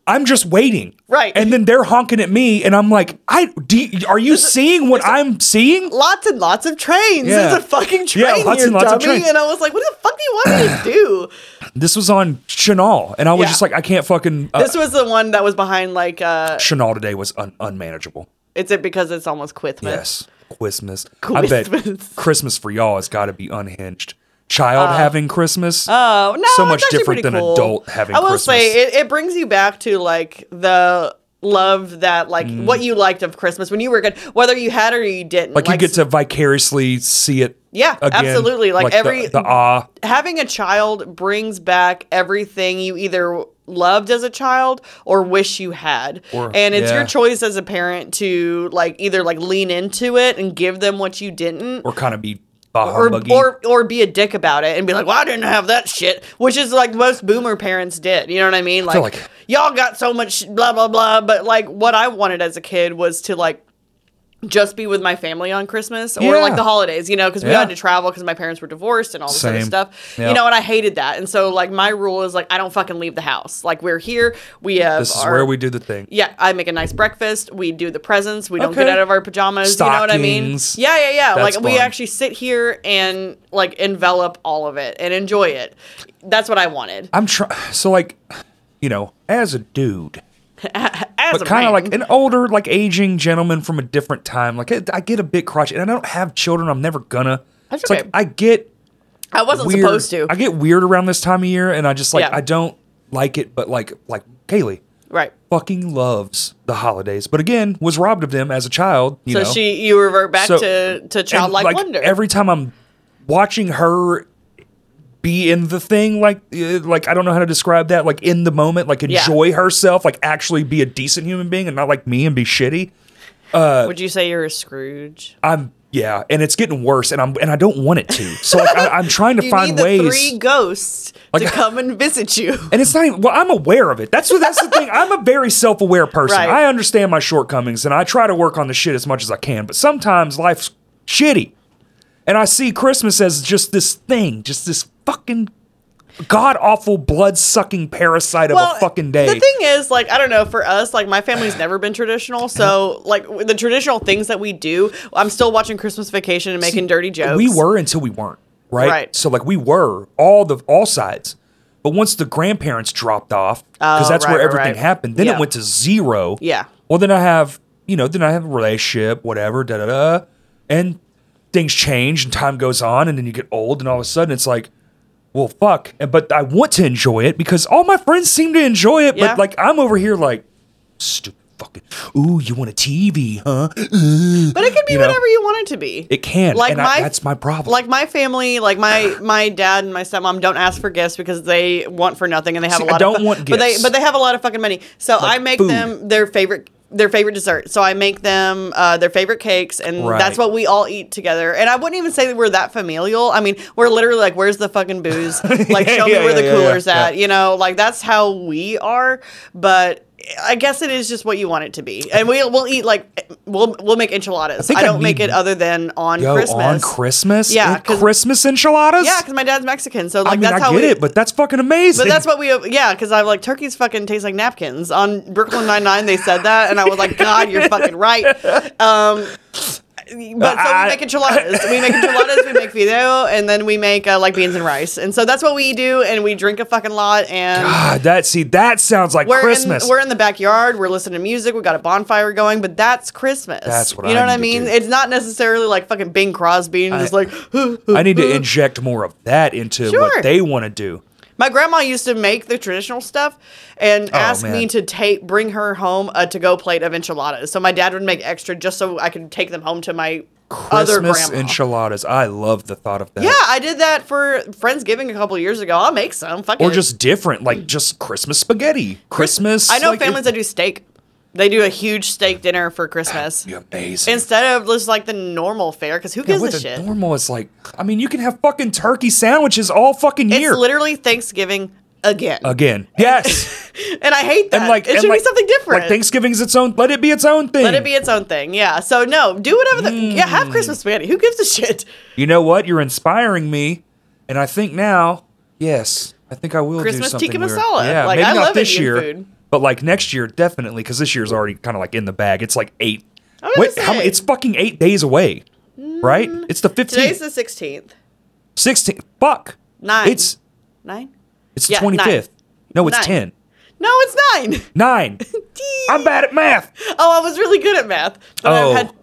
Speaker 1: I'm just waiting.
Speaker 2: Right.
Speaker 1: And then they're honking at me, and I'm like, I do you- are you seeing what I'm seeing?
Speaker 2: lots and lots of trains.
Speaker 1: Yeah.
Speaker 2: There's a fucking train
Speaker 1: Yeah, lots
Speaker 2: here,
Speaker 1: and lots
Speaker 2: dummy.
Speaker 1: of trains.
Speaker 2: And I was like, "What the fuck do you want me to do?"
Speaker 1: This was on Chanel, and I was
Speaker 2: Yeah.
Speaker 1: just like, I can't fucking. Uh,
Speaker 2: This was the one that was behind like, uh
Speaker 1: Chanel today was un- unmanageable.
Speaker 2: "It's it because it's almost Christmas."
Speaker 1: Yes. Christmas. I bet
Speaker 2: Christmas. Uh,
Speaker 1: Christmas for y'all has got to be unhinged. Child having Christmas.
Speaker 2: Oh no,
Speaker 1: So
Speaker 2: it's
Speaker 1: much
Speaker 2: actually
Speaker 1: different
Speaker 2: pretty
Speaker 1: than
Speaker 2: cool.
Speaker 1: adult having
Speaker 2: I will
Speaker 1: Christmas.
Speaker 2: say it, it brings you back to like the love that like
Speaker 1: Mm.
Speaker 2: what you liked of Christmas when you were good, whether you had or you didn't.
Speaker 1: like, you get to vicariously see it.
Speaker 2: Yeah,
Speaker 1: again,
Speaker 2: absolutely. Like,
Speaker 1: the-
Speaker 2: every-
Speaker 1: the ah.
Speaker 2: having a child brings back everything you either loved as a child or wish you had
Speaker 1: Or-
Speaker 2: and it's
Speaker 1: yeah.
Speaker 2: your choice as a parent to like either like lean into it and give them what you didn't
Speaker 1: or kind of be bah
Speaker 2: or,
Speaker 1: humbuggy.
Speaker 2: or or be a dick about it and be like, "Well, I didn't have that shit," which is like most boomer parents did. You know what I mean? Like,
Speaker 1: feel like-
Speaker 2: y'all got so much blah blah blah, but like what I wanted as a kid was to like just be with my family on Christmas or like
Speaker 1: Yeah.
Speaker 2: the holidays, you know, because we
Speaker 1: Yeah.
Speaker 2: had to travel because my parents were divorced and all this other
Speaker 1: Same.
Speaker 2: stuff,
Speaker 1: Yeah.
Speaker 2: you know, and I hated that. And so, like, my rule is like, I don't fucking leave the house. Like, we're here. We have
Speaker 1: This is
Speaker 2: our-
Speaker 1: where we do the thing.
Speaker 2: yeah, I make a nice breakfast. We do the presents. We don't
Speaker 1: Okay.
Speaker 2: get out of our pajamas. You know what I mean?
Speaker 1: Stockings.
Speaker 2: Yeah, yeah, yeah.
Speaker 1: That's
Speaker 2: like we
Speaker 1: fun.
Speaker 2: actually sit here and like envelop all of it and enjoy it. That's what I wanted.
Speaker 1: I'm trying. So like, you know, as a dude,
Speaker 2: As
Speaker 1: but
Speaker 2: a
Speaker 1: kind of
Speaker 2: man.
Speaker 1: like an older, like aging gentleman from a different time. Like I, I get a bit crotchety, and I don't have children. I'm never gonna.
Speaker 2: That's
Speaker 1: it's
Speaker 2: okay.
Speaker 1: like I get
Speaker 2: I wasn't
Speaker 1: weird.
Speaker 2: supposed to.
Speaker 1: I get weird around this time of year, and I just like
Speaker 2: Yeah.
Speaker 1: I don't like it. But like like Kaylee
Speaker 2: right.
Speaker 1: fucking loves the holidays, but again was robbed of them as a child. You
Speaker 2: So
Speaker 1: know?
Speaker 2: she, you revert back
Speaker 1: So-
Speaker 2: to to
Speaker 1: And,
Speaker 2: childlike wonder.
Speaker 1: Every time I'm watching her be in the thing, like uh, like I don't know how to describe that, like in the moment, like
Speaker 2: Yeah.
Speaker 1: enjoy herself, like actually be a decent human being and not like me and be shitty. uh,
Speaker 2: Would you say you're a Scrooge?
Speaker 1: I'm yeah, and it's getting worse, and I'm and I don't want it to. So like, I, I'm trying to
Speaker 2: You
Speaker 1: find
Speaker 2: need the
Speaker 1: ways.
Speaker 2: three ghosts to come and visit you.
Speaker 1: and it's not even, well, I'm aware of it. That's what that's the thing. I'm a very self aware person.
Speaker 2: Right.
Speaker 1: I understand my shortcomings and I try to work on the shit as much as I can, but sometimes life's shitty. And I see Christmas as just this thing, just this fucking god awful blood sucking parasite of a fucking day.
Speaker 2: The thing is, like, I don't know, for us, like, my family's never been traditional. So, like, w- the traditional things that we do, I'm still watching Christmas Vacation and making dirty jokes.
Speaker 1: We were until we weren't, right?
Speaker 2: Right.
Speaker 1: So like we were all the all sides, but once the grandparents dropped off, because
Speaker 2: Oh,
Speaker 1: that's
Speaker 2: right,
Speaker 1: where
Speaker 2: right,
Speaker 1: everything
Speaker 2: right.
Speaker 1: happened, then
Speaker 2: Yeah.
Speaker 1: it went to zero.
Speaker 2: Yeah.
Speaker 1: Well, then I have you know then I have a relationship, whatever, da da da, and things change and time goes on, and then you get old, and all of a sudden it's like. Well, fuck. And- But I want to enjoy it because all my friends seem to enjoy it.
Speaker 2: Yeah.
Speaker 1: But like, I'm over here like, stupid fucking. Ooh, you want a TV, huh?
Speaker 2: But it can be
Speaker 1: you know,
Speaker 2: whatever you want it to be.
Speaker 1: It can.
Speaker 2: Like
Speaker 1: and
Speaker 2: my-
Speaker 1: I, that's my problem.
Speaker 2: like my family, like my my dad and my stepmom don't ask for gifts because they want for nothing and they have
Speaker 1: See,
Speaker 2: a
Speaker 1: I
Speaker 2: lot.
Speaker 1: don't
Speaker 2: of fu-
Speaker 1: want
Speaker 2: but they
Speaker 1: gifts.
Speaker 2: but they have a lot of fucking money. So I make
Speaker 1: food.
Speaker 2: them their favorite their favorite dessert. So I make them uh, their favorite cakes, and
Speaker 1: Right.
Speaker 2: that's what we all eat together. And I wouldn't even say that we're that familial. I mean, we're literally like, where's the fucking booze? Like,
Speaker 1: Yeah,
Speaker 2: show me
Speaker 1: yeah,
Speaker 2: where the
Speaker 1: yeah,
Speaker 2: cooler's
Speaker 1: yeah,
Speaker 2: at. You know, like that's how we are. But. I guess it is just what you want it to be, and we we'll eat like we'll we'll make enchiladas.
Speaker 1: think
Speaker 2: I,
Speaker 1: I
Speaker 2: don't make
Speaker 1: need-
Speaker 2: it other than on
Speaker 1: Yo,
Speaker 2: Christmas.
Speaker 1: on Christmas?
Speaker 2: Yeah,
Speaker 1: And
Speaker 2: 'cause-
Speaker 1: Christmas enchiladas?
Speaker 2: Yeah, because my dad's Mexican, so like
Speaker 1: I mean,
Speaker 2: that's
Speaker 1: I
Speaker 2: how
Speaker 1: get
Speaker 2: we,
Speaker 1: it, but that's fucking amazing.
Speaker 2: But that's what we yeah, because I'm like turkeys fucking taste like napkins on Brooklyn Nine Nine. They said that, and I was like, God, you're fucking right. Um, but so we
Speaker 1: I-
Speaker 2: make enchiladas. We make enchiladas. We make fideo, and then we make uh, like beans and rice. And so that's what we do, and we drink a fucking lot. And
Speaker 1: God, Ah, that see, that sounds like
Speaker 2: we're
Speaker 1: Christmas.
Speaker 2: In, we're in the backyard. We're listening to music. We got a bonfire going, but that's Christmas.
Speaker 1: That's what
Speaker 2: you
Speaker 1: I
Speaker 2: know what
Speaker 1: need
Speaker 2: I
Speaker 1: to
Speaker 2: mean.
Speaker 1: do.
Speaker 2: It's not necessarily like fucking Bing Crosby and just like.
Speaker 1: I need to inject more of that into
Speaker 2: Sure.
Speaker 1: what they want to do.
Speaker 2: My grandma used to make the traditional stuff and ask
Speaker 1: Oh, man.
Speaker 2: me to take bring her home a to go plate of enchiladas. So my dad would make extra just so I could take them home to my other
Speaker 1: Christmas
Speaker 2: grandma.
Speaker 1: enchiladas. I love the thought of that.
Speaker 2: yeah, I did that for Friendsgiving a couple of years ago. I'll make some. Fuck
Speaker 1: Or
Speaker 2: it.
Speaker 1: just different, like just Christmas spaghetti. Christmas.
Speaker 2: I know
Speaker 1: like,
Speaker 2: families
Speaker 1: it-
Speaker 2: that do steak. They do a huge steak dinner for Christmas
Speaker 1: amazing.
Speaker 2: instead of just like the normal fare. Because who
Speaker 1: Yeah,
Speaker 2: gives
Speaker 1: what
Speaker 2: a
Speaker 1: the
Speaker 2: shit?
Speaker 1: normal is like. I mean, you can have fucking turkey sandwiches all fucking year.
Speaker 2: It's literally Thanksgiving again,
Speaker 1: Again, yes,
Speaker 2: and I hate that.
Speaker 1: and like
Speaker 2: it
Speaker 1: and
Speaker 2: should
Speaker 1: like-
Speaker 2: be something different.
Speaker 1: Like Thanksgiving's its own. Let it be its own thing.
Speaker 2: Let it be its own thing. Yeah. So no, do whatever the yeah. Have Christmas spaghetti. Who gives a shit?
Speaker 1: you know what? You're inspiring me, and I think now, yes, I think I will
Speaker 2: Christmas
Speaker 1: do something
Speaker 2: tikka
Speaker 1: weird.
Speaker 2: masala.
Speaker 1: Yeah,
Speaker 2: Like,
Speaker 1: maybe
Speaker 2: I
Speaker 1: not
Speaker 2: love
Speaker 1: this
Speaker 2: Indian
Speaker 1: year,
Speaker 2: food.
Speaker 1: but like next year, definitely, because this year's already kind of like in the bag. It's like eight.
Speaker 2: I was
Speaker 1: Wait,
Speaker 2: gonna
Speaker 1: how,
Speaker 2: say. Mm,
Speaker 1: it's fucking eight days away, right? It's the
Speaker 2: Today's
Speaker 1: fifteenth,
Speaker 2: the sixteenth.
Speaker 1: sixteenth. Fuck,
Speaker 2: Nine.
Speaker 1: It's
Speaker 2: Nine.
Speaker 1: it's
Speaker 2: Yeah,
Speaker 1: the twenty fifth. No, it's
Speaker 2: Nine.
Speaker 1: ten.
Speaker 2: No, it's nine.
Speaker 1: Nine. I'm bad at math.
Speaker 2: Oh, I was really good at math, but
Speaker 1: Oh.
Speaker 2: I've had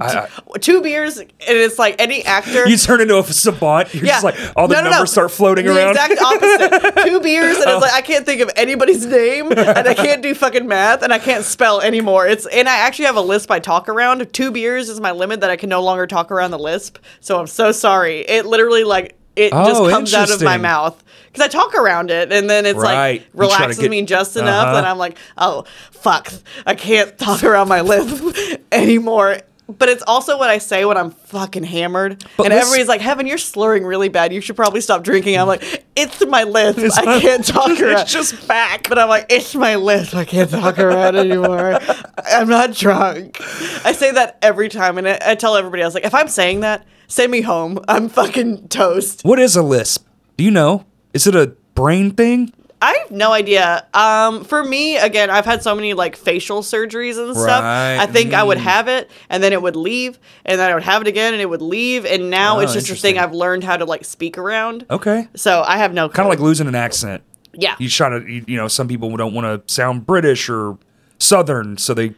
Speaker 1: I- I-
Speaker 2: two beers, and it's like any actor.
Speaker 1: you turn into a savant. You're
Speaker 2: yeah.
Speaker 1: just like all the
Speaker 2: No, no, no.
Speaker 1: numbers start floating
Speaker 2: the
Speaker 1: around. Oh.
Speaker 2: Exact opposite. Two beers, and it's like I can't think of anybody's name, and I can't do fucking math, and I can't spell anymore. It's and I actually have a lisp I talk around. Two beers is my limit that I can no longer talk around the lisp. So I'm so sorry. It literally like it just
Speaker 1: Oh,
Speaker 2: comes out of my
Speaker 1: interesting.
Speaker 2: mouth because I talk around it, and then it's
Speaker 1: Right.
Speaker 2: like
Speaker 1: You try to
Speaker 2: relaxes
Speaker 1: get-
Speaker 2: me just enough
Speaker 1: Uh-huh.
Speaker 2: that I'm like, oh fuck, I can't talk around my lisp anymore. But it's also what I say when I'm fucking hammered.
Speaker 1: But
Speaker 2: and
Speaker 1: let's-
Speaker 2: everybody's like, Heaven, you're slurring really bad. You should probably stop drinking. I'm like, It's my list.
Speaker 1: It's
Speaker 2: I
Speaker 1: my-
Speaker 2: can't talk
Speaker 1: it's
Speaker 2: around.
Speaker 1: just
Speaker 2: back. But I'm like, It's my list. I can't talk around anymore. I'm not drunk. I say that every time. And I, I tell everybody, I was like, If I'm saying that, send me home. I'm fucking toast.
Speaker 1: What is a lisp? Do you know? Is it a brain thing?
Speaker 2: I have no idea. Um, for me, again, I've had so many like facial surgeries and stuff.
Speaker 1: Right, Mm.
Speaker 2: I think I would have it, and then it would leave, and then I would have it again, and it would leave, and now
Speaker 1: Oh,
Speaker 2: it's just a
Speaker 1: interesting.
Speaker 2: thing I've learned how to like speak around.
Speaker 1: Okay.
Speaker 2: So I have no
Speaker 1: Kind of like losing an accent.
Speaker 2: yeah.
Speaker 1: You try to, you, you know, some people don't want to sound British or Southern, so they.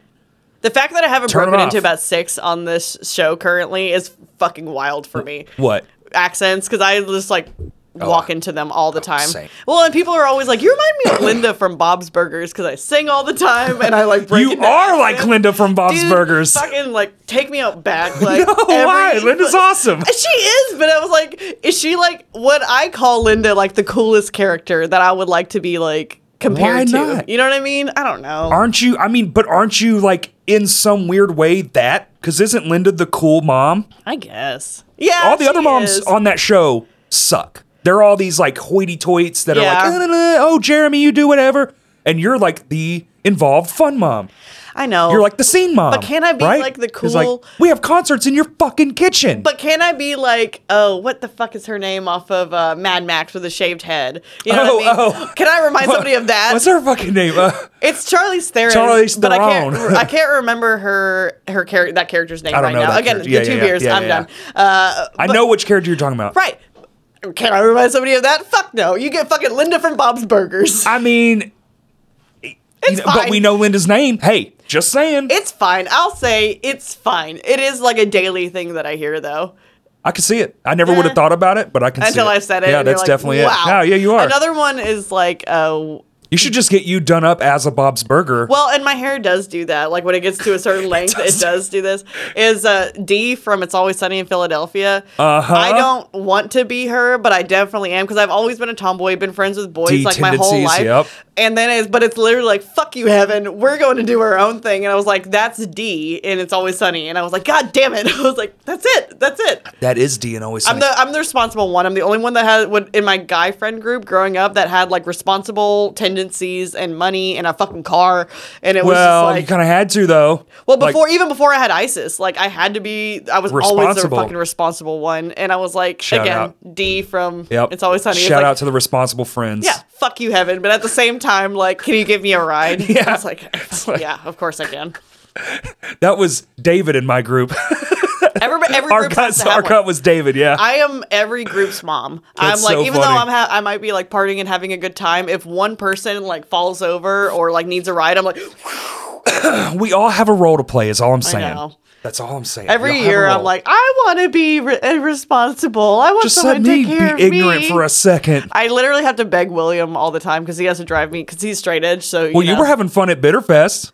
Speaker 2: The fact that I haven't
Speaker 1: Turn it
Speaker 2: broken into
Speaker 1: off.
Speaker 2: about six on this show currently is fucking wild for me.
Speaker 1: What?
Speaker 2: Accents, because I just like walk into them all the time.
Speaker 1: Oh, same.
Speaker 2: Well, and people are always like, "You remind me of Linda from Bob's Burgers," because I sing all the time and I like break.
Speaker 1: You
Speaker 2: into
Speaker 1: are like
Speaker 2: accents.
Speaker 1: Linda from Bob's
Speaker 2: Dude,
Speaker 1: Burgers.
Speaker 2: Fucking like take me out back. Like
Speaker 1: Oh,
Speaker 2: every-
Speaker 1: why? Linda's awesome.
Speaker 2: She is, but I was like, is she like what I call Linda like the coolest character that I would like to be like compared
Speaker 1: Why
Speaker 2: to?
Speaker 1: not?
Speaker 2: You know what I mean? I don't know.
Speaker 1: Aren't you? I mean, but aren't you like in some weird way that? Because isn't Linda the cool mom?
Speaker 2: I guess. Yeah.
Speaker 1: all the
Speaker 2: Uh, she
Speaker 1: other moms
Speaker 2: is.
Speaker 1: on that show suck. They're all these like hoity toits that
Speaker 2: Yeah.
Speaker 1: are like, "Eh, nah, nah, oh, Jeremy, you do whatever. And you're like the involved fun mom.
Speaker 2: I know.
Speaker 1: You're like the scene mom.
Speaker 2: Oh. But can I be,
Speaker 1: right?
Speaker 2: like, the
Speaker 1: 'Cause,
Speaker 2: cool-
Speaker 1: we have concerts in your fucking kitchen.
Speaker 2: But can I be like, oh, what the fuck is her name off of uh, Mad Max with a shaved head? You know what I
Speaker 1: Oh,
Speaker 2: mean?
Speaker 1: oh.
Speaker 2: Can I remind somebody of that?
Speaker 1: What's her fucking name? Uh,
Speaker 2: It's Charlize Theron.
Speaker 1: Charlize
Speaker 2: but I can't.
Speaker 1: Theron.
Speaker 2: I can't remember her her char- that character's name
Speaker 1: I don't
Speaker 2: right
Speaker 1: know
Speaker 2: now.
Speaker 1: that
Speaker 2: Again,
Speaker 1: character. Yeah,
Speaker 2: the two
Speaker 1: yeah, yeah.
Speaker 2: beers.
Speaker 1: Yeah,
Speaker 2: I'm
Speaker 1: yeah,
Speaker 2: done. Uh,
Speaker 1: I know which character you're talking about.
Speaker 2: right. Can I remind somebody of that? Fuck no. You get fucking Linda from Bob's Burgers.
Speaker 1: I mean, you know, but
Speaker 2: fine.
Speaker 1: we know Linda's name. Hey, just saying.
Speaker 2: it's fine. I'll say it's fine. It is like a daily thing that I hear though.
Speaker 1: I can see it. I never would have thought about it, but I can see
Speaker 2: Until
Speaker 1: it.
Speaker 2: I said it.
Speaker 1: Yeah,
Speaker 2: and you're
Speaker 1: that's
Speaker 2: like,
Speaker 1: definitely
Speaker 2: wow.
Speaker 1: it. Yeah, yeah, you are.
Speaker 2: Another one is like, uh,
Speaker 1: you should just get you done up as a Bob's Burger.
Speaker 2: Well, and my hair does do that. Like when it gets to a certain length, it does do this. Is uh, D from It's Always Sunny in Philadelphia?
Speaker 1: Uh-huh.
Speaker 2: I don't want to be her, but I definitely am because I've always been a tomboy, been friends with boys
Speaker 1: D
Speaker 2: like my whole
Speaker 1: tendencies,
Speaker 2: life.
Speaker 1: yep.
Speaker 2: And then it's but it's literally like fuck you, heaven. We're going to do our own thing. And I was like, that's D, and It's Always Sunny. And I was like, God damn it! I was like, that's it, that's it.
Speaker 1: that is D and always.
Speaker 2: I'm the I'm the responsible one. I'm the only one that had would in my guy friend group growing up that had like responsible tendencies and money and a fucking car. And it
Speaker 1: well,
Speaker 2: was
Speaker 1: you
Speaker 2: just like
Speaker 1: kind of had to though.
Speaker 2: well
Speaker 1: Like,
Speaker 2: before even before I had ISIS, like I had to be I was always the
Speaker 1: Responsible.
Speaker 2: fucking responsible one. And I was like
Speaker 1: Shout
Speaker 2: again
Speaker 1: out.
Speaker 2: D from
Speaker 1: yep.
Speaker 2: It's Always Sunny. It's
Speaker 1: Shout
Speaker 2: like,
Speaker 1: out to the responsible friends.
Speaker 2: yeah, fuck you, heaven. But at the same time, like, can you give me a ride?
Speaker 1: Yeah.
Speaker 2: it's like, yeah, of course I can.
Speaker 1: that was David in my group.
Speaker 2: Everybody, every
Speaker 1: our
Speaker 2: group
Speaker 1: cut,
Speaker 2: has to
Speaker 1: our
Speaker 2: have one.
Speaker 1: cut was David. Yeah.
Speaker 2: I am every group's mom. I'm
Speaker 1: That's
Speaker 2: like,
Speaker 1: so
Speaker 2: even though
Speaker 1: funny.
Speaker 2: I'm, ha- I might be like partying and having a good time. If one person like falls over or like needs a ride, I'm like,
Speaker 1: we all have a role to play. Is all I'm saying.
Speaker 2: know.
Speaker 1: That's all I'm saying. We
Speaker 2: every
Speaker 1: all have a
Speaker 2: year, I'm
Speaker 1: role.
Speaker 2: like, I want to be re- irresponsible. I want
Speaker 1: just let
Speaker 2: someone to
Speaker 1: me
Speaker 2: take care
Speaker 1: be
Speaker 2: of
Speaker 1: ignorant
Speaker 2: me.
Speaker 1: for a second.
Speaker 2: I literally have to beg William all the time because he has to drive me because he's straight edge. So
Speaker 1: Well, you
Speaker 2: know.
Speaker 1: were having fun at Bitterfest,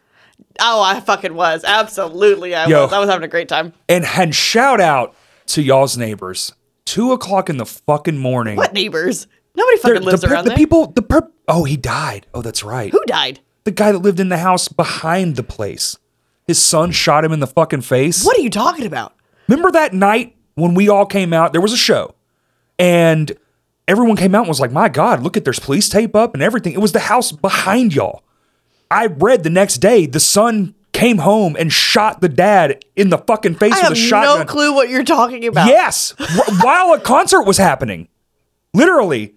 Speaker 2: oh, I fucking was absolutely. I
Speaker 1: Yo.
Speaker 2: was. I was having a great time.
Speaker 1: and and shout out to y'all's neighbors. Two o'clock in the fucking morning.
Speaker 2: What neighbors? Nobody
Speaker 1: They're-
Speaker 2: fucking lives
Speaker 1: the, per-
Speaker 2: around
Speaker 1: the
Speaker 2: there.
Speaker 1: people. The per- oh, he died. Oh, that's right.
Speaker 2: Who died?
Speaker 1: The guy that lived in the house behind the place. His son shot him in the fucking face.
Speaker 2: What are you talking about?
Speaker 1: Remember that night when we all came out? There was a show, and everyone came out and was like, "My God, look at there's police tape up and everything." It was the house behind y'all. I read the next day the son came home and shot the dad in the fucking face
Speaker 2: I
Speaker 1: with
Speaker 2: have
Speaker 1: a shotgun.
Speaker 2: no clue what you're talking about.
Speaker 1: Yes, wh- while a concert was happening, literally.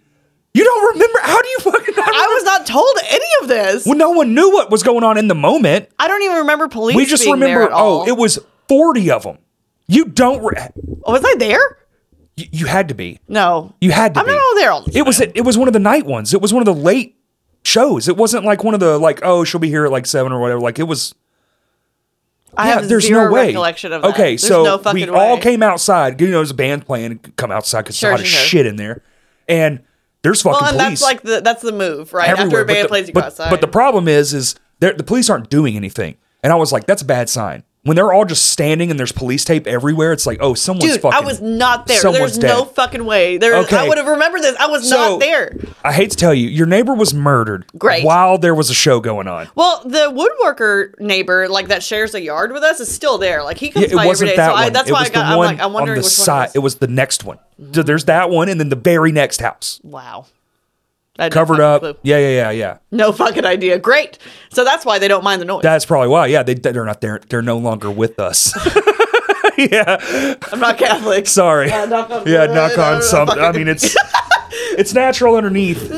Speaker 1: You don't remember? How do you fucking? Not
Speaker 2: I
Speaker 1: remember?
Speaker 2: was not told any of this.
Speaker 1: Well, no one knew what was going on in the moment.
Speaker 2: I don't even remember police.
Speaker 1: We just
Speaker 2: being there
Speaker 1: remember.
Speaker 2: at
Speaker 1: Oh,
Speaker 2: all.
Speaker 1: it was forty of them. You don't. Re-
Speaker 2: Oh, was I there?
Speaker 1: you, you had to be.
Speaker 2: No,
Speaker 1: You had to.
Speaker 2: I'm
Speaker 1: be.
Speaker 2: not all there all the
Speaker 1: It was it was one of the night ones. It was one of the late shows. It wasn't like one of the like oh she'll be here at like seven or whatever. Like it was.
Speaker 2: I
Speaker 1: yeah,
Speaker 2: have
Speaker 1: there's
Speaker 2: zero
Speaker 1: no way.
Speaker 2: recollection of that.
Speaker 1: Okay,
Speaker 2: There's
Speaker 1: so
Speaker 2: no fucking
Speaker 1: we all
Speaker 2: way.
Speaker 1: came outside. You know, there's a band playing. Come outside because
Speaker 2: Sure,
Speaker 1: there's a lot
Speaker 2: sure,
Speaker 1: of
Speaker 2: sure.
Speaker 1: shit in there, and there's fucking
Speaker 2: Well, and
Speaker 1: police
Speaker 2: that's like the that's the move, right? After
Speaker 1: everywhere.
Speaker 2: a band
Speaker 1: but, the,
Speaker 2: plays, you go
Speaker 1: but,
Speaker 2: outside.
Speaker 1: but the problem is, is they're- the police aren't doing anything. And I was like, that's a bad sign. When they're all just standing and there's police tape everywhere, it's like, oh, someone's
Speaker 2: Dude,
Speaker 1: fucking.
Speaker 2: I was not there.
Speaker 1: someone's
Speaker 2: There's no
Speaker 1: dead.
Speaker 2: fucking way. There, I
Speaker 1: Okay.
Speaker 2: would have remembered this. I was
Speaker 1: So-
Speaker 2: not there.
Speaker 1: I hate to tell you, your neighbor was murdered.
Speaker 2: Great.
Speaker 1: While there was a show going on.
Speaker 2: Well, the woodworker neighbor, like that shares a yard with us, is still there. Like he comes
Speaker 1: Yeah, it
Speaker 2: by every
Speaker 1: wasn't
Speaker 2: day.
Speaker 1: that
Speaker 2: so
Speaker 1: one.
Speaker 2: I, that's
Speaker 1: it
Speaker 2: why
Speaker 1: was
Speaker 2: I got.
Speaker 1: the
Speaker 2: I'm
Speaker 1: one
Speaker 2: like, I'm
Speaker 1: on
Speaker 2: wondering
Speaker 1: the
Speaker 2: which
Speaker 1: side.
Speaker 2: one. It Mm-hmm.
Speaker 1: It was the next one. So there's that one, and then the very next house
Speaker 2: was. Wow. I had no
Speaker 1: covered
Speaker 2: fucking
Speaker 1: up.
Speaker 2: clue.
Speaker 1: Yeah, yeah, yeah, yeah.
Speaker 2: No fucking idea. Great. So that's why they don't mind the noise.
Speaker 1: That's probably why. Yeah, they they're not there. They're no longer with us.
Speaker 2: I'm not Catholic.
Speaker 1: Sorry. Yeah,
Speaker 2: knock on wood.
Speaker 1: knock
Speaker 2: I don't know,
Speaker 1: on some. I
Speaker 2: fucking-
Speaker 1: mean, it's it's natural underneath.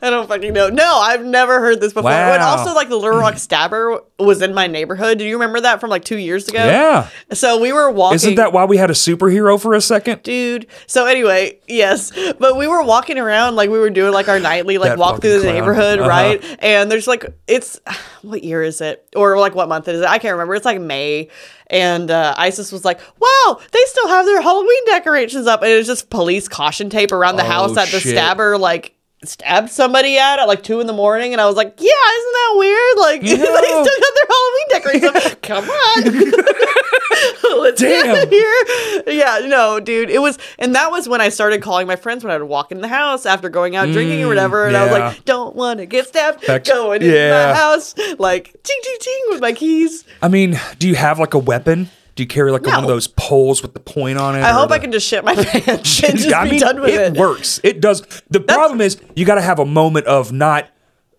Speaker 2: I don't fucking know. No, I've never heard this before.
Speaker 1: Wow.
Speaker 2: And also, like the Little Rock Stabber was in my neighborhood. Do you remember that from like two years ago?
Speaker 1: Yeah.
Speaker 2: So we were walking.
Speaker 1: Isn't that why we had a superhero for a second?
Speaker 2: dude. So anyway, yes, but we were walking around like we were doing like our nightly like
Speaker 1: That
Speaker 2: walk through the
Speaker 1: fucking clown.
Speaker 2: neighborhood,
Speaker 1: Uh-huh.
Speaker 2: right? And there's like it's what year is it or like what month is it? I can't remember. It's like May, and uh, ISIS was like, "Wow, they still have their Halloween decorations up," and it was just police caution tape around the
Speaker 1: Oh,
Speaker 2: house that the
Speaker 1: shit.
Speaker 2: stabber like stabbed somebody at at like two in the morning and i was like yeah isn't that weird like they still got
Speaker 1: Yeah.
Speaker 2: their halloween decorations up. come on let's get
Speaker 1: Damn.
Speaker 2: out of here. Yeah, no, dude. It was, and that was when I started calling my friends when I would walk in the house after going out drinking or whatever. And I was
Speaker 1: Mm, yeah.
Speaker 2: like, don't want to get stabbed
Speaker 1: Back-
Speaker 2: going in
Speaker 1: yeah.
Speaker 2: my house. Like, ching, ching, ching with my keys.
Speaker 1: I mean, do you have like a weapon? Do you carry like a- one of
Speaker 2: No.
Speaker 1: those poles with the point on it?
Speaker 2: I
Speaker 1: or
Speaker 2: hope I
Speaker 1: the-
Speaker 2: can just shit my pants and just
Speaker 1: I
Speaker 2: be
Speaker 1: mean,
Speaker 2: done with it.
Speaker 1: works. It does. The problem is you got to have a moment of not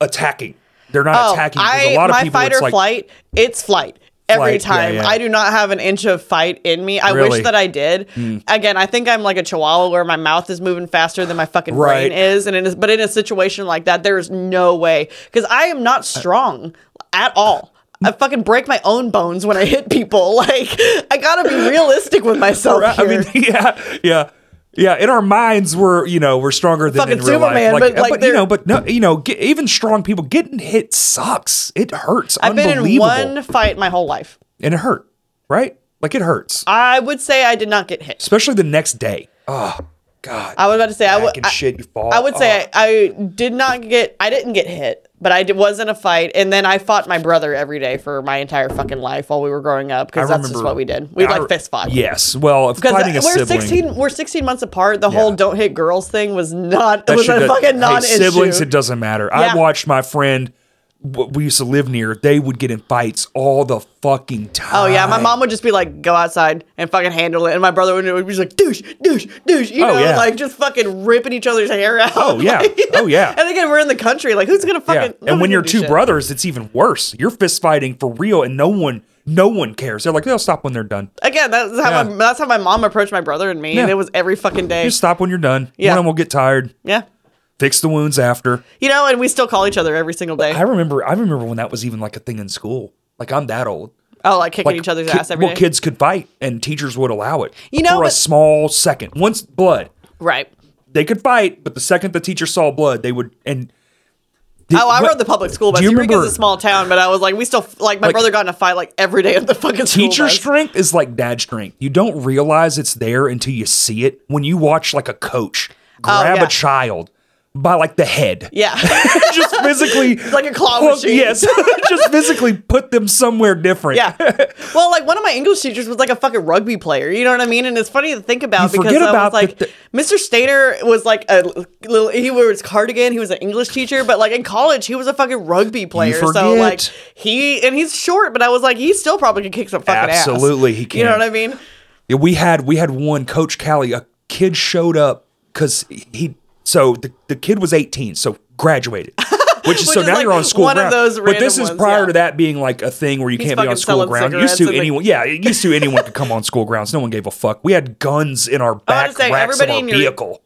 Speaker 1: attacking. They're not
Speaker 2: Oh,
Speaker 1: attacking. There's
Speaker 2: I,
Speaker 1: a lot of
Speaker 2: my
Speaker 1: people.
Speaker 2: fight
Speaker 1: It's
Speaker 2: or
Speaker 1: like,
Speaker 2: flight, it's flight. Every
Speaker 1: Flight, yeah,
Speaker 2: time,
Speaker 1: yeah.
Speaker 2: I do not have an inch of fight in me. I
Speaker 1: Really? Hmm.
Speaker 2: wish that I did. Again, I think I'm like a chihuahua where my mouth is moving faster than my fucking
Speaker 1: Right.
Speaker 2: brain is, and it is. But in a situation like that, there is no way because I am not strong at all. I fucking break my own bones when I hit people. Like I gotta be realistic with myself.
Speaker 1: I
Speaker 2: here.
Speaker 1: mean, yeah, yeah. Yeah, in our minds, we're you know we're stronger than
Speaker 2: Fucking
Speaker 1: in real life.
Speaker 2: Superman, but, like,
Speaker 1: you
Speaker 2: they're-
Speaker 1: know, but no, you know, get, even strong people getting hit sucks. It hurts.
Speaker 2: I've been in
Speaker 1: Unbelievable,
Speaker 2: one fight my whole life.
Speaker 1: and it hurt, right? Like it hurts,
Speaker 2: I would say I did not get hit.
Speaker 1: especially the next day. Oh God,
Speaker 2: I was about to say I
Speaker 1: back
Speaker 2: would.
Speaker 1: and shit, you fall.
Speaker 2: I would
Speaker 1: Oh.
Speaker 2: say I, I did not get. I didn't get hit, but I did, was in a fight, and then I fought my brother every day for my entire fucking life while we were growing up because that's just what we did. We
Speaker 1: I
Speaker 2: like
Speaker 1: re-
Speaker 2: fist fought.
Speaker 1: Yes, well, if
Speaker 2: Because
Speaker 1: fighting a
Speaker 2: we're
Speaker 1: sibling,
Speaker 2: sixteen, we're sixteen months apart. The whole
Speaker 1: Yeah.
Speaker 2: "don't hit girls" thing was not
Speaker 1: That
Speaker 2: was
Speaker 1: shit
Speaker 2: a
Speaker 1: does-
Speaker 2: fucking
Speaker 1: hey,
Speaker 2: non-issue.
Speaker 1: siblings, it doesn't matter.
Speaker 2: Yeah.
Speaker 1: I watched my friend. w- We used to live near. They would get in fights all the fucking time.
Speaker 2: Oh yeah, my mom would just be like, "Go outside and fucking handle it," and my brother would would be just like, "Douche, douche, douche," you
Speaker 1: Oh,
Speaker 2: know,
Speaker 1: yeah.
Speaker 2: like just fucking ripping each other's hair out.
Speaker 1: Oh, yeah.
Speaker 2: Like-
Speaker 1: Oh, yeah.
Speaker 2: And again, we're in the country. Like, who's gonna
Speaker 1: Yeah.
Speaker 2: fucking?
Speaker 1: And when
Speaker 2: nobody's
Speaker 1: you're
Speaker 2: gonna
Speaker 1: two
Speaker 2: do shit.
Speaker 1: brothers, it's even worse. You're fist fighting for real, and no one, no one cares. They're like, they'll stop when they're done.
Speaker 2: again, that's how
Speaker 1: Yeah.
Speaker 2: my, that's how my mom approached my brother and me, and
Speaker 1: Yeah.
Speaker 2: it was every fucking day.
Speaker 1: Just stop when you're done.
Speaker 2: Yeah.
Speaker 1: One of them will get tired.
Speaker 2: yeah,
Speaker 1: Fix the wounds after.
Speaker 2: you know, and we still call each other every single day.
Speaker 1: I remember. I remember when that was even like a thing in school. Like I'm that old.
Speaker 2: oh, like kicking
Speaker 1: Like,
Speaker 2: each other's
Speaker 1: ki-
Speaker 2: ass every day.
Speaker 1: well, kids could fight, and teachers would allow it.
Speaker 2: You know,
Speaker 1: for a
Speaker 2: but-
Speaker 1: small second. Once blood,
Speaker 2: right?
Speaker 1: they could fight, but the second the teacher saw blood, they would. And
Speaker 2: Oh, I
Speaker 1: what-
Speaker 2: rode the public school
Speaker 1: Do
Speaker 2: bus.
Speaker 1: you
Speaker 2: Eureka's
Speaker 1: remember-
Speaker 2: a small town, but I was like, we still like my
Speaker 1: Like-
Speaker 2: brother got in a fight like every day at the fucking school
Speaker 1: Teacher
Speaker 2: bus.
Speaker 1: strength is like dad strength. You don't realize it's there until you see it. When you watch like a coach grab
Speaker 2: Oh, yeah.
Speaker 1: a child by like the head,
Speaker 2: yeah.
Speaker 1: just physically
Speaker 2: like a claw
Speaker 1: Well,
Speaker 2: machine.
Speaker 1: Yes, just physically put them somewhere different.
Speaker 2: Yeah. Well, like one of my English teachers was like a fucking rugby player. You know what I mean? And it's funny to think about
Speaker 1: You
Speaker 2: because
Speaker 1: forget
Speaker 2: I
Speaker 1: about
Speaker 2: was like,
Speaker 1: that
Speaker 2: Mr. Stater was like a little. He wore his cardigan. He was an English teacher, but like in college, he was a fucking rugby player. So
Speaker 1: forget.
Speaker 2: like he and he's short, but I was like, he still probably could kick some fucking ass.
Speaker 1: Absolutely, he
Speaker 2: You know
Speaker 1: can.
Speaker 2: what I mean?
Speaker 1: Yeah, we had we had one coach Callie. A kid showed up because he so the, the kid was 18, so graduated. Which is
Speaker 2: Which
Speaker 1: so
Speaker 2: is
Speaker 1: now
Speaker 2: like
Speaker 1: you're on school
Speaker 2: one of
Speaker 1: ground.
Speaker 2: those
Speaker 1: but this
Speaker 2: random
Speaker 1: is
Speaker 2: ones,
Speaker 1: prior
Speaker 2: yeah.
Speaker 1: to that being like a thing where you can't be
Speaker 2: fucking
Speaker 1: on school
Speaker 2: selling
Speaker 1: ground. It Used to
Speaker 2: cigarettes and, like-
Speaker 1: anyone, yeah, it used to anyone could come on school grounds. No one gave a fuck. We had guns in our
Speaker 2: I
Speaker 1: back
Speaker 2: was gonna say,
Speaker 1: racks of
Speaker 2: everybody
Speaker 1: our
Speaker 2: in your-
Speaker 1: vehicle.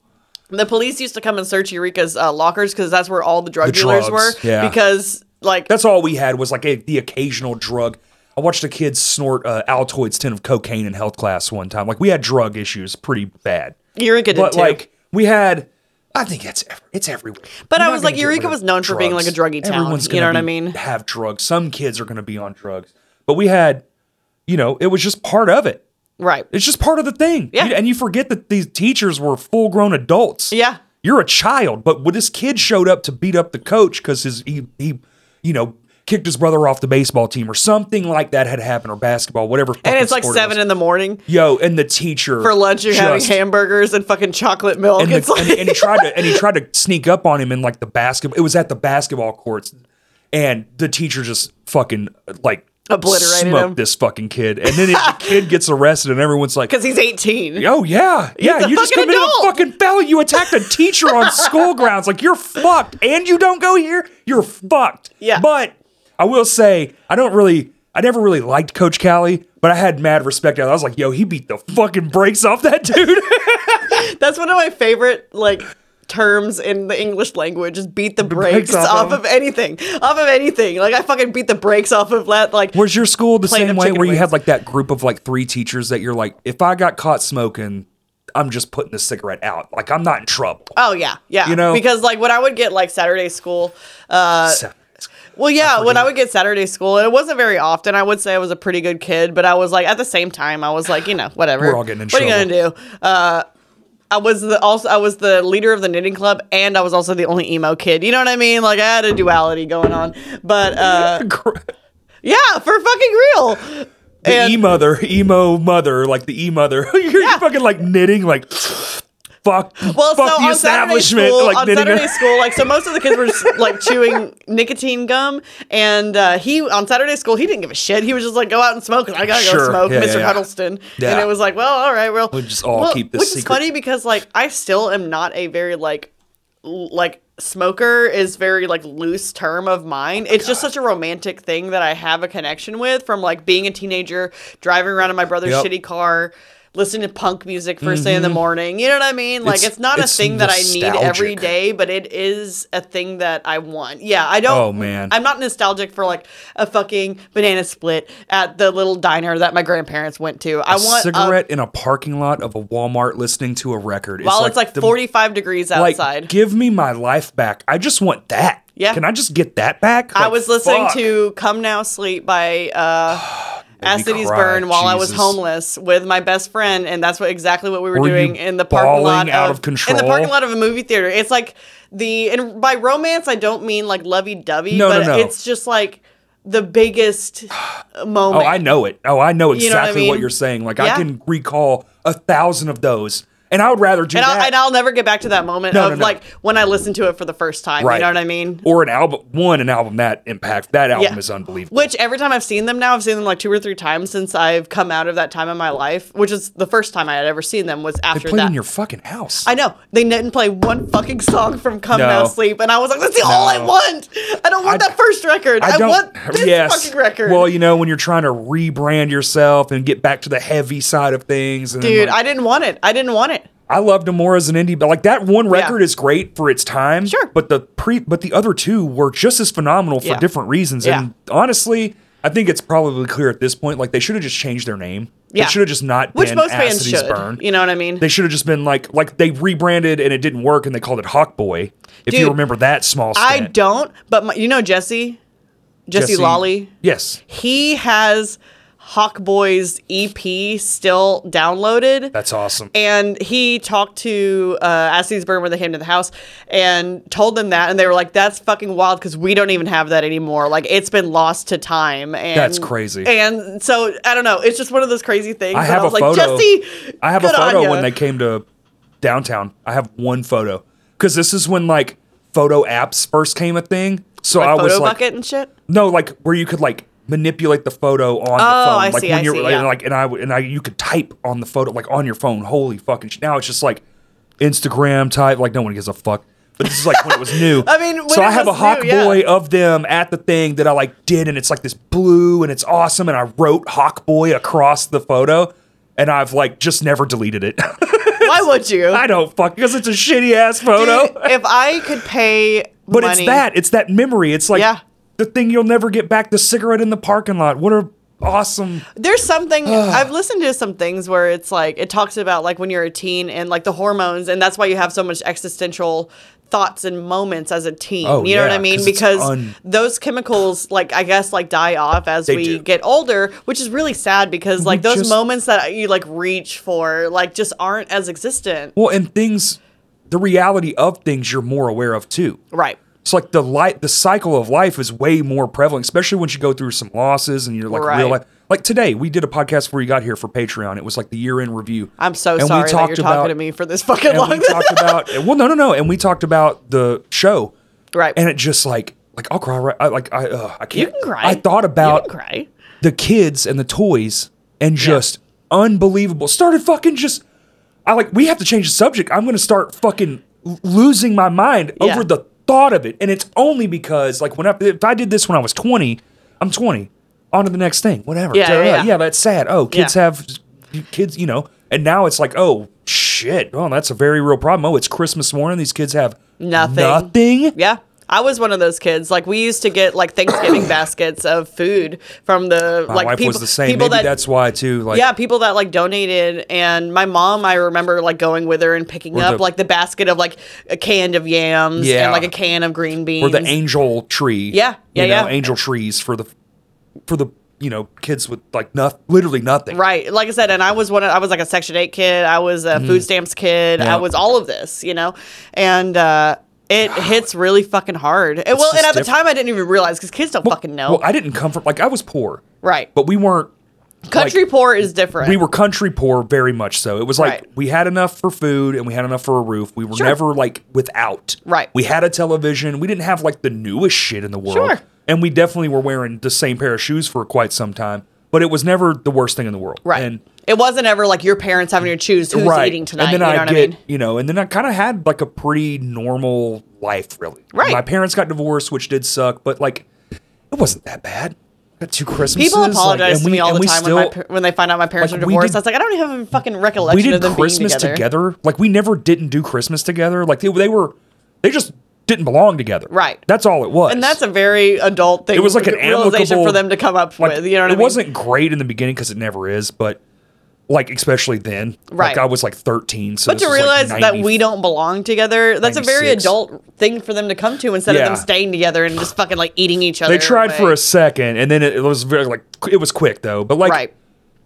Speaker 2: The police used to come and search Eureka's uh, lockers because that's where all the drug
Speaker 1: The
Speaker 2: dealers
Speaker 1: drugs,
Speaker 2: were.
Speaker 1: yeah.
Speaker 2: Because like
Speaker 1: That's all we had was like a, the occasional drug. I watched a kid snort uh, Altoids tin of cocaine in health class one time. Like we had drug issues pretty bad.
Speaker 2: Eureka did
Speaker 1: but
Speaker 2: too.
Speaker 1: like we had I think it's ev- it's everywhere.
Speaker 2: But
Speaker 1: You're
Speaker 2: I
Speaker 1: not
Speaker 2: was like,
Speaker 1: gonna get rid
Speaker 2: Eureka
Speaker 1: of
Speaker 2: was known for being, like, a druggy town.
Speaker 1: Everyone's
Speaker 2: You know
Speaker 1: gonna
Speaker 2: what I
Speaker 1: be-
Speaker 2: mean?
Speaker 1: Have drugs. Some kids are going to be on drugs. But we had, you know, it was just part of it.
Speaker 2: right.
Speaker 1: It's just part of the thing.
Speaker 2: Yeah.
Speaker 1: You- and you forget that these teachers were full grown adults.
Speaker 2: Yeah.
Speaker 1: You're a child, but when this kid showed up to beat up the coach because his he he you know kicked his brother off the baseball team or something like that had happened or basketball, whatever.
Speaker 2: and it's like seven in the morning.
Speaker 1: Yo, and the teacher
Speaker 2: For lunch, you're having
Speaker 1: just-
Speaker 2: hamburgers and fucking chocolate milk.
Speaker 1: and,
Speaker 2: it's
Speaker 1: the,
Speaker 2: like
Speaker 1: and, and he tried to and he tried to sneak up on him in like the basketball. It was at the basketball courts, and the teacher just fucking like
Speaker 2: Obliterated
Speaker 1: smoked
Speaker 2: him.
Speaker 1: this fucking kid. And then the kid gets arrested, and everyone's like,
Speaker 2: because he's 18.
Speaker 1: "Oh yeah, yeah,
Speaker 2: a
Speaker 1: you just
Speaker 2: fucking
Speaker 1: committed
Speaker 2: adult."
Speaker 1: a fucking felony. You attacked a teacher on school grounds. Like you're fucked, and you don't go here. You're fucked."
Speaker 2: Yeah.
Speaker 1: But I will say, I don't really. I never really liked Coach Callie, but I had mad respect. I was like, yo, he beat the fucking brakes off that dude.
Speaker 2: That's one of my favorite like terms in the English language is beat the brakes
Speaker 1: brakes off
Speaker 2: off
Speaker 1: of-
Speaker 2: of anything, off of anything. Like I fucking beat the brakes off of that. Like
Speaker 1: Was your school the
Speaker 2: Plain
Speaker 1: same
Speaker 2: of
Speaker 1: way
Speaker 2: chicken
Speaker 1: where you
Speaker 2: wings.
Speaker 1: had like that group of like three teachers that you're like, if I got caught smoking, I'm just putting the cigarette out. Like I'm not in trouble.
Speaker 2: oh yeah, yeah.
Speaker 1: You know-
Speaker 2: because like when I would get like Saturday school, uh,
Speaker 1: So-
Speaker 2: Well, yeah, when I would get Saturday school, and it wasn't very often, I would say I was a pretty good kid, but I was like, at the same time, I was like, you know, whatever.
Speaker 1: We're all getting in
Speaker 2: What are you gonna do? Uh, I was the also I was the leader of the knitting club, and I was also the only emo kid. You know what I mean? Like I had a duality going on, but uh, yeah, for fucking real.
Speaker 1: the
Speaker 2: and-
Speaker 1: e mother, emo mother, like the e mother. you're
Speaker 2: Yeah.
Speaker 1: fucking like knitting, like fuck,
Speaker 2: Well,
Speaker 1: fuck
Speaker 2: so
Speaker 1: the
Speaker 2: on Saturday
Speaker 1: establishment.
Speaker 2: school,
Speaker 1: like
Speaker 2: on
Speaker 1: knitting.
Speaker 2: Saturday school, like so most of the kids were just, like chewing nicotine gum, and uh, he on Saturday school he didn't give a shit. He was just like, go out and smoke, and I gotta
Speaker 1: Sure.
Speaker 2: go smoke,
Speaker 1: Yeah, yeah,
Speaker 2: Mr.
Speaker 1: yeah.
Speaker 2: Huddleston, and
Speaker 1: Yeah.
Speaker 2: it was like, well, all right, well,
Speaker 1: We'll just all
Speaker 2: well,
Speaker 1: keep this
Speaker 2: which is
Speaker 1: secret.
Speaker 2: funny because like I still am not a very like l- like smoker is very like loose term of mine it's just such a romantic thing that i have a connection with from like being a teenager driving around in my brother's
Speaker 1: Yep. Mm-hmm.
Speaker 2: shitty car listening to punk music 1st thing in the morning you know what i mean like it's,
Speaker 1: It's-
Speaker 2: not a
Speaker 1: it's
Speaker 2: thing that i need every
Speaker 1: nostalgic.
Speaker 2: day but it is a thing that i want yeah i don't
Speaker 1: Oh, man.
Speaker 2: i'm not nostalgic for like a fucking banana split at the little diner that my grandparents went to I want a-
Speaker 1: cigarette in a parking lot of a Walmart listening to a record.
Speaker 2: while it's like
Speaker 1: the-
Speaker 2: 45 degrees
Speaker 1: like,
Speaker 2: outside
Speaker 1: give me my life back. I just want that.
Speaker 2: Yeah.
Speaker 1: Can I just get that back?
Speaker 2: I
Speaker 1: Like,
Speaker 2: was listening
Speaker 1: fuck.
Speaker 2: to Come Now Sleep by uh, As
Speaker 1: me
Speaker 2: Cities
Speaker 1: cry,
Speaker 2: Burn while I was
Speaker 1: Jesus.
Speaker 2: homeless with my best friend, and that's what exactly what we were,
Speaker 1: Were you
Speaker 2: doing in the parking
Speaker 1: bawling
Speaker 2: lot
Speaker 1: out
Speaker 2: of,
Speaker 1: of
Speaker 2: in
Speaker 1: control?
Speaker 2: the parking lot of a movie theater. It's like the and by romance I don't mean like lovey dovey,
Speaker 1: No, no,
Speaker 2: but
Speaker 1: no.
Speaker 2: it's just like the biggest
Speaker 1: Oh,
Speaker 2: moment.
Speaker 1: I know it. Oh, I know exactly
Speaker 2: know what I
Speaker 1: what,
Speaker 2: mean?
Speaker 1: you're saying. Like
Speaker 2: Yeah.
Speaker 1: I can recall a thousand of those, and I would rather do
Speaker 2: and
Speaker 1: that.
Speaker 2: I'll, and I'll never get back to that moment
Speaker 1: No,
Speaker 2: of
Speaker 1: no, no.
Speaker 2: like when I listened to it for the first time. You
Speaker 1: Right.
Speaker 2: know what I mean?
Speaker 1: or an album, one an album that impact. That album
Speaker 2: Yeah.
Speaker 1: is unbelievable.
Speaker 2: Which every time I've seen them now, I've seen them like two or three times since I've come out of that time in my life, which is the first time I had ever seen them was
Speaker 1: they
Speaker 2: after
Speaker 1: played
Speaker 2: that.
Speaker 1: in your fucking house.
Speaker 2: I know they didn't play one fucking song from Come
Speaker 1: No.
Speaker 2: Now Sleep, and I was like, "That's the all I
Speaker 1: No.
Speaker 2: want. I don't want
Speaker 1: I-
Speaker 2: that first record. I, want this
Speaker 1: yes.
Speaker 2: fucking record."
Speaker 1: Well, you know, when you're trying to rebrand yourself and get back to the heavy side of things, and then,
Speaker 2: dude,
Speaker 1: like,
Speaker 2: I didn't want it. I didn't want it.
Speaker 1: I loved him more as an indie, but like that one record is great for its time.
Speaker 2: Sure.
Speaker 1: But the pre but the other two were just as phenomenal for
Speaker 2: Yeah.
Speaker 1: different reasons. And honestly, I think it's probably clear at this point, like they should have just changed their name.
Speaker 2: Yeah.
Speaker 1: They should have just not
Speaker 2: Which
Speaker 1: been
Speaker 2: most
Speaker 1: As
Speaker 2: fans
Speaker 1: Cities
Speaker 2: should.
Speaker 1: Burn.
Speaker 2: You know what I mean?
Speaker 1: They should have just been like like they rebranded and it didn't work and they called it Hawk Boy. If
Speaker 2: Dude,
Speaker 1: you remember that small
Speaker 2: I
Speaker 1: stint.
Speaker 2: don't, but my, you know Jesse, Jesse, Lolly.
Speaker 1: Yes.
Speaker 2: He has Hawkboy's EP still downloaded.
Speaker 1: That's awesome.
Speaker 2: and he talked to uh, Ashley's Burn when they came to the house and told them that, and they were like, "That's fucking wild because we don't even have that anymore. Like it's been lost to time." And
Speaker 1: That's crazy.
Speaker 2: And so I don't know. It's just one of those crazy things.
Speaker 1: I
Speaker 2: and
Speaker 1: have
Speaker 2: I
Speaker 1: a
Speaker 2: was like,
Speaker 1: photo.
Speaker 2: Jesse,
Speaker 1: I have a
Speaker 2: good on
Speaker 1: photo
Speaker 2: ya."
Speaker 1: when they came to downtown. I have one photo because this is when like photo apps first came a thing. So
Speaker 2: like
Speaker 1: I
Speaker 2: photo
Speaker 1: was like,
Speaker 2: bucket and shit.
Speaker 1: no, like where you could like manipulate the photo on
Speaker 2: Oh,
Speaker 1: the phone,
Speaker 2: I
Speaker 1: like
Speaker 2: see,
Speaker 1: when
Speaker 2: I
Speaker 1: you're
Speaker 2: see,
Speaker 1: like,
Speaker 2: yeah.
Speaker 1: like, and I would- and I you could type on the photo like on your phone. Holy fucking! Sh- now it's just like Instagram type. Like no one gives a fuck. But this is like when it was new.
Speaker 2: I mean, when
Speaker 1: so
Speaker 2: it
Speaker 1: I have
Speaker 2: was
Speaker 1: a hawk
Speaker 2: new, yeah.
Speaker 1: boy of them at the thing that I like did, and it's like this blue, and it's awesome, and I wrote hawk boy across the photo, and I've like just never deleted it.
Speaker 2: Why would you?
Speaker 1: I don't fuck because it's a shitty ass photo.
Speaker 2: Dude, if I could pay,
Speaker 1: But
Speaker 2: money,
Speaker 1: it's that. It's that memory. It's like
Speaker 2: Yeah.
Speaker 1: the thing you'll never get back. The cigarette in the parking lot. What a awesome.
Speaker 2: There's something I've listened to some things where it's like it talks about like when you're a teen and like the hormones and that's why you have so much existential thoughts and moments as a teen.
Speaker 1: Oh,
Speaker 2: you know what
Speaker 1: yeah,
Speaker 2: I mean?
Speaker 1: 'cause it's
Speaker 2: Because
Speaker 1: un-
Speaker 2: those chemicals like I guess like die off as
Speaker 1: They
Speaker 2: we
Speaker 1: do.
Speaker 2: get older, which is really sad because like those
Speaker 1: just-
Speaker 2: moments that you like reach for like just aren't as existent.
Speaker 1: Well, and things, the reality of things you're more aware of too.
Speaker 2: Right.
Speaker 1: So like the light, the cycle of life is way more prevalent, especially once you go through some losses and you're like
Speaker 2: Right.
Speaker 1: real life. Like today, we did a podcast before you got here for Patreon. It was like the year in review.
Speaker 2: I'm so
Speaker 1: And we
Speaker 2: sorry that
Speaker 1: talked
Speaker 2: you're talking
Speaker 1: about-
Speaker 2: to me for this fucking
Speaker 1: and we
Speaker 2: long.
Speaker 1: talked about well, no, no, no, and we talked about the show,
Speaker 2: Right.
Speaker 1: And it just like like I'll cry right, I, like I uh, I
Speaker 2: you
Speaker 1: can't.
Speaker 2: can cry.
Speaker 1: I thought about
Speaker 2: you can cry.
Speaker 1: the kids and the toys and just unbelievable. Started fucking just I like we have to change the subject. I'm going to start fucking l- losing my mind
Speaker 2: Yeah.
Speaker 1: over the thought of it. And it's only because like when I if I did this when I was 20, I'm 20. On to the next thing. Whatever.
Speaker 2: Yeah, yeah,
Speaker 1: Duh.
Speaker 2: yeah.
Speaker 1: that's sad. Oh, kids
Speaker 2: Yeah.
Speaker 1: have kids, you know. And now it's like, "Oh, shit. Oh, that's a very real problem. Oh, it's Christmas morning. These kids have
Speaker 2: Nothing.
Speaker 1: Nothing.
Speaker 2: Yeah. I was one of those kids. Like we used to get like Thanksgiving baskets of food from the
Speaker 1: My
Speaker 2: like
Speaker 1: wife
Speaker 2: people
Speaker 1: was the same.
Speaker 2: people
Speaker 1: Maybe
Speaker 2: that
Speaker 1: that's why too like
Speaker 2: yeah, people that like donated, and my mom, I remember like going with her and picking
Speaker 1: Or
Speaker 2: up
Speaker 1: the-
Speaker 2: like the basket of like a can of yams
Speaker 1: Yeah.
Speaker 2: and like a can of green beans.
Speaker 1: or the angel tree.
Speaker 2: Yeah, yeah,
Speaker 1: you know,
Speaker 2: yeah.
Speaker 1: Angel trees for the for the you know kids with like nothing, literally nothing.
Speaker 2: Right. Like I said, and I was one of, I was like a section 8 kid, I was a food stamps kid,
Speaker 1: Mm-hmm. Yeah.
Speaker 2: I was all of this, you know. And uh it hits really fucking hard. And, well, and
Speaker 1: just
Speaker 2: at the
Speaker 1: different.
Speaker 2: time I didn't even realize cuz kids don't fucking know.
Speaker 1: Well, I didn't come from like I was poor,
Speaker 2: right.
Speaker 1: but we weren't.
Speaker 2: Country poor is different.
Speaker 1: We were country poor, very much so. It was like
Speaker 2: Right.
Speaker 1: we had enough for food and we had enough for a roof. We were
Speaker 2: Sure.
Speaker 1: never like without.
Speaker 2: Right.
Speaker 1: We had a television. We didn't have like the newest shit in the world.
Speaker 2: Sure.
Speaker 1: And we definitely were wearing the same pair of shoes for quite some time. But it was never the worst thing in the world.
Speaker 2: right.
Speaker 1: And
Speaker 2: it wasn't ever like your parents having to choose who's eating tonight,
Speaker 1: And then
Speaker 2: you know
Speaker 1: I
Speaker 2: what
Speaker 1: get,
Speaker 2: I mean?
Speaker 1: you know, and then I kind of had like a pretty normal life, really.
Speaker 2: Right.
Speaker 1: My parents got divorced, which did suck, but like it wasn't that bad. Got two Christmases.
Speaker 2: People
Speaker 1: like,
Speaker 2: apologize
Speaker 1: and
Speaker 2: to me all
Speaker 1: and
Speaker 2: the time
Speaker 1: still-
Speaker 2: when, my, par- when they find out my parents
Speaker 1: Like,
Speaker 2: are
Speaker 1: we
Speaker 2: divorced.
Speaker 1: did-
Speaker 2: I was like, I don't even have a fucking recollection
Speaker 1: we did
Speaker 2: of them
Speaker 1: Christmas
Speaker 2: being
Speaker 1: together.
Speaker 2: together.
Speaker 1: Like we never didn't do Christmas together. Like they, they were, they just didn't belong together.
Speaker 2: Right.
Speaker 1: That's all it was.
Speaker 2: And that's a very adult thing.
Speaker 1: it was like an
Speaker 2: realization
Speaker 1: amicable-
Speaker 2: for them to come up
Speaker 1: like,
Speaker 2: with. You know what
Speaker 1: it
Speaker 2: I mean?
Speaker 1: wasn't great in the beginning because it never is, but like especially then, Like
Speaker 2: Right.
Speaker 1: I was like thirteen, so
Speaker 2: But
Speaker 1: this
Speaker 2: to
Speaker 1: was, like,
Speaker 2: realize that
Speaker 1: 90
Speaker 2: we don't belong together, that's a very
Speaker 1: 96.
Speaker 2: adult thing for them to come to instead of
Speaker 1: Yeah.
Speaker 2: them staying together and just fucking like eating each other.
Speaker 1: They tried for
Speaker 2: away.
Speaker 1: a second, and then it was very like it was quick though. But like
Speaker 2: Right.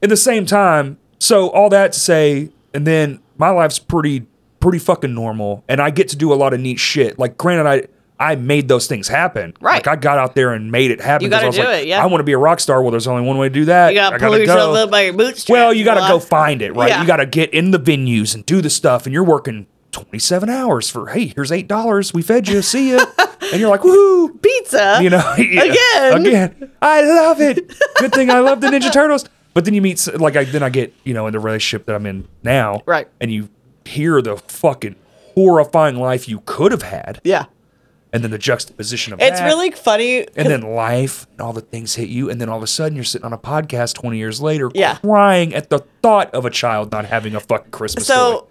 Speaker 1: at the same time, so all that to say, and then my life's pretty pretty fucking normal, and I get to do a lot of neat shit. Like granted, I I made those things happen.
Speaker 2: Right.
Speaker 1: Like I got out there and made it happen.
Speaker 2: You
Speaker 1: 'cause
Speaker 2: gotta
Speaker 1: I was
Speaker 2: do
Speaker 1: like,
Speaker 2: it, yeah.
Speaker 1: I want to be a rock star. Well, there's only one way to do that.
Speaker 2: You gotta
Speaker 1: I
Speaker 2: pull
Speaker 1: gotta
Speaker 2: yourself
Speaker 1: go.
Speaker 2: up by your bootstraps.
Speaker 1: Well, you got to
Speaker 2: blah.
Speaker 1: go find it, right?
Speaker 2: Yeah.
Speaker 1: You got to get in the venues and do the stuff, and you're working 27 hours for, hey, here's $8. We fed you. See ya. and you're like, woo.
Speaker 2: pizza.
Speaker 1: You know, yeah,
Speaker 2: Again.
Speaker 1: again. I love it. Good thing I love the Ninja Turtles. But then you meet, s- like, I, then I get, you know, in the relationship that I'm in now,
Speaker 2: Right.
Speaker 1: And you hear the fucking horrifying life you could have had,
Speaker 2: Yeah.
Speaker 1: and then the juxtaposition of
Speaker 2: It's
Speaker 1: that,
Speaker 2: really funny.
Speaker 1: and then life and all the things hit you, and then all of a sudden you're sitting on a podcast 20 years later,
Speaker 2: Yeah.
Speaker 1: crying at the thought of a child not having a fucking Christmas.
Speaker 2: So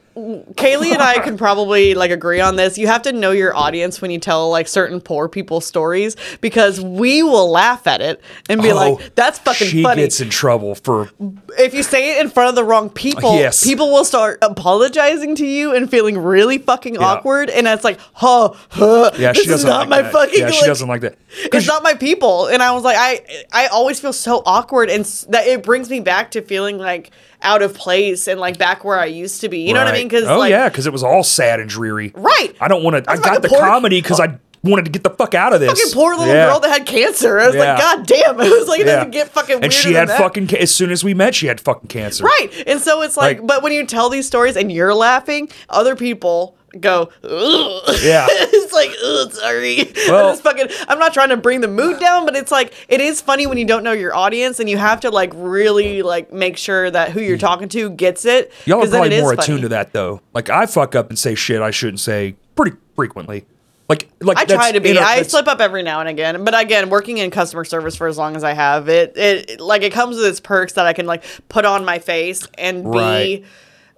Speaker 2: Kaylee and I can probably like agree on this. You have to know your audience when you tell like certain poor people stories because we will laugh at it and be
Speaker 1: story. Oh,
Speaker 2: like, "That's fucking
Speaker 1: she
Speaker 2: funny."
Speaker 1: gets in trouble for
Speaker 2: if you say it in front of the wrong people,
Speaker 1: Yes.
Speaker 2: people will start apologizing to you and feeling really fucking awkward. And it's like, huh, huh.
Speaker 1: yeah.
Speaker 2: this
Speaker 1: She doesn't
Speaker 2: is not
Speaker 1: like
Speaker 2: my
Speaker 1: that.
Speaker 2: fucking.
Speaker 1: yeah. She
Speaker 2: like-
Speaker 1: doesn't like that. 'Cause
Speaker 2: It's not my people. And I was like, I, I always feel so awkward, and s- that it brings me back to feeling like out of place and like back where I used to be. You know what I
Speaker 1: Right.
Speaker 2: mean? Because
Speaker 1: oh
Speaker 2: like,
Speaker 1: yeah, because it was all sad and dreary.
Speaker 2: Right.
Speaker 1: I don't want to. I
Speaker 2: That's like
Speaker 1: got
Speaker 2: the
Speaker 1: the
Speaker 2: poor-
Speaker 1: comedy because I wanted to get the fuck out of this.
Speaker 2: fucking poor little
Speaker 1: Yeah.
Speaker 2: girl that had cancer. I was
Speaker 1: Yeah.
Speaker 2: like, God damn! It was like it
Speaker 1: Yeah.
Speaker 2: doesn't get fucking.
Speaker 1: And
Speaker 2: weirder
Speaker 1: she
Speaker 2: than
Speaker 1: had
Speaker 2: that.
Speaker 1: fucking. Ca- as soon as we met, she had fucking cancer.
Speaker 2: Right. And so it's like,
Speaker 1: Like-
Speaker 2: but when you tell these stories and you're laughing, other people go, Ugh.
Speaker 1: Yeah.
Speaker 2: it's like, Ugh, sorry.
Speaker 1: Well-
Speaker 2: Well, fucking, I'm not trying to bring the mood down, but it's like, it is funny when you don't know your audience and you have to like really like make sure that who you're talking to gets it.
Speaker 1: Mm. Y'all are
Speaker 2: 'cause then
Speaker 1: probably
Speaker 2: it is
Speaker 1: more
Speaker 2: funny.
Speaker 1: attuned to that though. Like I fuck up and say shit I shouldn't say pretty frequently. Like like
Speaker 2: I
Speaker 1: that's
Speaker 2: try to be.
Speaker 1: inter-
Speaker 2: I
Speaker 1: that's-
Speaker 2: slip up every now and again, but again, working in customer service for as long as I have, it it like it comes with its perks that I can like put on my face and
Speaker 1: Right.
Speaker 2: be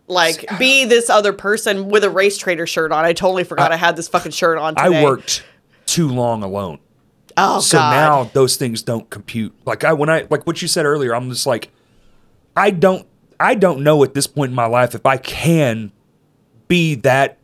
Speaker 2: like be this other person with a race trader shirt on. I totally forgot I, had this fucking shirt on.
Speaker 1: Uh, I
Speaker 2: Today.
Speaker 1: worked too long alone.
Speaker 2: Oh
Speaker 1: so
Speaker 2: god.
Speaker 1: now those things don't compute. Like I when I like what you said earlier, I'm just like I don't I don't know at this point in my life if I can be that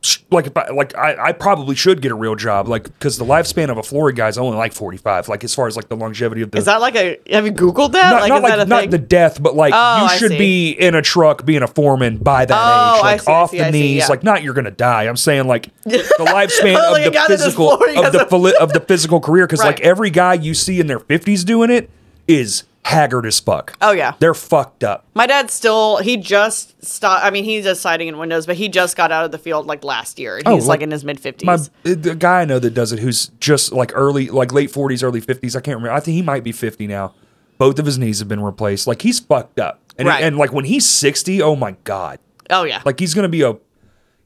Speaker 1: sh- like if I, like I, I probably should get a real job like because the lifespan of a Florida guy is only like 45 like as far as like the longevity of the
Speaker 2: Is that like a? Have you Googled that?
Speaker 1: not
Speaker 2: like,
Speaker 1: not,
Speaker 2: is
Speaker 1: like,
Speaker 2: that a
Speaker 1: not
Speaker 2: thing?
Speaker 1: the death but like
Speaker 2: Oh, I
Speaker 1: you should
Speaker 2: see.
Speaker 1: be in a truck being a foreman by that
Speaker 2: Oh,
Speaker 1: age
Speaker 2: I
Speaker 1: like
Speaker 2: see, I
Speaker 1: off
Speaker 2: see,
Speaker 1: the
Speaker 2: I see,
Speaker 1: knees
Speaker 2: yeah.
Speaker 1: like not you're gonna die I'm saying like the lifespan
Speaker 2: Oh, you
Speaker 1: of the
Speaker 2: got it as
Speaker 1: physical
Speaker 2: Florida
Speaker 1: of the
Speaker 2: guys.
Speaker 1: phili- of the physical career because like
Speaker 2: Right.
Speaker 1: every guy you see in their 50s doing it is haggard as fuck
Speaker 2: Oh, yeah.
Speaker 1: they're fucked up
Speaker 2: My dad's still. He just stopped. I mean, he's just siding in windows, but he just got out of the field like last year. He's
Speaker 1: Oh,
Speaker 2: like,
Speaker 1: like-
Speaker 2: in his mid
Speaker 1: My
Speaker 2: fifties.
Speaker 1: the guy I know that does it, who's just like early, like late forties, early fifties. I can't remember. I think he might be fifty now. Both of his knees have been replaced. Like he's fucked up, and
Speaker 2: Right.
Speaker 1: and like when he's sixty, oh my god,
Speaker 2: Oh yeah.
Speaker 1: like he's gonna be a.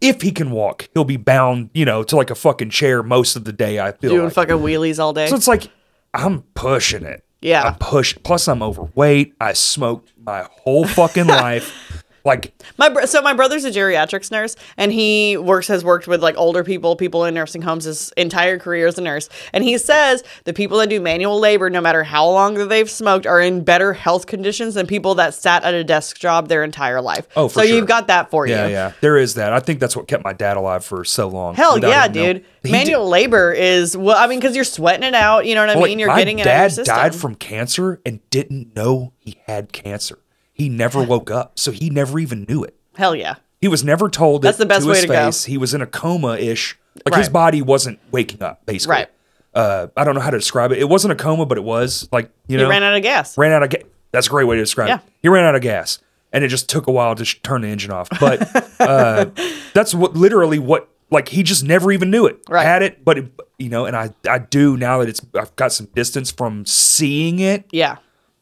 Speaker 1: If he can walk, he'll be bound, you know, to like a fucking chair most of the day. I feel
Speaker 2: doing
Speaker 1: like.
Speaker 2: fucking wheelies all day.
Speaker 1: so. It's like I'm pushing it.
Speaker 2: Yeah.
Speaker 1: I'm pushing. Plus, I'm overweight. I smoked my whole fucking life. Like
Speaker 2: My br- so my brother's a geriatrics nurse, and he works has worked with like older people, people in nursing homes his entire career as a nurse. And he says the people that do manual labor, no matter how long that they've smoked, are in better health conditions than people that sat at a desk job their entire life.
Speaker 1: Oh, for
Speaker 2: so
Speaker 1: sure.
Speaker 2: you've got that for
Speaker 1: Yeah,
Speaker 2: you.
Speaker 1: yeah. There is that. I think that's what kept my dad alive for so long.
Speaker 2: Hell
Speaker 1: without
Speaker 2: yeah,
Speaker 1: even knowing.
Speaker 2: dude!
Speaker 1: He
Speaker 2: Manual labor is well, I mean, because you're sweating it out. You know what I
Speaker 1: did-
Speaker 2: mean? You're
Speaker 1: my
Speaker 2: getting it out
Speaker 1: dad
Speaker 2: of your system.
Speaker 1: died from cancer and didn't know he had cancer. He never woke up, so he never even knew it.
Speaker 2: Hell yeah.
Speaker 1: He was never told
Speaker 2: That's
Speaker 1: it
Speaker 2: the best
Speaker 1: to
Speaker 2: way
Speaker 1: his
Speaker 2: to go.
Speaker 1: face. He was in a coma ish. Like his
Speaker 2: Right.
Speaker 1: body wasn't waking up, basically.
Speaker 2: Right.
Speaker 1: Uh, I don't know how to describe it. It wasn't a coma, but it was like you
Speaker 2: He
Speaker 1: know
Speaker 2: ran out of gas.
Speaker 1: ran out of gas. That's a great way to describe
Speaker 2: Yeah.
Speaker 1: it. He ran out of gas, and it just took a while to sh- turn the engine off. But uh, that's what literally what like he just never even knew it.
Speaker 2: Right.
Speaker 1: Had it, but it, you know, and I I do now that it's I've got some distance from seeing it.
Speaker 2: Yeah.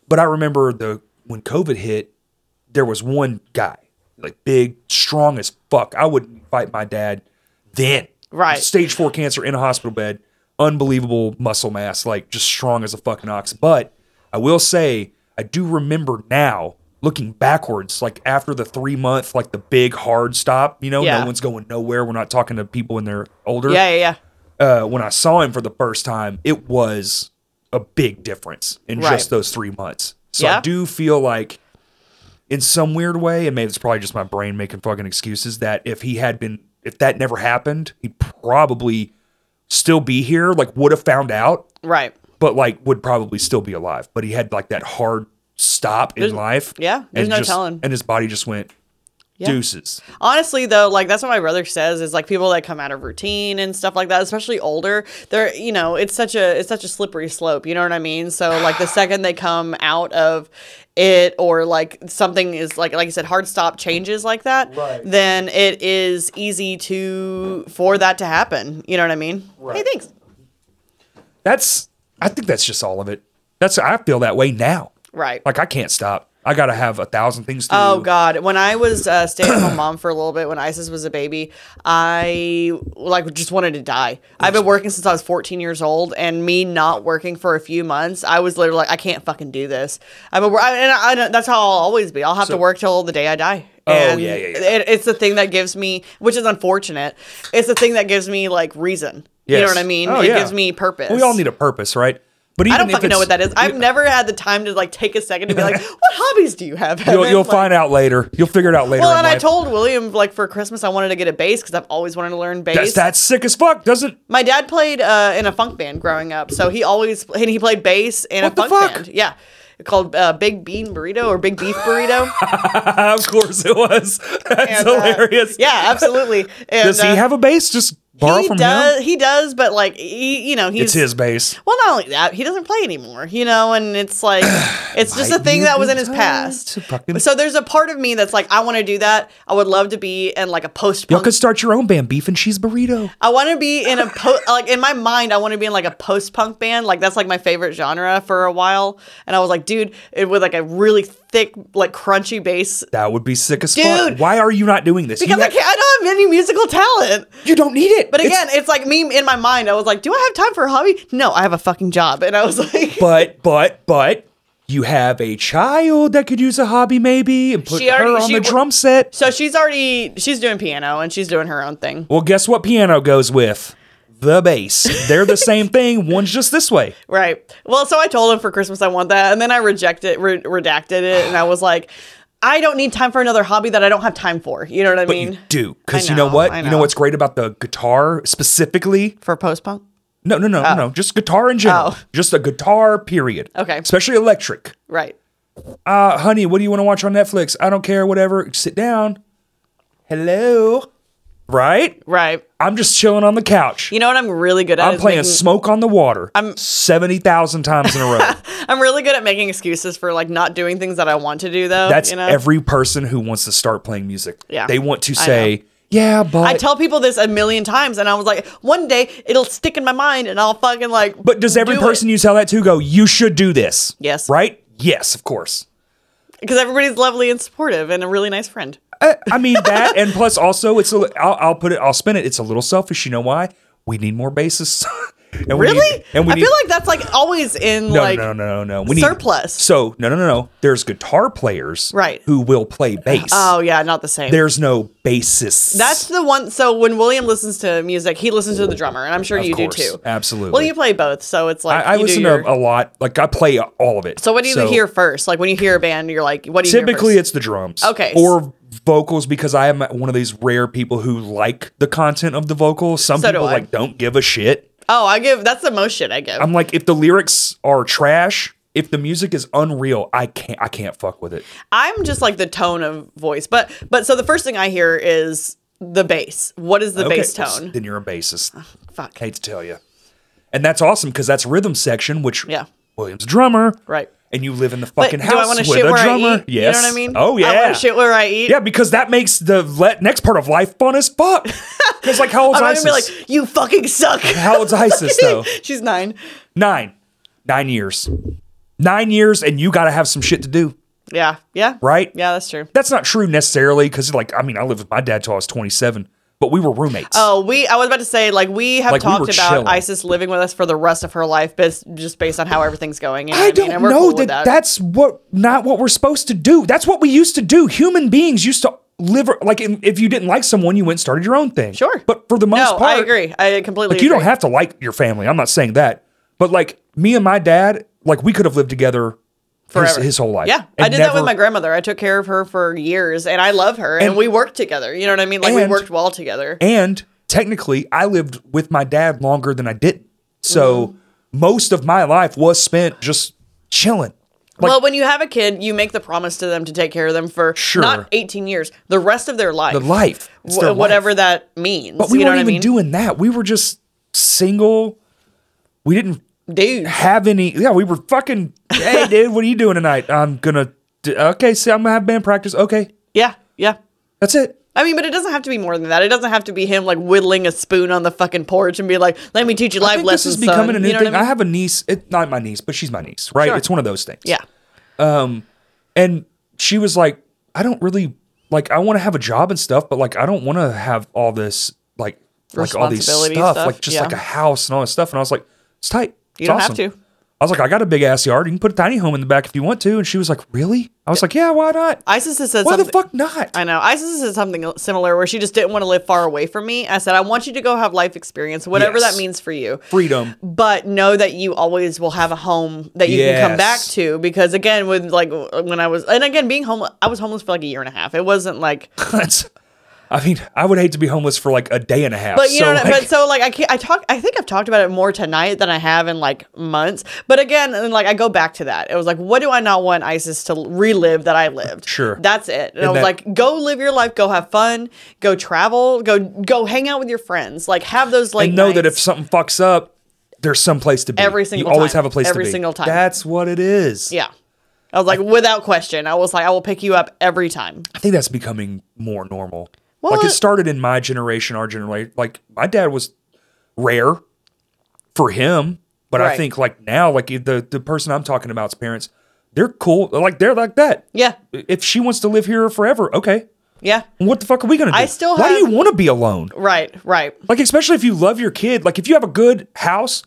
Speaker 1: But I remember the when COVID hit, there was one guy like big, strong as fuck. I would fight my dad then.
Speaker 2: Right.
Speaker 1: Stage four cancer in a hospital bed, unbelievable muscle mass, like just strong as a fucking ox. But I will say, I do remember now looking backwards, like after the three month, like the big hard stop. You know,
Speaker 2: Yeah.
Speaker 1: no one's going nowhere. We're not talking to people in their older
Speaker 2: Yeah. Yeah. Yeah.
Speaker 1: uh, when I saw him for the first time, it was a big difference in
Speaker 2: Right.
Speaker 1: just those three months. So
Speaker 2: Yeah.
Speaker 1: I do feel like, in some weird way, and maybe it's probably just my brain making fucking excuses, that if he had been, if that never happened, he'd probably still be here, like would have found out,
Speaker 2: Right.
Speaker 1: but like would probably still be alive. But he had like that hard stop in life.
Speaker 2: yeah, there's
Speaker 1: and
Speaker 2: no
Speaker 1: just-
Speaker 2: telling.
Speaker 1: And his body just went deuces.
Speaker 2: honestly though like that's what my brother says is like people that come out of routine and stuff like that especially older they're you know it's such a it's such a slippery slope you know what i mean so like the second they come out of it or like something is like like i said hard stop changes like that
Speaker 3: Right.
Speaker 2: then it is easy to for that to happen you know what i mean hey
Speaker 3: Right.
Speaker 2: thanks
Speaker 1: That's, I think that's just all of it. That's, I feel that way now.
Speaker 2: right
Speaker 1: Like I can't stop. I gotta have a thousand things to
Speaker 2: Oh
Speaker 1: do.
Speaker 2: God! When I was uh, stay-at-home mom for a little bit, when Isis was a baby, I like just wanted to die. I've been working since I was 14 years old, and me not working for a few months, I was literally like, I can't fucking do this. I've been, wor- I, and I, don't- that's how I'll always be. I'll have to work till the day I die.
Speaker 1: Oh,
Speaker 2: And
Speaker 1: yeah, yeah, yeah.
Speaker 2: It, it's the thing that gives me, which is unfortunate. It's the thing that gives me like reason. You know
Speaker 1: Yes.
Speaker 2: what I mean?
Speaker 1: Oh,
Speaker 2: it
Speaker 1: yeah.
Speaker 2: gives me purpose.
Speaker 1: We all need a purpose, right? But even
Speaker 2: I don't
Speaker 1: if
Speaker 2: fucking know
Speaker 1: it's-
Speaker 2: what that is. I've never had the time to like take a second to be like, what hobbies do you have?
Speaker 1: You'll,
Speaker 2: Evan?"
Speaker 1: you'll
Speaker 2: Like-
Speaker 1: find out later. You'll figure it out later.
Speaker 2: Well,
Speaker 1: in
Speaker 2: and I
Speaker 1: life.
Speaker 2: told William like for Christmas I wanted to get a bass because I've always wanted to learn bass.
Speaker 1: that's, that's sick as fuck. Doesn't
Speaker 2: My dad played uh, in a funk band growing up, so he always and he played bass in a
Speaker 1: What the
Speaker 2: funk
Speaker 1: fuck?
Speaker 2: band. Yeah, called uh, Big Bean Burrito or Big Beef Burrito.
Speaker 1: of course it was. That's
Speaker 2: And, uh,
Speaker 1: hilarious.
Speaker 2: yeah, absolutely. And,
Speaker 1: Does he
Speaker 2: uh,
Speaker 1: have a bass? Just borrow
Speaker 2: he
Speaker 1: from
Speaker 2: does.
Speaker 1: him.
Speaker 2: He does, but like he, you know, he's
Speaker 1: It's his bass.
Speaker 2: Well, not only that, he doesn't play anymore, you know, and it's like, it's just a
Speaker 1: Might
Speaker 2: thing
Speaker 1: you
Speaker 2: that was
Speaker 1: be
Speaker 2: in his
Speaker 1: tired
Speaker 2: past.
Speaker 1: to fucking-
Speaker 2: So there's a part of me that's like, I want to do that. I would love to be in like a post
Speaker 1: Y'all
Speaker 2: punk
Speaker 1: could start your own band, Beef and Cheese Burrito.
Speaker 2: I want to be in a po- like in my mind. I want to be in like a post punk band. Like that's like my favorite genre for a while. And I was like, dude, it with like a really thick, like crunchy bass.
Speaker 1: That would be sick as
Speaker 2: Dude.
Speaker 1: fuck. Why are you not doing this?
Speaker 2: Because
Speaker 1: you,
Speaker 2: I can't. I don't have any musical talent.
Speaker 1: you don't need it.
Speaker 2: But
Speaker 1: It's-
Speaker 2: again, it's, like me in my mind. I was like, do I have time for a hobby? No, I have a fucking job. And I was like,
Speaker 1: but but but you have a child that could use a hobby, maybe, and put
Speaker 2: She already-
Speaker 1: her on
Speaker 2: she
Speaker 1: the
Speaker 2: w-
Speaker 1: drum set.
Speaker 2: so she's already she's doing piano and she's doing her own thing,
Speaker 1: Well, guess what piano goes with? The bass. They're the same thing. One's just this way.
Speaker 2: right? Well, so I told him for Christmas I want that, and then I rejected, re- redacted it, and I was like. I don't need time for another hobby that I don't have time for. You know what I
Speaker 1: But
Speaker 2: mean?
Speaker 1: you do because
Speaker 2: I
Speaker 1: you know
Speaker 2: know,
Speaker 1: what?
Speaker 2: I
Speaker 1: You know
Speaker 2: know.
Speaker 1: what's great about the guitar specifically?
Speaker 2: for post punk.
Speaker 1: No, no, no, no, no. Just guitar in general.
Speaker 2: Oh.
Speaker 1: Just a guitar. Period.
Speaker 2: Okay.
Speaker 1: Especially electric.
Speaker 2: Right.
Speaker 1: Uh, honey, what do you want to watch on Netflix? I don't care. Whatever. Sit down. Hello. Right.
Speaker 2: Right.
Speaker 1: I'm just chilling on the couch.
Speaker 2: You know what I'm really good at?
Speaker 1: I'm
Speaker 2: is
Speaker 1: playing
Speaker 2: making-
Speaker 1: Smoke on the Water. I'm seventy thousand times in a row.
Speaker 2: I'm really good at making excuses for like not doing things that I want to do though.
Speaker 1: That's
Speaker 2: you know?
Speaker 1: every person who wants to start playing music.
Speaker 2: Yeah.
Speaker 1: They want to
Speaker 2: I
Speaker 1: say, yeah, but
Speaker 2: I tell people this a million times, and I was like, one day it'll stick in my mind, and I'll fucking like.
Speaker 1: but does every person you tell that to go, you should do this?
Speaker 2: Yes.
Speaker 1: Right? Yes, of course.
Speaker 2: Because everybody's lovely and supportive and a really nice friend.
Speaker 1: I, I mean that, and plus also it's a. li- I'll, I'll put it. I'll spin it. It's a little selfish. You know why? We need more bassists. and we need-
Speaker 2: Really?
Speaker 1: and we
Speaker 2: I
Speaker 1: need,
Speaker 2: feel like that's like always in
Speaker 1: no,
Speaker 2: like.
Speaker 1: no, no, no, no. We need
Speaker 2: surplus.
Speaker 1: So no, no, no, no. There's guitar players,
Speaker 2: Right.
Speaker 1: who will play bass.
Speaker 2: Oh yeah, not the same.
Speaker 1: There's no bassists.
Speaker 2: that's the one. So when William listens to music, he listens to the drummer, and I'm sure
Speaker 1: Of
Speaker 2: you
Speaker 1: course.
Speaker 2: do too.
Speaker 1: Absolutely.
Speaker 2: Well, you play both, so it's like
Speaker 1: I, I
Speaker 2: you do
Speaker 1: listen
Speaker 2: your-
Speaker 1: to a lot. Like I play all of it.
Speaker 2: So what do you hear first? Like when you hear a band, you're like, what do you
Speaker 1: Typically,
Speaker 2: hear
Speaker 1: it's the drums.
Speaker 2: Okay.
Speaker 1: Or vocals because I am one of these rare people who like the content of the vocals. Some
Speaker 2: So do
Speaker 1: people
Speaker 2: I.
Speaker 1: like don't give a shit.
Speaker 2: first? Oh, I give that's the most shit I give.
Speaker 1: I'm like, if the lyrics are trash, if the music is unreal, I can't. I can't fuck with it.
Speaker 2: I'm just like the tone of voice, but but so the first thing I hear is the bass. What is the bass
Speaker 1: well, s-
Speaker 2: tone?
Speaker 1: Then you're a bassist.
Speaker 2: Fuck.
Speaker 1: Hate to tell you. And that's awesome because that's rhythm section, which
Speaker 2: Yeah.
Speaker 1: Williams drummer,
Speaker 2: Right.
Speaker 1: And you live in the
Speaker 2: But
Speaker 1: fucking
Speaker 2: do I
Speaker 1: house
Speaker 2: want to
Speaker 1: with
Speaker 2: shit
Speaker 1: a
Speaker 2: where I
Speaker 1: drummer.
Speaker 2: eat?
Speaker 1: Yes.
Speaker 2: You know what I mean?
Speaker 1: Oh yeah.
Speaker 2: I want to shit where I eat.
Speaker 1: Yeah, because that makes the le- next part of life fun as fuck. Because like how old's
Speaker 2: I'm not
Speaker 1: ISIS?
Speaker 2: gonna be like, you fucking suck.
Speaker 1: how old's ISIS though?
Speaker 2: She's nine.
Speaker 1: Nine, nine years, nine years, and you got to have some shit to do,
Speaker 2: Yeah. Yeah.
Speaker 1: right?
Speaker 2: Yeah, that's true.
Speaker 1: That's not true necessarily because like I mean I lived with my dad till I was 27, but we were roommates.
Speaker 2: Oh, we. I was about to say, like, we have
Speaker 1: Like, we
Speaker 2: talked
Speaker 1: were
Speaker 2: about
Speaker 1: chilling.
Speaker 2: Isis living with us for the rest of her life, bas- just based on how everything's going. You know what
Speaker 1: I
Speaker 2: mean?
Speaker 1: don't
Speaker 2: And we're
Speaker 1: know
Speaker 2: cool with
Speaker 1: that,
Speaker 2: that.
Speaker 1: that's what not what we're supposed to do. That's what we used to do. Human beings used to live like in, if you didn't like someone, you went and started your own thing.
Speaker 2: Sure.
Speaker 1: but for the most
Speaker 2: No,
Speaker 1: part,
Speaker 2: I agree. I completely.
Speaker 1: Like you don't
Speaker 2: agree.
Speaker 1: have to like your family. I'm not saying that, but like me and my dad, like we could have lived together his,
Speaker 2: Forever.
Speaker 1: his whole life.
Speaker 2: Yeah, I
Speaker 1: And
Speaker 2: did that
Speaker 1: never-
Speaker 2: with my grandmother. I took care of her for years, and I love her, and,
Speaker 1: And-
Speaker 2: we worked together. You know what I mean? Like we
Speaker 1: and-
Speaker 2: worked well together.
Speaker 1: And technically, I lived with my dad longer than I did. So
Speaker 2: Mm-hmm.
Speaker 1: most of my life was spent just chilling. Like
Speaker 2: well, when you have a kid, you make the promise to them to take care of them for
Speaker 1: Sure.
Speaker 2: not 18 years, the rest of their life,
Speaker 1: the life, It's
Speaker 2: wh-
Speaker 1: their life.
Speaker 2: whatever that means.
Speaker 1: But we
Speaker 2: you know
Speaker 1: weren't
Speaker 2: what
Speaker 1: even
Speaker 2: I mean?
Speaker 1: doing that. We were just single. We didn't
Speaker 2: Dude,
Speaker 1: have any. Yeah, we were fucking. Hey, dude, what are you doing tonight? I'm gonna. d- Okay, see, I'm gonna have band practice. Okay,
Speaker 2: yeah, yeah.
Speaker 1: that's it.
Speaker 2: I mean, but it doesn't have to be more than that. It doesn't have to be him like whittling a spoon on the fucking porch and be like, "Let me teach you
Speaker 1: I
Speaker 2: life
Speaker 1: think this is
Speaker 2: lessons."
Speaker 1: becoming
Speaker 2: son.
Speaker 1: a new
Speaker 2: you know
Speaker 1: thing. I,
Speaker 2: What I mean?
Speaker 1: have a niece, it, not my niece, but she's my niece, right?
Speaker 2: Sure.
Speaker 1: It's one of those things.
Speaker 2: yeah,
Speaker 1: And she was like, I don't really like. I want to have a job and stuff, but like, I don't want to have all this like like all these stuff,
Speaker 2: Responsibility stuff,
Speaker 1: like just
Speaker 2: yeah.
Speaker 1: like a house and all this stuff. And I was like, it's tight. It's
Speaker 2: You don't have
Speaker 1: awesome."
Speaker 2: to.
Speaker 1: I was like, I got a big ass yard. You can put a tiny home in the back if you want to. And she was like, Really? I was like, Yeah, why not?
Speaker 2: Isis has said
Speaker 1: why the
Speaker 2: something.
Speaker 1: fuck not?
Speaker 2: I know. Isis said something similar where she just didn't want to live far away from me. I said, I want you to go have life experience, whatever
Speaker 1: Yes.
Speaker 2: that means for you.
Speaker 1: Freedom.
Speaker 2: But know that you always will have a home that you can come back
Speaker 1: Yes.
Speaker 2: to because again, with like when I was and again being homeless, I was homeless for like a year and a half. It wasn't like,
Speaker 1: That's. I mean, I would hate to be homeless for like a day and a half.
Speaker 2: but you
Speaker 1: so,
Speaker 2: know, what I-
Speaker 1: like,
Speaker 2: but so like I can't. I talk. I think I've talked about it more tonight than I have in like months. But again, and like I go back to that. It was like, what do I not want Isis to relive that I lived?
Speaker 1: Sure.
Speaker 2: that's it. And, I was
Speaker 1: that-
Speaker 2: like, go live your life, go have fun, go travel, go go hang out with your friends, like have those like
Speaker 1: and know that if
Speaker 2: nights.
Speaker 1: something fucks up, there's some place to be.
Speaker 2: Every single
Speaker 1: you always have
Speaker 2: time.
Speaker 1: a place
Speaker 2: Every
Speaker 1: to be.
Speaker 2: single time.
Speaker 1: That's what it is.
Speaker 2: yeah. I was like, without question. I was like, I will pick you up every time.
Speaker 1: I think that's becoming more normal.
Speaker 2: Well, uh,
Speaker 1: like it
Speaker 2: it-
Speaker 1: started in my generation, our generation. Like my dad was rare for him, but I
Speaker 2: Right.
Speaker 1: think like now, like the the person I'm talking about's parents, they're cool. Like they're like that.
Speaker 2: Yeah.
Speaker 1: If she wants to live here forever, okay.
Speaker 2: Yeah.
Speaker 1: What the fuck are we gonna do?
Speaker 2: I still
Speaker 1: Why do you
Speaker 2: have-
Speaker 1: want to be alone?
Speaker 2: Right. Right.
Speaker 1: Like especially if you love your kid. Like if you have a good house,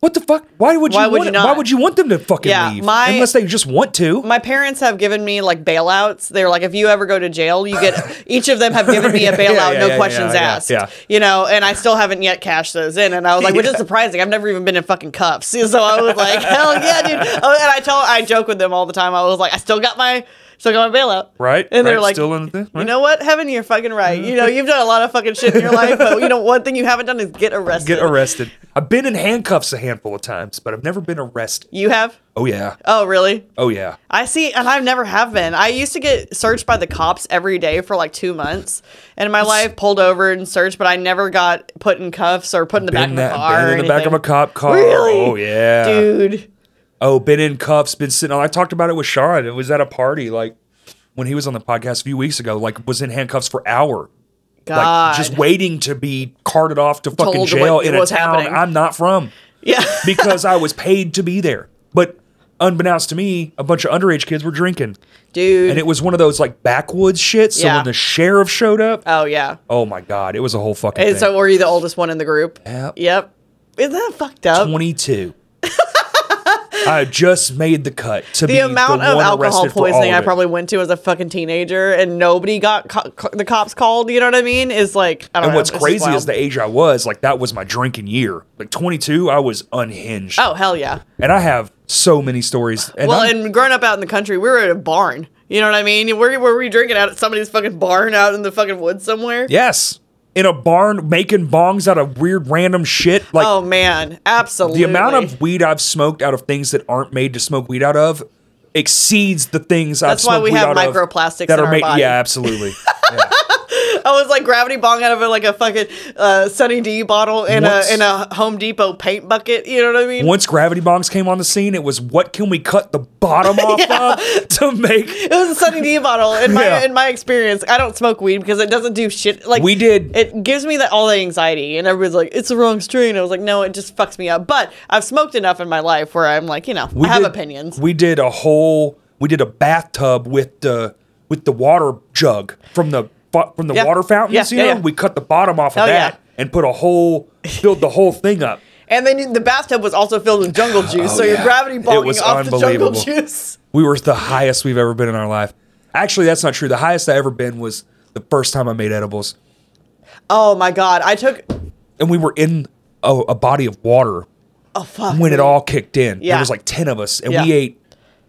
Speaker 1: What the fuck? Why would you?
Speaker 2: Why would
Speaker 1: want
Speaker 2: you
Speaker 1: it-
Speaker 2: not?
Speaker 1: Why would you want them to fucking
Speaker 2: Yeah,
Speaker 1: leave?
Speaker 2: my-
Speaker 1: Unless they just want to.
Speaker 2: my parents have given me like bailouts. They're like, if you ever go to jail, you get each of them have given me
Speaker 1: Yeah,
Speaker 2: a
Speaker 1: yeah,
Speaker 2: bailout,
Speaker 1: yeah,
Speaker 2: no
Speaker 1: yeah,
Speaker 2: questions
Speaker 1: yeah,
Speaker 2: asked.
Speaker 1: yeah.
Speaker 2: You know, and I still haven't yet cashed those in. And I was like, which is surprising. I've never even been in fucking cuffs. So I was like, hell yeah, dude. Oh, and I tell I joke with them all the time. I was like, I still got my still got my bailout.
Speaker 1: Right,
Speaker 2: And they're
Speaker 1: right,
Speaker 2: like
Speaker 1: still in the thing,
Speaker 2: You
Speaker 1: right.
Speaker 2: know what, Heaven, you're fucking right. You know, you've done a lot of fucking shit in your life, but you know, one thing you haven't done is get arrested.
Speaker 1: Get arrested. I've been in handcuffs a handful of times, but I've never been arrested.
Speaker 2: You have?
Speaker 1: Oh yeah.
Speaker 2: Oh, really?
Speaker 1: Oh yeah.
Speaker 2: I see, and I've never have been. I used to get searched by the cops every day for like two months, and in my life pulled over and searched, but I never got put in cuffs or put in the back
Speaker 1: been
Speaker 2: of the
Speaker 1: that-
Speaker 2: car.
Speaker 1: been
Speaker 2: or
Speaker 1: in the back of
Speaker 2: anything.
Speaker 1: a cop car.
Speaker 2: Really?
Speaker 1: Oh yeah.
Speaker 2: dude.
Speaker 1: Oh, been in cuffs, been sitting. I talked about it with Sean. It was at a party, like when he was on the podcast a few weeks ago. Like was in handcuffs for hour,
Speaker 2: God,
Speaker 1: like just waiting to be carted off to fucking
Speaker 2: Told
Speaker 1: jail
Speaker 2: what-
Speaker 1: in a
Speaker 2: what's
Speaker 1: town
Speaker 2: happening.
Speaker 1: I'm not from
Speaker 2: yeah.
Speaker 1: because I was paid to be there. But unbeknownst to me, a bunch of underage kids were drinking,
Speaker 2: dude.
Speaker 1: and it was one of those like backwoods shit. So
Speaker 2: Yeah.
Speaker 1: when the sheriff showed up,
Speaker 2: oh yeah.
Speaker 1: oh my god, it was a whole fucking
Speaker 2: And
Speaker 1: thing.
Speaker 2: so, were you the oldest one in the group?
Speaker 1: Yep.
Speaker 2: Yep. Isn't that fucked up?
Speaker 1: 22. I just made the cut to be
Speaker 2: the amount
Speaker 1: the
Speaker 2: of
Speaker 1: one
Speaker 2: alcohol
Speaker 1: arrested for all
Speaker 2: poisoning
Speaker 1: of
Speaker 2: I
Speaker 1: it.
Speaker 2: probably went to as a fucking teenager, and nobody got co- co- the cops called. You know what I mean? Is like, I don't
Speaker 1: And
Speaker 2: know,
Speaker 1: what's
Speaker 2: it's just
Speaker 1: crazy
Speaker 2: wild.
Speaker 1: is the age I was, like that was my drinking year. Like 22, I was unhinged.
Speaker 2: oh hell yeah.
Speaker 1: And I have so many stories. And
Speaker 2: Well,
Speaker 1: I'm-
Speaker 2: and growing up out in the country, we were at a barn. You know what I mean? Where were we drinking out at somebody's fucking barn out in the fucking woods somewhere?
Speaker 1: yes, in a barn making bongs out of weird random shit. Like
Speaker 2: oh man, absolutely.
Speaker 1: the amount of weed I've smoked out of things that aren't made to smoke weed out of exceeds the things I've
Speaker 2: That's why
Speaker 1: smoked
Speaker 2: we
Speaker 1: weed
Speaker 2: have
Speaker 1: out of
Speaker 2: microplastics
Speaker 1: that
Speaker 2: in
Speaker 1: are
Speaker 2: our
Speaker 1: made.
Speaker 2: body.
Speaker 1: Yeah, absolutely. Yeah.
Speaker 2: I was like gravity bong out of a, like a fucking uh, Sunny D bottle in
Speaker 1: Once-
Speaker 2: a in a Home Depot paint bucket. You know what I mean?
Speaker 1: Once gravity bongs came on the scene, it was what can we cut the bottom off of to make
Speaker 2: it was a Sunny D bottle. In my
Speaker 1: Yeah.
Speaker 2: in my experience, I don't smoke weed because it doesn't do shit. Like
Speaker 1: We did.
Speaker 2: It gives me that all the anxiety, and everybody's like, "It's the wrong strain." I was like, "No, it just fucks me up." But I've smoked enough in my life where I'm like, you know, I have
Speaker 1: did-
Speaker 2: opinions.
Speaker 1: We did a whole we did a bathtub with the with the water jug from the fu- from the
Speaker 2: Yeah.
Speaker 1: water fountains,
Speaker 2: Yeah,
Speaker 1: you
Speaker 2: yeah,
Speaker 1: know?
Speaker 2: yeah.
Speaker 1: We cut the bottom off of
Speaker 2: Oh, yeah.
Speaker 1: that and put a whole filled the whole thing up.
Speaker 2: And then the bathtub was also filled with jungle juice, so
Speaker 1: Oh, yeah.
Speaker 2: you're gravity
Speaker 1: It
Speaker 2: bombing
Speaker 1: was
Speaker 2: off the jungle
Speaker 1: unbelievable.
Speaker 2: juice.
Speaker 1: We were the highest we've ever been in our life. Actually, that's not true. The highest I ever been was the first time I made edibles.
Speaker 2: Oh my god! I took
Speaker 1: And we were in a, a body of water
Speaker 2: oh fuck
Speaker 1: when it all kicked in.
Speaker 2: Yeah.
Speaker 1: There was like ten of us, and we
Speaker 2: Yeah.
Speaker 1: ate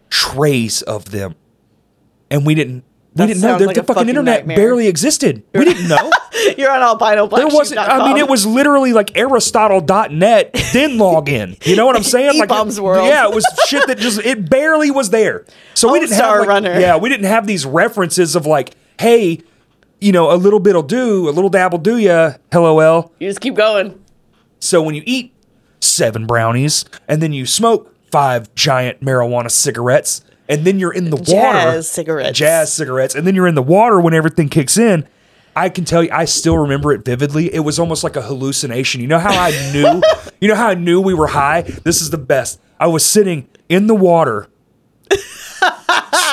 Speaker 1: trays of them, and we didn't. We
Speaker 2: That
Speaker 1: didn't know
Speaker 2: sounds
Speaker 1: the,
Speaker 2: like
Speaker 1: the
Speaker 2: a
Speaker 1: fucking
Speaker 2: fucking
Speaker 1: internet
Speaker 2: nightmare.
Speaker 1: barely existed. We didn't know.
Speaker 2: You're on albino black.
Speaker 1: There wasn't. I mean, it was literally like Aristotle.net. Then log in. You know what I'm saying? Like,
Speaker 2: E-Bombs
Speaker 1: it-
Speaker 2: world.
Speaker 1: Yeah, it was shit that just it barely was there. So we
Speaker 2: Home
Speaker 1: didn't
Speaker 2: Star
Speaker 1: have like,
Speaker 2: Runner.
Speaker 1: yeah, we didn't have these references of like, hey, you know, a little bit'll do, a little dab'll do ya. LOL.
Speaker 2: You just keep going.
Speaker 1: So when you eat seven brownies and then you smoke five giant marijuana cigarettes and then you're in the water
Speaker 2: Jazz cigarettes.
Speaker 1: jazz cigarettes and then you're in the water when everything kicks in I can tell you I still remember it vividly it was almost like a hallucination you know how I knew you know how I knew we were high this is the best I was sitting in the water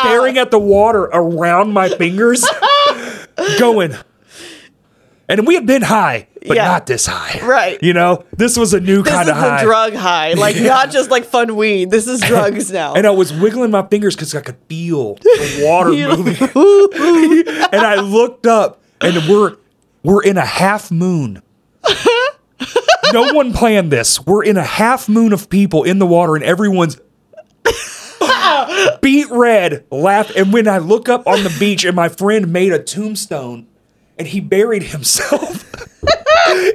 Speaker 1: staring at the water around my fingers going and we had been high but
Speaker 2: Yeah.
Speaker 1: not this high
Speaker 2: Right.
Speaker 1: you know this was a new
Speaker 2: This
Speaker 1: kind
Speaker 2: is
Speaker 1: of high
Speaker 2: the drug high, like not just like fun weed. This is drugs now.
Speaker 1: and I was wiggling my fingers because I could feel the water moving. and I looked up, and we're we're in a half moon. no one planned this. We're in a half moon of people in the water, and everyone's beat red, laugh. And when I look up on the beach, and my friend made a tombstone, and he buried himself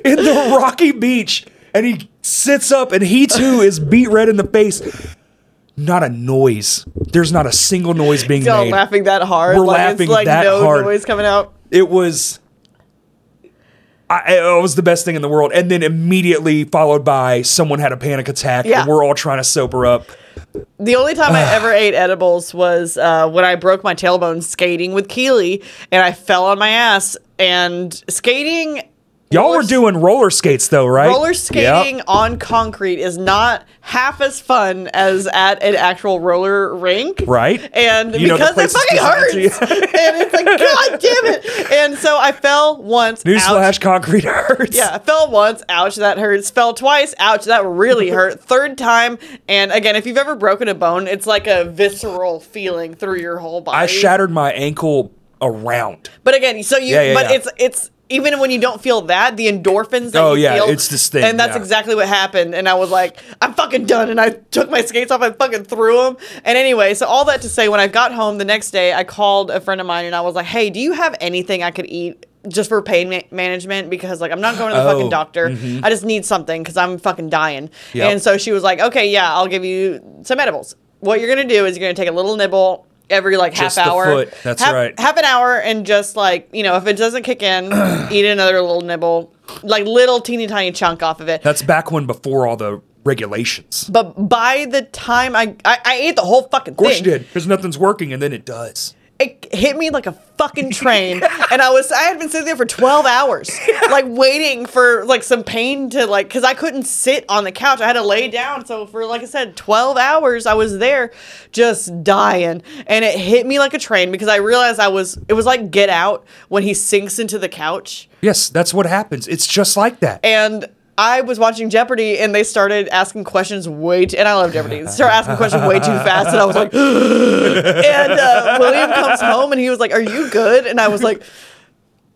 Speaker 1: in the rocky beach, and he sits up, and he too is beat red in the face. Not a noise. There's not a single noise being
Speaker 2: Y'all
Speaker 1: made.
Speaker 2: laughing that hard.
Speaker 1: We're
Speaker 2: like,
Speaker 1: laughing
Speaker 2: it's like
Speaker 1: that
Speaker 2: no
Speaker 1: hard.
Speaker 2: noise coming out.
Speaker 1: it was I, it was the best thing in the world and then immediately followed by someone had a panic attack
Speaker 2: Yeah.
Speaker 1: and we're all trying to sober up
Speaker 2: The only time I ever ate edibles was uh, when I broke my tailbone skating with Keely, and I fell on my ass. And skating
Speaker 1: Y'all
Speaker 2: roller
Speaker 1: were doing roller skates though, right?
Speaker 2: roller skating
Speaker 1: Yep.
Speaker 2: on concrete is not half as fun as at an actual roller rink.
Speaker 1: Right.
Speaker 2: And
Speaker 1: You know, the
Speaker 2: because it
Speaker 1: place is
Speaker 2: fucking hurts.
Speaker 1: designed to-
Speaker 2: and it's like, God damn it. And so I fell once. ouch.
Speaker 1: Newsflash: concrete hurts.
Speaker 2: Yeah, I fell once. Ouch, that hurts. Fell twice. Ouch, that really hurt. Third time. And again, if you've ever broken a bone, it's like a visceral feeling through your whole body.
Speaker 1: I shattered my ankle around.
Speaker 2: But again, so you,
Speaker 1: Yeah, yeah,
Speaker 2: but
Speaker 1: yeah.
Speaker 2: it's it's even when you don't feel that, the endorphins. That
Speaker 1: Oh,
Speaker 2: you
Speaker 1: yeah,
Speaker 2: feel,
Speaker 1: it's this thing,
Speaker 2: and that's
Speaker 1: yeah.
Speaker 2: exactly what happened. And I was like, I'm fucking done. And I took my skates off. I fucking threw them. And anyway, so all that to say, when I got home the next day, I called a friend of mine and I was like, Hey, do you have anything I could eat? Just for pain ma- management, because like I'm not going to the fucking
Speaker 1: Oh,
Speaker 2: doctor. I just need something because I'm fucking dying.
Speaker 1: Yep.
Speaker 2: And so she was like, "Okay, yeah, I'll give you some edibles. What you're gonna do is you're gonna take a little nibble every like
Speaker 1: Just the
Speaker 2: half hour.
Speaker 1: foot. That's
Speaker 2: half,
Speaker 1: right.
Speaker 2: Half an hour and just like you know, if it doesn't kick in, eat another little nibble, like little teeny tiny chunk off of it.
Speaker 1: That's back when before all the regulations. Of
Speaker 2: but by the time I, I I ate the whole fucking thing,
Speaker 1: course you did, because nothing's working, and then it does.
Speaker 2: it hit me like a fucking train and i was i had been sitting there for 12 hours like waiting for like some pain to like because i couldn't sit on the couch i had to lay down so for like i said 12 hours i was there just dying and it hit me like a train because i realized i was it was like get out when he sinks into the couch
Speaker 1: Yes, that's what happens. It's just like that.
Speaker 2: and I was watching Jeopardy, and they started asking questions way too. And I love Jeopardy. They started asking questions way too fast, and I was like, and uh, William comes home, and he was like, "Are you good?" And I was like.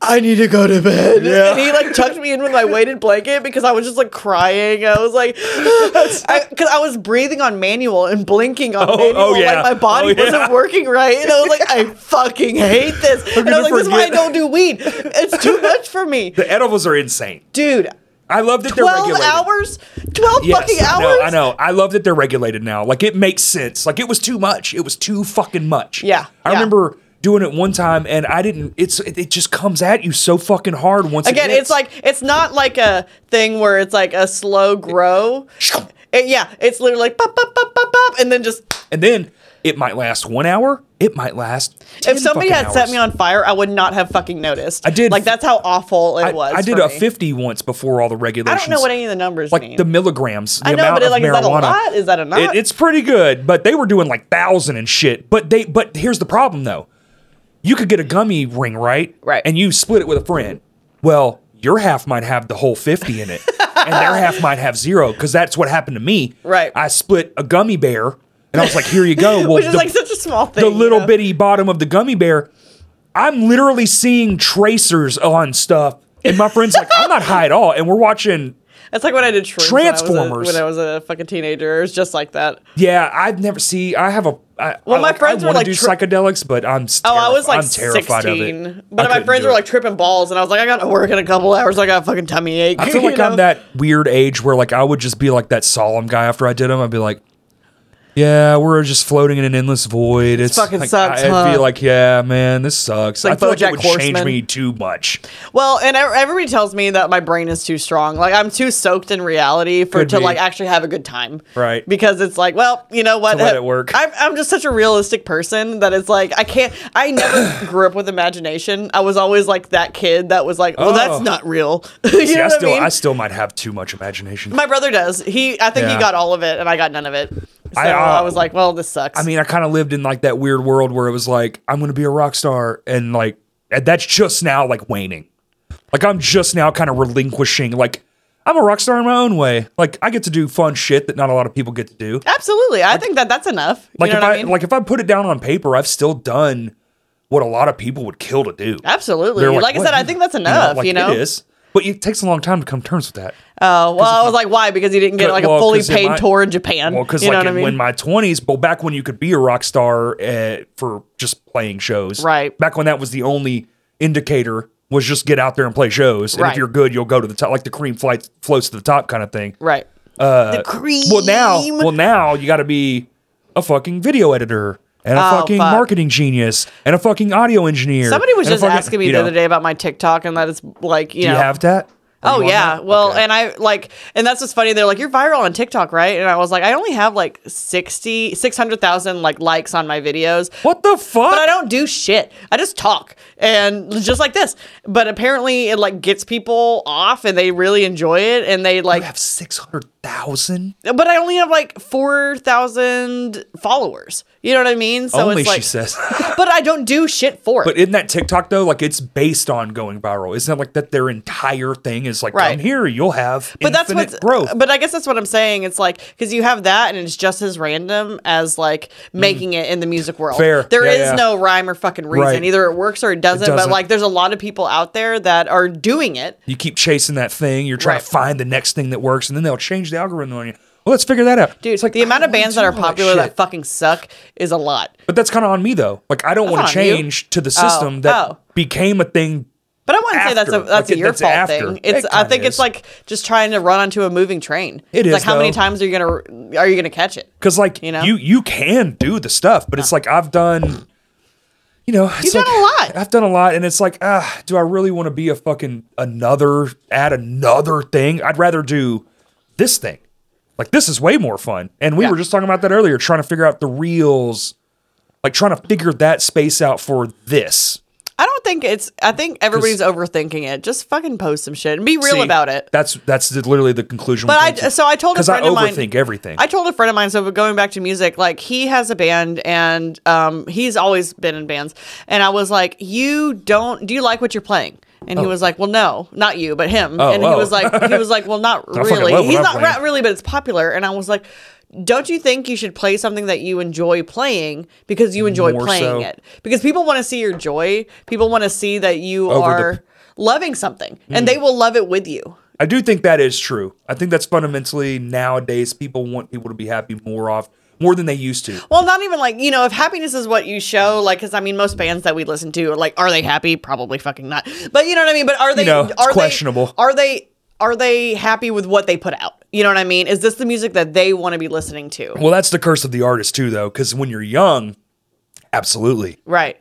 Speaker 2: I need to go to bed. And he like tucked me in with my weighted blanket because I was just like crying. I was like, because I, 'cause I was breathing on manual and blinking on manual.
Speaker 1: oh, yeah.
Speaker 2: Like my body
Speaker 1: Oh, yeah.
Speaker 2: wasn't working right. And I was like, I fucking hate this. And I
Speaker 1: gonna
Speaker 2: was like, this is why I
Speaker 1: forget.
Speaker 2: don't do weed. It's too much for me.
Speaker 1: The edibles are insane.
Speaker 2: Dude,
Speaker 1: I love that they're
Speaker 2: 12
Speaker 1: regulated.
Speaker 2: hours 12
Speaker 1: Yes,
Speaker 2: fucking
Speaker 1: I
Speaker 2: hours
Speaker 1: know, I know. I love that they're regulated now. Like it makes sense. Like it was too much. It was too fucking much.
Speaker 2: Yeah,
Speaker 1: I
Speaker 2: yeah.
Speaker 1: remember doing it one time and I didn't it's it, it just comes at you so fucking hard once it
Speaker 2: again
Speaker 1: hits.
Speaker 2: it's like it's not like a thing where it's like a slow grow It- yeah it's literally like pop pop pop pop pop and then just
Speaker 1: and then it might last 1 hour. It might last 10
Speaker 2: if somebody
Speaker 1: fucking
Speaker 2: had set
Speaker 1: hours.
Speaker 2: me on fire i would not have fucking noticed
Speaker 1: I did
Speaker 2: like
Speaker 1: f-
Speaker 2: that's how awful it
Speaker 1: I,
Speaker 2: was
Speaker 1: I did
Speaker 2: for
Speaker 1: a
Speaker 2: me.
Speaker 1: 50 once before all the
Speaker 2: i
Speaker 1: regulations.
Speaker 2: don't know what any of the numbers
Speaker 1: like
Speaker 2: mean
Speaker 1: the milligrams, the
Speaker 2: I know,
Speaker 1: amount
Speaker 2: but it,
Speaker 1: of
Speaker 2: like, is
Speaker 1: marijuana.
Speaker 2: that a lot? Is that a
Speaker 1: It-
Speaker 2: not?
Speaker 1: it's pretty good, but they were doing like thousand and shit. But they, but here's the problem though, you could get a gummy ring, right?
Speaker 2: Right.
Speaker 1: And you split it with a friend. Well, your half might have the whole fifty in it, and their half might have zero because that's what happened to me.
Speaker 2: Right.
Speaker 1: I split a gummy bear, and I was like, "Here you go." Well,
Speaker 2: which is
Speaker 1: the-
Speaker 2: like such a small thing
Speaker 1: the
Speaker 2: you
Speaker 1: little
Speaker 2: know?
Speaker 1: bitty bottom of the gummy bear. I'm literally seeing tracers on stuff, and my friend's like, "I'm not high at all," and we're watching
Speaker 2: that's like when i did shrooms when I was a-
Speaker 1: Transformers.
Speaker 2: when i was a, fucking teenager it was just like that
Speaker 1: Yeah, I've never see. I have a. I, well,
Speaker 2: my friends
Speaker 1: I
Speaker 2: were,
Speaker 1: wanna
Speaker 2: like,
Speaker 1: do
Speaker 2: tri-
Speaker 1: psychedelics, but I'm.
Speaker 2: Oh, I was like
Speaker 1: am terrified
Speaker 2: 16.
Speaker 1: of it. I
Speaker 2: But my
Speaker 1: couldn't
Speaker 2: friends
Speaker 1: do
Speaker 2: were
Speaker 1: it.
Speaker 2: like tripping balls, and I was like, I got to work in a couple hours. I got a fucking tummy ache.
Speaker 1: I feel
Speaker 2: you
Speaker 1: like
Speaker 2: know?
Speaker 1: I'm that weird age where like I would just be like that solemn guy after I did them. I'd be like, Yeah, we're just floating in an endless void. It's
Speaker 2: fucking
Speaker 1: like,
Speaker 2: sucks,
Speaker 1: I'd be
Speaker 2: huh?
Speaker 1: like, Yeah, man, this sucks. I
Speaker 2: like
Speaker 1: feel like
Speaker 2: BoJack
Speaker 1: it would change
Speaker 2: Horseman.
Speaker 1: me too much.
Speaker 2: Well, and ev- everybody tells me that my brain is too strong. Like I'm too soaked in reality for
Speaker 1: Could
Speaker 2: to
Speaker 1: be.
Speaker 2: like actually have a good time.
Speaker 1: Right.
Speaker 2: Because it's like, well, you know what?
Speaker 1: To let it work.
Speaker 2: I'm I'm just such a realistic person that it's like I can't. I never grew up with imagination. I was always like that kid that was like, well,
Speaker 1: Oh.
Speaker 2: that's not real. you
Speaker 1: See,
Speaker 2: know
Speaker 1: I
Speaker 2: what
Speaker 1: still,
Speaker 2: I mean?
Speaker 1: I still might have too much imagination.
Speaker 2: my brother does. He, I think
Speaker 1: Yeah.
Speaker 2: he got all of it, and I got none of it. So
Speaker 1: I,
Speaker 2: I,
Speaker 1: uh,
Speaker 2: was like, well, this sucks.
Speaker 1: I mean, I kind of lived in like that weird world where it was like, I'm going to be a rock star. And like, and that's just now like waning. Like, I'm just now kind of relinquishing. Like, I'm a rock star in my own way. Like, I get to do fun shit that not a lot of people get to do.
Speaker 2: Absolutely. I think that that's enough. You
Speaker 1: Like,
Speaker 2: know
Speaker 1: if
Speaker 2: what
Speaker 1: I,
Speaker 2: I mean?
Speaker 1: like, if I put it down on paper, I've still done what a lot of people would kill to do.
Speaker 2: Absolutely.
Speaker 1: They're
Speaker 2: Like, I
Speaker 1: "What?
Speaker 2: said, I
Speaker 1: You-
Speaker 2: think that's enough, you know?
Speaker 1: it is. But it takes a long time to come to terms with that.
Speaker 2: Oh, well, I was like, why? Because he didn't get
Speaker 1: But-
Speaker 2: like a
Speaker 1: well,
Speaker 2: fully
Speaker 1: 'cause in
Speaker 2: paid
Speaker 1: my-
Speaker 2: tour in Japan.
Speaker 1: Well, because
Speaker 2: you know
Speaker 1: like
Speaker 2: what I
Speaker 1: in,
Speaker 2: mean?
Speaker 1: when my twenties, well, back when you could be a rock star uh, for just playing shows,
Speaker 2: Right.
Speaker 1: Back when that was the only indicator was just get out there and play shows, and
Speaker 2: Right.
Speaker 1: if you're good, you'll go to the top, like the cream flight floats to the top kind of thing.
Speaker 2: right.
Speaker 1: Uh,
Speaker 2: cream.
Speaker 1: Well, now, well, now you got to be a fucking video editor and a
Speaker 2: Oh,
Speaker 1: fucking
Speaker 2: fuck.
Speaker 1: marketing genius and a fucking audio engineer.
Speaker 2: Somebody was
Speaker 1: and a
Speaker 2: just
Speaker 1: fucking-
Speaker 2: asking me
Speaker 1: you
Speaker 2: the
Speaker 1: know,
Speaker 2: other day about my TikTok and that it's like, you
Speaker 1: Do you
Speaker 2: know,
Speaker 1: have that? Are
Speaker 2: Oh
Speaker 1: you on
Speaker 2: yeah.
Speaker 1: that?
Speaker 2: Well,
Speaker 1: Okay.
Speaker 2: and I like and that's what's funny. They're like, You're viral on TikTok, right? And I was like, I only have like 60 600,000 like likes on my videos.
Speaker 1: what the fuck?
Speaker 2: But I don't do shit. I just talk and just like this. But apparently it like gets people off and they really enjoy it and they like
Speaker 1: You have six hundred thousand.
Speaker 2: but I only have like 4,000 followers. You know what I mean? So
Speaker 1: Only
Speaker 2: it's like
Speaker 1: she says.
Speaker 2: But I don't do shit for it.
Speaker 1: But isn't that TikTok though? Like it's based on going viral. Isn't that like that their entire thing is like
Speaker 2: Right.
Speaker 1: come here, you'll have
Speaker 2: but that's
Speaker 1: infinite
Speaker 2: what's
Speaker 1: growth.
Speaker 2: But I guess that's what I'm saying. It's like because you have that, and it's just as random as like making it in the music world.
Speaker 1: Mm-hmm. Fair.
Speaker 2: There
Speaker 1: Yeah,
Speaker 2: is
Speaker 1: yeah.
Speaker 2: no rhyme or fucking reason.
Speaker 1: Right.
Speaker 2: Either it works or it doesn't,
Speaker 1: doesn't.
Speaker 2: But like, there's a lot of people out there that are doing it.
Speaker 1: you keep chasing that thing, you're trying
Speaker 2: Right.
Speaker 1: to find the next thing that works, and then they'll change the algorithm on you. Well, let's figure that out.
Speaker 2: Dude,
Speaker 1: it's like
Speaker 2: the amount
Speaker 1: I
Speaker 2: of
Speaker 1: don't
Speaker 2: bands that
Speaker 1: do
Speaker 2: are
Speaker 1: all
Speaker 2: popular
Speaker 1: shit.
Speaker 2: that fucking suck is a lot.
Speaker 1: But that's kind of on me though. Like I don't want to
Speaker 2: not on you.
Speaker 1: change to the system that
Speaker 2: oh.
Speaker 1: became a thing.
Speaker 2: But I wouldn't say that's a
Speaker 1: After.
Speaker 2: that's
Speaker 1: Like,
Speaker 2: a your
Speaker 1: that's
Speaker 2: fault
Speaker 1: after.
Speaker 2: thing.
Speaker 1: It
Speaker 2: It's I
Speaker 1: kinda
Speaker 2: think
Speaker 1: is.
Speaker 2: it's like just trying to run onto a moving train.
Speaker 1: It
Speaker 2: It's
Speaker 1: is,
Speaker 2: like how many
Speaker 1: though.
Speaker 2: times are you gonna are you gonna catch it?
Speaker 1: Because like you,
Speaker 2: You know?
Speaker 1: you can do the stuff, but it's like I've done. You know, it's
Speaker 2: You've
Speaker 1: like,
Speaker 2: done a lot.
Speaker 1: I've done a lot, and it's like, ah, do I really want to be a fucking another? Add another thing. I'd rather do this thing. Like this is way more fun. And we
Speaker 2: Yeah.
Speaker 1: were just talking about that earlier, trying to figure out the reels, like trying to figure that space out for this.
Speaker 2: I don't think it's. I think everybody's overthinking it. Just fucking post some shit and be real
Speaker 1: See,
Speaker 2: about it.
Speaker 1: That's that's the- literally the conclusion.
Speaker 2: But I so I told a
Speaker 1: because I
Speaker 2: friend of mine.
Speaker 1: overthink everything.
Speaker 2: I told a friend of mine. So going back to music, like he has a band and um he's always been in bands, and I was like, you don't do you like what you're playing? And he was like, well, no, not you, but him. and he
Speaker 1: oh.
Speaker 2: was like, he was like, well, not
Speaker 1: fucking
Speaker 2: really.
Speaker 1: love what
Speaker 2: He's
Speaker 1: I'm
Speaker 2: not
Speaker 1: playing.
Speaker 2: ra- really, but it's popular. And I was like. Don't you think you should play something that you enjoy playing because you enjoy
Speaker 1: More so.
Speaker 2: playing it? Because people want to see your joy. People want to see that you
Speaker 1: Over the- Hmm.
Speaker 2: are loving something and they will love it with you.
Speaker 1: I do think that is true. I think that's fundamentally nowadays people want people to be happy more off more than they used to.
Speaker 2: Well, not even like you know, if happiness is what you show, like, because I mean, most bands that we listen to, are like, are they happy? Probably fucking not. But you know what I mean. But are they?
Speaker 1: know, it's
Speaker 2: are they-
Speaker 1: questionable.
Speaker 2: are they? Are they happy with what they put out? You know what I mean? Is this the music that they want to be listening to?
Speaker 1: Well, that's the curse of the artist too, though, because when you're young, absolutely,
Speaker 2: Right.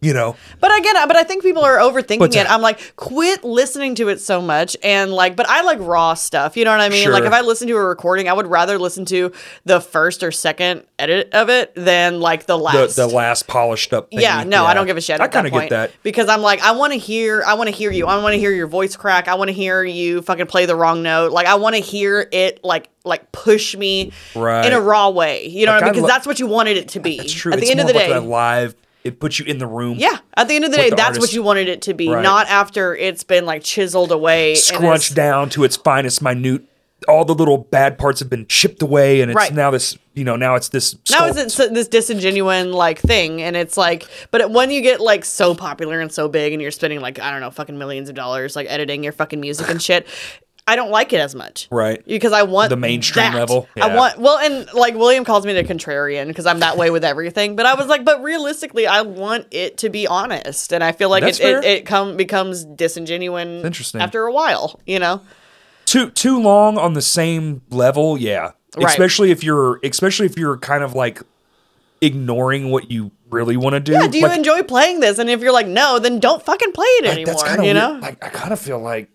Speaker 1: you know,
Speaker 2: But again, I- but I think people are overthinking
Speaker 1: But, uh,
Speaker 2: it. I'm like, quit listening to it so much, and like, but I like raw stuff. You know what I mean?
Speaker 1: Sure.
Speaker 2: Like, if I listen to a recording, I would rather listen to the first or second edit of it than like the
Speaker 1: the,
Speaker 2: last.
Speaker 1: the last polished up. Thing.
Speaker 2: Yeah, no, I don't give a shit.
Speaker 1: I
Speaker 2: at that
Speaker 1: kind of get
Speaker 2: point.
Speaker 1: that.
Speaker 2: because I'm like, I want to hear, I want to hear you. I want to hear your voice crack. I want to hear you fucking play the wrong note. Like, I want to hear it, like, like push me
Speaker 1: Right.
Speaker 2: in a raw way. You know,
Speaker 1: Like, I
Speaker 2: what I mean? because
Speaker 1: lo-
Speaker 2: that's what you wanted it to be.
Speaker 1: It's true.
Speaker 2: At the
Speaker 1: it's
Speaker 2: end of
Speaker 1: more
Speaker 2: the
Speaker 1: about
Speaker 2: day,
Speaker 1: that live. It puts you in the room.
Speaker 2: yeah. At the end of the day,
Speaker 1: the
Speaker 2: that's what
Speaker 1: artist.
Speaker 2: you wanted it to be,
Speaker 1: Right.
Speaker 2: not after it's been like chiseled away, and it's-
Speaker 1: scrunched down to its finest, minute. All the little bad parts have been chipped away, and it's
Speaker 2: Right.
Speaker 1: now this. You know, now it's this.
Speaker 2: Now
Speaker 1: sculpt.
Speaker 2: is it so- this disingenuine like thing, and it's like, but it- when you get like so popular and so big, and you're spending like I don't know, fucking millions of dollars like editing your fucking music and shit, I don't like it as much,
Speaker 1: Right.
Speaker 2: Because I want
Speaker 1: The mainstream
Speaker 2: that.
Speaker 1: level,
Speaker 2: I
Speaker 1: yeah.
Speaker 2: want well, and like William calls me the contrarian because I'm that way with everything, but I was like, but realistically, I want it to be honest, and I feel like
Speaker 1: That's
Speaker 2: it,
Speaker 1: fair.
Speaker 2: it it come becomes disingenuine
Speaker 1: interesting.
Speaker 2: after a while, you know?
Speaker 1: too too long on the same level yeah
Speaker 2: Right.
Speaker 1: especially if you're especially if you're kind of like ignoring what you really want to do
Speaker 2: Yeah, do you
Speaker 1: Hmm, like,
Speaker 2: enjoy playing this? And if you're like no, then don't fucking play it
Speaker 1: like,
Speaker 2: anymore.
Speaker 1: that's kinda
Speaker 2: you
Speaker 1: weird.
Speaker 2: know?
Speaker 1: like i kind of feel like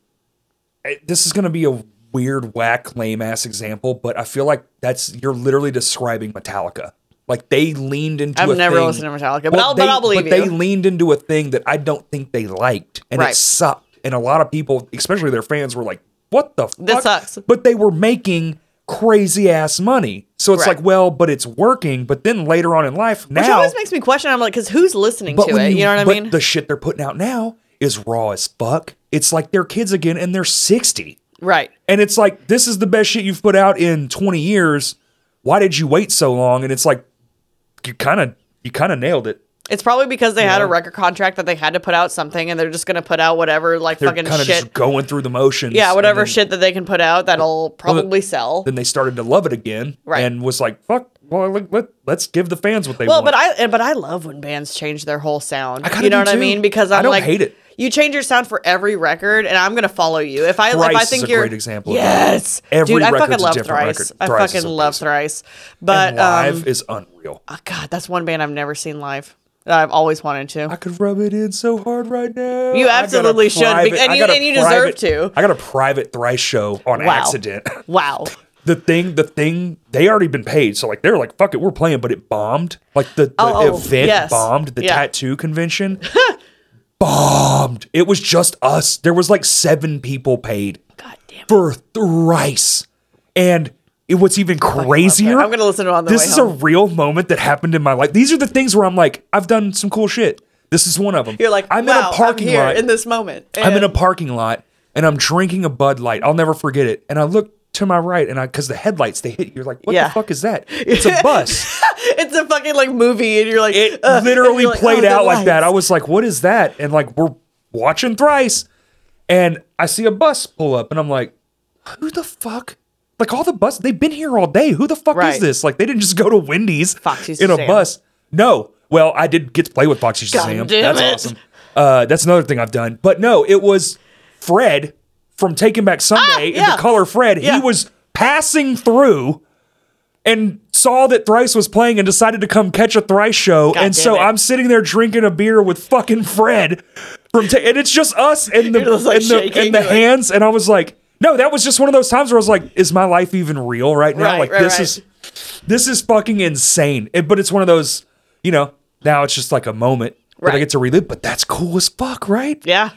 Speaker 1: eh, this is gonna be a weird whack lame ass example but i feel like that's you're literally describing metallica like they leaned into
Speaker 2: I've
Speaker 1: a
Speaker 2: never
Speaker 1: thing-
Speaker 2: listened to Metallica, but
Speaker 1: Well,
Speaker 2: I'll-
Speaker 1: they,
Speaker 2: but I'll believe
Speaker 1: but they
Speaker 2: you.
Speaker 1: leaned into a thing that i don't think they liked and it
Speaker 2: Right.
Speaker 1: sucked and a lot of people especially their fans were like what the fuck
Speaker 2: This sucks.
Speaker 1: but they were making crazy ass money. So it's
Speaker 2: Right.
Speaker 1: like, well, but it's working. But then later on in life, now,
Speaker 2: Which always makes me question. I'm like, because who's listening
Speaker 1: but
Speaker 2: to
Speaker 1: when
Speaker 2: it? You, know what I
Speaker 1: but
Speaker 2: mean?
Speaker 1: The shit they're putting out now is raw as fuck. It's like they're kids again, and they're sixty,
Speaker 2: right.
Speaker 1: and it's like this is the best shit you've put out in twenty years. Why did you wait so long? And it's like you kind of you kind of nailed it.
Speaker 2: It's probably because they had a
Speaker 1: know?
Speaker 2: record contract that they had to put out something, and they're just gonna put out whatever like
Speaker 1: They're
Speaker 2: fucking
Speaker 1: kind of
Speaker 2: shit.
Speaker 1: just going through the motions.
Speaker 2: yeah,
Speaker 1: and
Speaker 2: whatever
Speaker 1: then-
Speaker 2: shit that they can put out that'll probably sell.
Speaker 1: Then they started to love it again,
Speaker 2: Right.
Speaker 1: and was like, "Fuck, well, let, let, let's give the fans what they
Speaker 2: Well,
Speaker 1: want."
Speaker 2: but I but I love when bands change their whole sound.
Speaker 1: kinda
Speaker 2: you know
Speaker 1: do
Speaker 2: what I
Speaker 1: too.
Speaker 2: mean? Because
Speaker 1: I
Speaker 2: I'm
Speaker 1: don't
Speaker 2: like,
Speaker 1: hate it.
Speaker 2: You change your sound for every record, and I'm gonna follow you. If I if
Speaker 1: Thrice
Speaker 2: I
Speaker 1: is
Speaker 2: think
Speaker 1: a
Speaker 2: you're
Speaker 1: great example of that.
Speaker 2: Yes,
Speaker 1: Every
Speaker 2: dude, I
Speaker 1: record's
Speaker 2: fucking
Speaker 1: a
Speaker 2: love
Speaker 1: different
Speaker 2: Thrice.
Speaker 1: record.
Speaker 2: I
Speaker 1: Thrice is
Speaker 2: fucking love
Speaker 1: amazing.
Speaker 2: Thrice, but
Speaker 1: and live
Speaker 2: um,
Speaker 1: is unreal.
Speaker 2: oh, God, that's one band I've never seen live. that I've always wanted to.
Speaker 1: I could rub it in so hard right now.
Speaker 2: You
Speaker 1: I got a
Speaker 2: absolutely should,
Speaker 1: private-
Speaker 2: and
Speaker 1: I
Speaker 2: you-
Speaker 1: got a
Speaker 2: and you deserve
Speaker 1: private-
Speaker 2: to.
Speaker 1: I got a private thrice show on
Speaker 2: Wow.
Speaker 1: accident.
Speaker 2: Wow.
Speaker 1: The thing, the thing, they already been paid, so like they're like, "Fuck it, we're playing," but it bombed. Like the, the
Speaker 2: Oh, oh,
Speaker 1: event
Speaker 2: yes.
Speaker 1: bombed. The
Speaker 2: Yeah.
Speaker 1: tattoo convention bombed. It was just us. There was like seven people paid
Speaker 2: God damn. it.
Speaker 1: for thrice, and it, what's even
Speaker 2: Oh,
Speaker 1: crazier?
Speaker 2: I'm gonna listen to it on the
Speaker 1: this
Speaker 2: way
Speaker 1: is
Speaker 2: home.
Speaker 1: a real moment that happened in my life. These are the things where I'm like, I've done some cool shit. This is one of them.
Speaker 2: You're like,
Speaker 1: I'm
Speaker 2: wow,
Speaker 1: in a parking
Speaker 2: I'm here
Speaker 1: lot.
Speaker 2: in this moment.
Speaker 1: I'm in a
Speaker 2: and-
Speaker 1: parking lot and I'm drinking a Bud Light. I'll never forget it. And I look to my right and I because the headlights they hit. You're like, what
Speaker 2: Yeah.
Speaker 1: the fuck is that? It's a bus.
Speaker 2: it's a fucking like movie, and you're like,
Speaker 1: It
Speaker 2: "Ugh," and
Speaker 1: literally
Speaker 2: you're like,
Speaker 1: played
Speaker 2: "Oh, the
Speaker 1: out like that.
Speaker 2: lights."
Speaker 1: I was like, what is that? And like we're watching thrice, and I see a bus pull up, and I'm like, who the fuck? Like all the bus, they've been here all day. Who the fuck
Speaker 2: Right.
Speaker 1: is this? Like they didn't just go to Wendy's
Speaker 2: Foxy
Speaker 1: in a
Speaker 2: Shazam.
Speaker 1: bus. No. Well, I did get to play with Foxy
Speaker 2: God
Speaker 1: Shazam.
Speaker 2: damn
Speaker 1: That's
Speaker 2: it.
Speaker 1: awesome. Uh, that's another thing I've done. But no, it was Fred from Taking Back Sunday
Speaker 2: Ah,
Speaker 1: in
Speaker 2: yeah.
Speaker 1: the color Fred.
Speaker 2: Yeah.
Speaker 1: He was passing through and saw that Thrice was playing and decided to come catch a Thrice show.
Speaker 2: God
Speaker 1: and
Speaker 2: damn
Speaker 1: so
Speaker 2: it.
Speaker 1: I'm sitting there drinking a beer with fucking Fred from Ta- and it's just us and the
Speaker 2: You're just, like,
Speaker 1: and the,
Speaker 2: shaking,
Speaker 1: and the
Speaker 2: like-
Speaker 1: hands. And I was like, no, that was just one of those times where I was like, is my life even real right now?
Speaker 2: Right,
Speaker 1: like
Speaker 2: right,
Speaker 1: this
Speaker 2: right.
Speaker 1: is this is fucking insane. It- but it's one of those, you know, now it's just like a moment that
Speaker 2: Right.
Speaker 1: I get to relive. But that's cool as fuck, right?
Speaker 2: Yeah,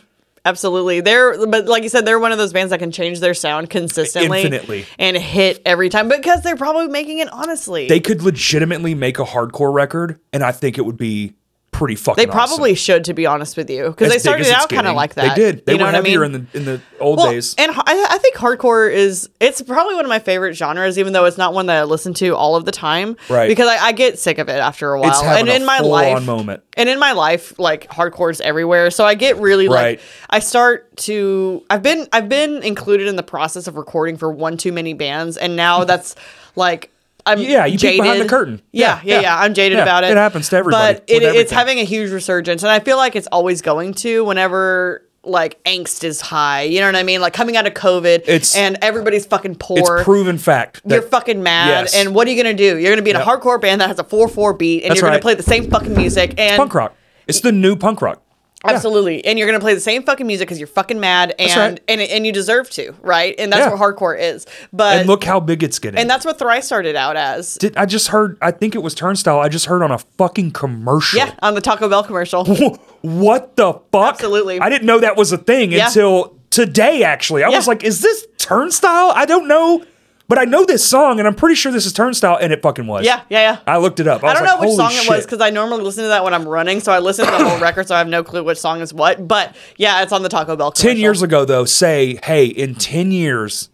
Speaker 2: absolutely. They're, but like you said, they're one of those bands that can change their sound consistently,
Speaker 1: Infinitely.
Speaker 2: and hit every time because they're probably making it honestly.
Speaker 1: They could legitimately make a hardcore record, and I think it would be pretty fucking.
Speaker 2: They probably should, to be honest with you, because they started out kind of like that.
Speaker 1: They did. They
Speaker 2: you know
Speaker 1: were
Speaker 2: what I
Speaker 1: heavier
Speaker 2: mean?
Speaker 1: in the in the old
Speaker 2: Well,
Speaker 1: days.
Speaker 2: And h- I, I think hardcore is it's probably one of my favorite genres, even though it's not one that I listen to all of the time.
Speaker 1: Right.
Speaker 2: Because I, I get sick of it after a while.
Speaker 1: It's having
Speaker 2: and
Speaker 1: a
Speaker 2: in my
Speaker 1: full-on
Speaker 2: life
Speaker 1: moment.
Speaker 2: And in my life, like hardcore's everywhere. So I get really
Speaker 1: Right.
Speaker 2: like I start to I've been I've been included in the process of recording for one too many bands, and now that's like I'm
Speaker 1: Yeah, you peek
Speaker 2: jaded.
Speaker 1: behind the curtain.
Speaker 2: Yeah, yeah,
Speaker 1: Yeah,
Speaker 2: yeah.
Speaker 1: yeah.
Speaker 2: I'm jaded
Speaker 1: Yeah,
Speaker 2: about it.
Speaker 1: it happens to everybody
Speaker 2: But
Speaker 1: with
Speaker 2: it, it's
Speaker 1: everything.
Speaker 2: having having a huge resurgence and i feel like it's always going to whenever like angst is high you know what i mean like coming out of covid
Speaker 1: It's-
Speaker 2: and everybody's fucking
Speaker 1: It's
Speaker 2: poor
Speaker 1: proven fact. that-
Speaker 2: you're fucking mad
Speaker 1: Yes.
Speaker 2: and what are you gonna do you're gonna be in a
Speaker 1: Yep.
Speaker 2: hardcore band that has a 4-4 beat and
Speaker 1: That's
Speaker 2: you're gonna
Speaker 1: right.
Speaker 2: play the same fucking music and
Speaker 1: punk rock. It's the new punk rock. Yeah.
Speaker 2: Absolutely, and you're gonna play the same fucking music because you're fucking mad, and
Speaker 1: right.
Speaker 2: and and you deserve to, right? And that's
Speaker 1: Yeah.
Speaker 2: what hardcore is. But
Speaker 1: And look how big it's getting.
Speaker 2: Uh, and that's what Thrice started out as.
Speaker 1: Did, I just heard. I think it was Turnstile. I just heard on a fucking commercial.
Speaker 2: Yeah, on the Taco Bell commercial.
Speaker 1: what the fuck?
Speaker 2: Absolutely.
Speaker 1: I didn't know that was a thing
Speaker 2: Yeah.
Speaker 1: until today, actually. I
Speaker 2: Yeah.
Speaker 1: was like, is this Turnstile? I don't know. But I know this song, and I'm pretty sure this is Turnstile, and it fucking was.
Speaker 2: Yeah, yeah, yeah.
Speaker 1: I looked it up. I,
Speaker 2: I don't
Speaker 1: was like,
Speaker 2: know which song
Speaker 1: "Holy
Speaker 2: it was
Speaker 1: shit."
Speaker 2: because I normally listen to that when I'm running, so I listen to the whole record, so I have no clue which song is what. But yeah, it's on the Taco Bell.
Speaker 1: 10 years ago, though, say, hey, in 10 years,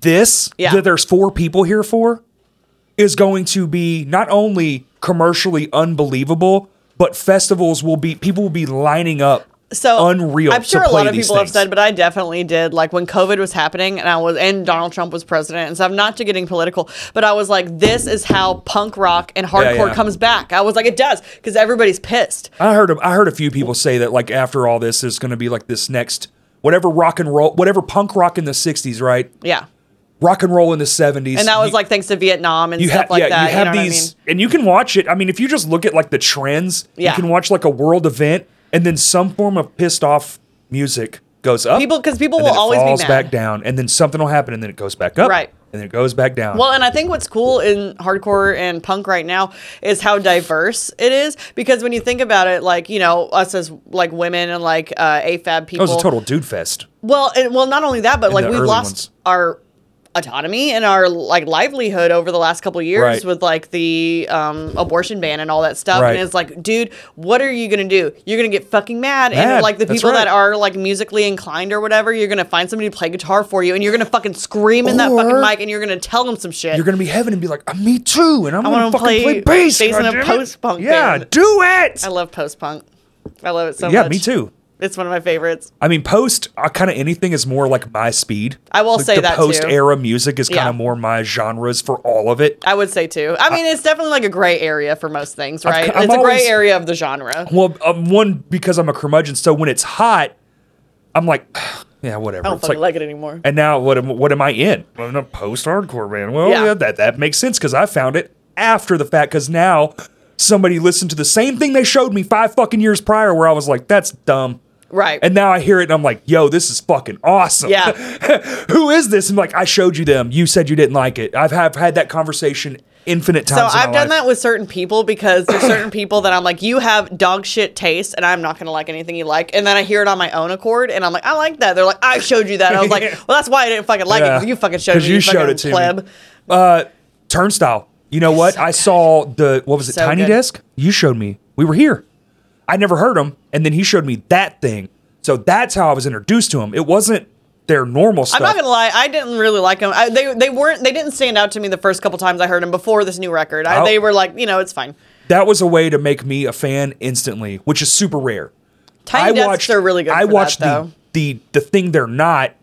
Speaker 1: this
Speaker 2: Yeah.
Speaker 1: that there's four people here for is going to be not only commercially unbelievable, but festivals will be, people will be lining up.
Speaker 2: so
Speaker 1: unreal.
Speaker 2: I'm
Speaker 1: to
Speaker 2: sure a
Speaker 1: play
Speaker 2: lot of
Speaker 1: these
Speaker 2: people have
Speaker 1: things.
Speaker 2: said, but I definitely did. Like when COVID was happening, and I was, and Donald Trump was president, and so I'm not to getting political, but I was like, this is how punk rock and hardcore
Speaker 1: yeah.
Speaker 2: comes back. I was like, it does because everybody's pissed.
Speaker 1: I heard I heard a few people say that like after all this, there's going to be like this next whatever rock and roll, whatever punk rock in the '60s, right?
Speaker 2: Yeah,
Speaker 1: Rock and roll in the '70s,
Speaker 2: and that was
Speaker 1: you-
Speaker 2: like thanks to Vietnam and
Speaker 1: you
Speaker 2: stuff
Speaker 1: have
Speaker 2: like
Speaker 1: yeah,
Speaker 2: that.
Speaker 1: you have
Speaker 2: know what I mean?
Speaker 1: these, and you can watch it. I mean, if you just look at like the trends,
Speaker 2: Yeah.
Speaker 1: you can watch like a world event, and then some form of pissed off music goes up.
Speaker 2: People- 'cause people
Speaker 1: and then
Speaker 2: will
Speaker 1: it
Speaker 2: always be
Speaker 1: falls
Speaker 2: mad.
Speaker 1: back down, and then something will happen, and then it goes back up,
Speaker 2: Right.
Speaker 1: And then it goes back down.
Speaker 2: Well, and I think what's cool in hardcore and punk right now is how diverse it is. Because when you think about it, like you know, us as like women and like uh, AFAB
Speaker 1: that
Speaker 2: people.
Speaker 1: was a total dude fest.
Speaker 2: Well, and well, not only that, but like
Speaker 1: the
Speaker 2: we've
Speaker 1: early
Speaker 2: lost
Speaker 1: ones.
Speaker 2: our autonomy and our like livelihood over the last couple of years
Speaker 1: Right.
Speaker 2: with like the um, abortion ban and all that stuff.
Speaker 1: Right.
Speaker 2: And it's like, dude, what are you gonna do? You're gonna get fucking mad, and
Speaker 1: Mad.
Speaker 2: like the
Speaker 1: That's
Speaker 2: people that
Speaker 1: right.
Speaker 2: are like musically inclined or whatever, you're gonna find somebody to play guitar for you, and you're gonna fucking scream in that fucking
Speaker 1: Or-
Speaker 2: mic, and you're gonna tell them some shit.
Speaker 1: You're gonna be heaven and be like, "Uh, "Me too," and I'm
Speaker 2: wanna
Speaker 1: gonna fucking
Speaker 2: play
Speaker 1: play, bass.
Speaker 2: bass in a
Speaker 1: goddammit.
Speaker 2: post-punk
Speaker 1: Yeah,
Speaker 2: band.
Speaker 1: do it.
Speaker 2: I love post punk. I love it so
Speaker 1: yeah,
Speaker 2: much.
Speaker 1: me too.
Speaker 2: It's one of my favorites.
Speaker 1: I mean, post uh, kind of anything is more like my speed.
Speaker 2: I will
Speaker 1: Like,
Speaker 2: say
Speaker 1: the
Speaker 2: that, too.
Speaker 1: post era music is kind
Speaker 2: Yeah.
Speaker 1: of more my genres for all of it.
Speaker 2: I would say too. I mean, it's definitely like a gray area for most things, right?
Speaker 1: I'm
Speaker 2: it's a gray
Speaker 1: always-
Speaker 2: area of the genre.
Speaker 1: Well, um, one because I'm a curmudgeon, so when it's hot, I'm like, yeah, whatever.
Speaker 2: I don't
Speaker 1: it's
Speaker 2: fucking
Speaker 1: like,
Speaker 2: like, it anymore.
Speaker 1: and now what? Am, what am I in? I'm in a post hardcore band. Well,
Speaker 2: Yeah.
Speaker 1: yeah. that that makes sense because I found it after the fact. Because now somebody listened to the same thing they showed me five fucking years prior, where I was like, that's dumb.
Speaker 2: Right.
Speaker 1: And now I hear it and I'm like, yo, this is fucking awesome.
Speaker 2: Yeah.
Speaker 1: Who is this? I'm like, I showed you them. You said you didn't like it. I've, have had that conversation infinite
Speaker 2: So
Speaker 1: times. in my
Speaker 2: I've done
Speaker 1: life.
Speaker 2: that with certain people because there's certain people that I'm like, you have dog shit taste, and I'm not gonna like anything you like. And then I hear it on my own accord, and I'm like, I like that. They're like, I showed you that. I was like, well, that's why I didn't fucking like it.
Speaker 1: Yeah.
Speaker 2: 'cause You fucking showed me.
Speaker 1: 'Cause you showed
Speaker 2: fucking
Speaker 1: it to me.
Speaker 2: pleb.
Speaker 1: Uh, Turnstile. You know what? I saw the what was it?
Speaker 2: So
Speaker 1: Tiny
Speaker 2: good.
Speaker 1: Desk. You showed me. We were here. I never heard him, and then he showed me that thing. So that's how I was introduced to him. It wasn't their normal stuff.
Speaker 2: I'm not gonna lie, I didn't really like them. I, they they weren't they didn't stand out to me the first couple times I heard them before this new record. I,
Speaker 1: Oh.
Speaker 2: They were like, you know, it's fine.
Speaker 1: that was a way to make me a fan instantly, which is super rare.
Speaker 2: Tiny Desks are really good.
Speaker 1: I
Speaker 2: for that,
Speaker 1: watched
Speaker 2: though.
Speaker 1: the, the the thing they're not,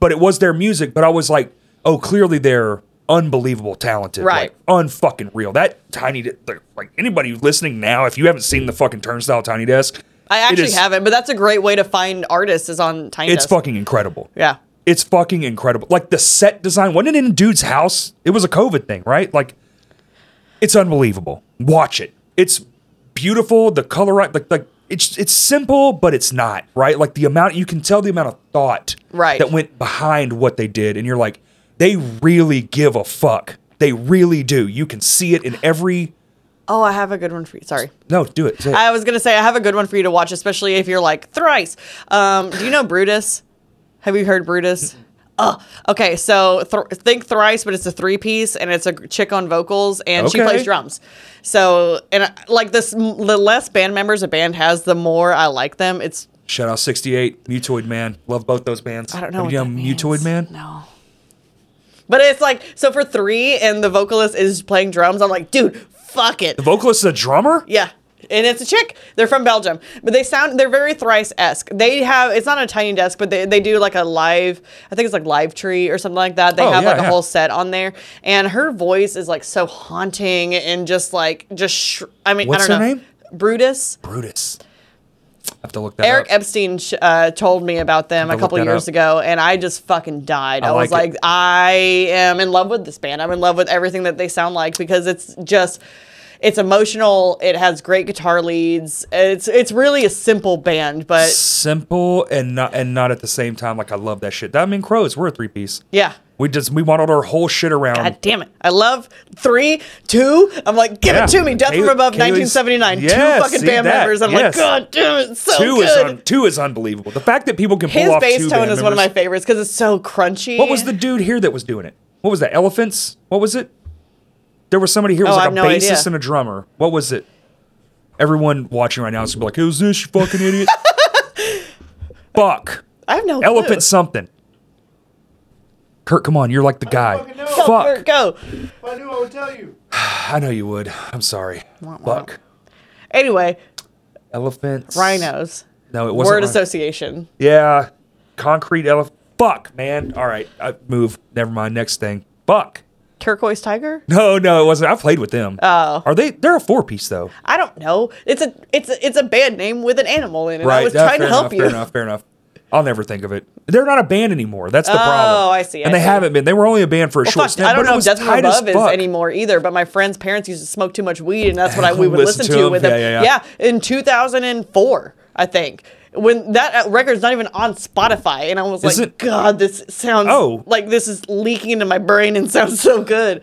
Speaker 1: but it was their music. But I was like, oh, clearly they're unbelievable talented,
Speaker 2: Right.
Speaker 1: Like, unfucking real. That tiny, De- like- like anybody who's listening now, if you haven't seen the fucking Turnstile Tiny Desk,
Speaker 2: I
Speaker 1: it
Speaker 2: actually
Speaker 1: is-
Speaker 2: haven't, but that's a great way to find artists is on Tiny
Speaker 1: It's
Speaker 2: Desk.
Speaker 1: fucking incredible.
Speaker 2: Yeah.
Speaker 1: It's fucking incredible. Like the set design wasn't it in a dude's house. It was a COVID thing, right? Like, it's unbelievable. Watch it. It's beautiful. The color, like, like it's it's simple, but it's not right. Like the amount you can tell the amount of thought
Speaker 2: Right.
Speaker 1: that went behind what they did, and you're like, they really give a fuck. They really do. You can see it in every.
Speaker 2: Oh, I have a good one for you. Sorry.
Speaker 1: No, do it. Say it.
Speaker 2: I was gonna say I have a good one for you to watch, especially if you're like thrice. Um, do you know Brutus? Have you heard Brutus? Uh, okay, so th- think thrice, but it's a three piece, and it's a g- chick on vocals, and she
Speaker 1: Okay.
Speaker 2: plays drums. So, and I- like this, m- the less band members a band has, the more I like them. It's
Speaker 1: Shout out 68, Mutoid Man. Love both those bands.
Speaker 2: I don't know.
Speaker 1: Have
Speaker 2: what
Speaker 1: you
Speaker 2: that
Speaker 1: done
Speaker 2: means.
Speaker 1: Mutoid Man?
Speaker 2: No. But it's like so for three, and the vocalist is playing drums. I'm like, dude, fuck it.
Speaker 1: The vocalist is a drummer?
Speaker 2: Yeah. And it's a chick. They're from Belgium, but they sound they're very thrice esque. They have it's not a tiny desk, but they, they do like a live. I think it's like live tree or something like that. They
Speaker 1: Oh,
Speaker 2: have
Speaker 1: yeah,
Speaker 2: like a
Speaker 1: yeah.
Speaker 2: whole set on there, and her voice is like so haunting and just like just. Sh- I mean,
Speaker 1: What's
Speaker 2: I don't
Speaker 1: her
Speaker 2: know.
Speaker 1: name?
Speaker 2: Brutus.
Speaker 1: Brutus. I have to look that
Speaker 2: Eric
Speaker 1: up.
Speaker 2: Epstein sh- uh, told me about them a
Speaker 1: look
Speaker 2: couple
Speaker 1: that
Speaker 2: years
Speaker 1: up.
Speaker 2: ago, and I just fucking died. I, was
Speaker 1: like it.
Speaker 2: like, I am in love with this band. I'm in love with everything that they sound like because it's just. It's emotional. It has great guitar leads. It's it's really a simple band, but
Speaker 1: Simple and not and not at the same time. Like I love that shit. I mean, crows. We're a three piece.
Speaker 2: yeah.
Speaker 1: We just we modeled our whole shit around.
Speaker 2: God damn it! I love three, two. I'm like, give
Speaker 1: Yeah.
Speaker 2: it to me. Death
Speaker 1: Kay-
Speaker 2: from Above,
Speaker 1: Kaylee's-
Speaker 2: 1979.
Speaker 1: Yes,
Speaker 2: two fucking
Speaker 1: see
Speaker 2: band
Speaker 1: that.
Speaker 2: members. I'm
Speaker 1: Yes.
Speaker 2: like, God damn it, so
Speaker 1: two
Speaker 2: good.
Speaker 1: is un, two is unbelievable. The fact that people can pull
Speaker 2: His
Speaker 1: off
Speaker 2: bass
Speaker 1: two
Speaker 2: tone
Speaker 1: band
Speaker 2: is one of my
Speaker 1: members-
Speaker 2: favorites because it's so crunchy.
Speaker 1: What was the dude here that was doing it? What was that? Elephants? What was it? There was somebody here who
Speaker 2: Oh,
Speaker 1: was
Speaker 2: I
Speaker 1: like a
Speaker 2: have no
Speaker 1: bassist
Speaker 2: idea.
Speaker 1: and a drummer. What was it? Everyone watching right now is gonna be like, "Who's this? You fucking idiot!" Fuck.
Speaker 2: I have no
Speaker 1: Elephant
Speaker 2: clue.
Speaker 1: something. Kurt, come on. You're like the guy.
Speaker 3: fucking know.
Speaker 2: Go,
Speaker 1: Fuck.
Speaker 2: Kurt, go.
Speaker 3: If I knew, I would tell you.
Speaker 1: I know you would. I'm sorry. Fuck.
Speaker 2: Anyway,
Speaker 1: Elephants.
Speaker 2: rhinos.
Speaker 1: No, it wasn't.
Speaker 2: Word
Speaker 1: rhin-
Speaker 2: association.
Speaker 1: Yeah. Concrete elephant. Fuck, man. All right. I move. Never mind. Next thing. Fuck.
Speaker 2: Turquoise tiger?
Speaker 1: No, no, it wasn't. I played with them. Oh. Are they? They're a four piece, though.
Speaker 2: I don't know. It's a it's a, it's a band name with an animal in it. I was
Speaker 1: Yeah,
Speaker 2: trying to
Speaker 1: fair
Speaker 2: help
Speaker 1: enough,
Speaker 2: you.
Speaker 1: Fair enough. Fair enough. I'll never think of it. They're not a band anymore. That's the problem.
Speaker 2: Oh, I see, I
Speaker 1: And they
Speaker 2: see.
Speaker 1: haven't been. They were only a band for a short
Speaker 2: Fuck,
Speaker 1: stint.
Speaker 2: I don't
Speaker 1: but it
Speaker 2: know if
Speaker 1: was
Speaker 2: Death from
Speaker 1: tight as
Speaker 2: Above is
Speaker 1: fuck.
Speaker 2: anymore either, but my friend's parents used to smoke too much weed, and that's what I, we would listen, to,
Speaker 1: 'em.
Speaker 2: with
Speaker 1: Yeah,
Speaker 2: them.
Speaker 1: yeah, yeah.
Speaker 2: in 2004, I think. When that uh, record's not even on Spotify, and I was like,
Speaker 1: Isn't-
Speaker 2: God, this sounds
Speaker 1: Oh.
Speaker 2: like this is leaking into my brain and sounds so good.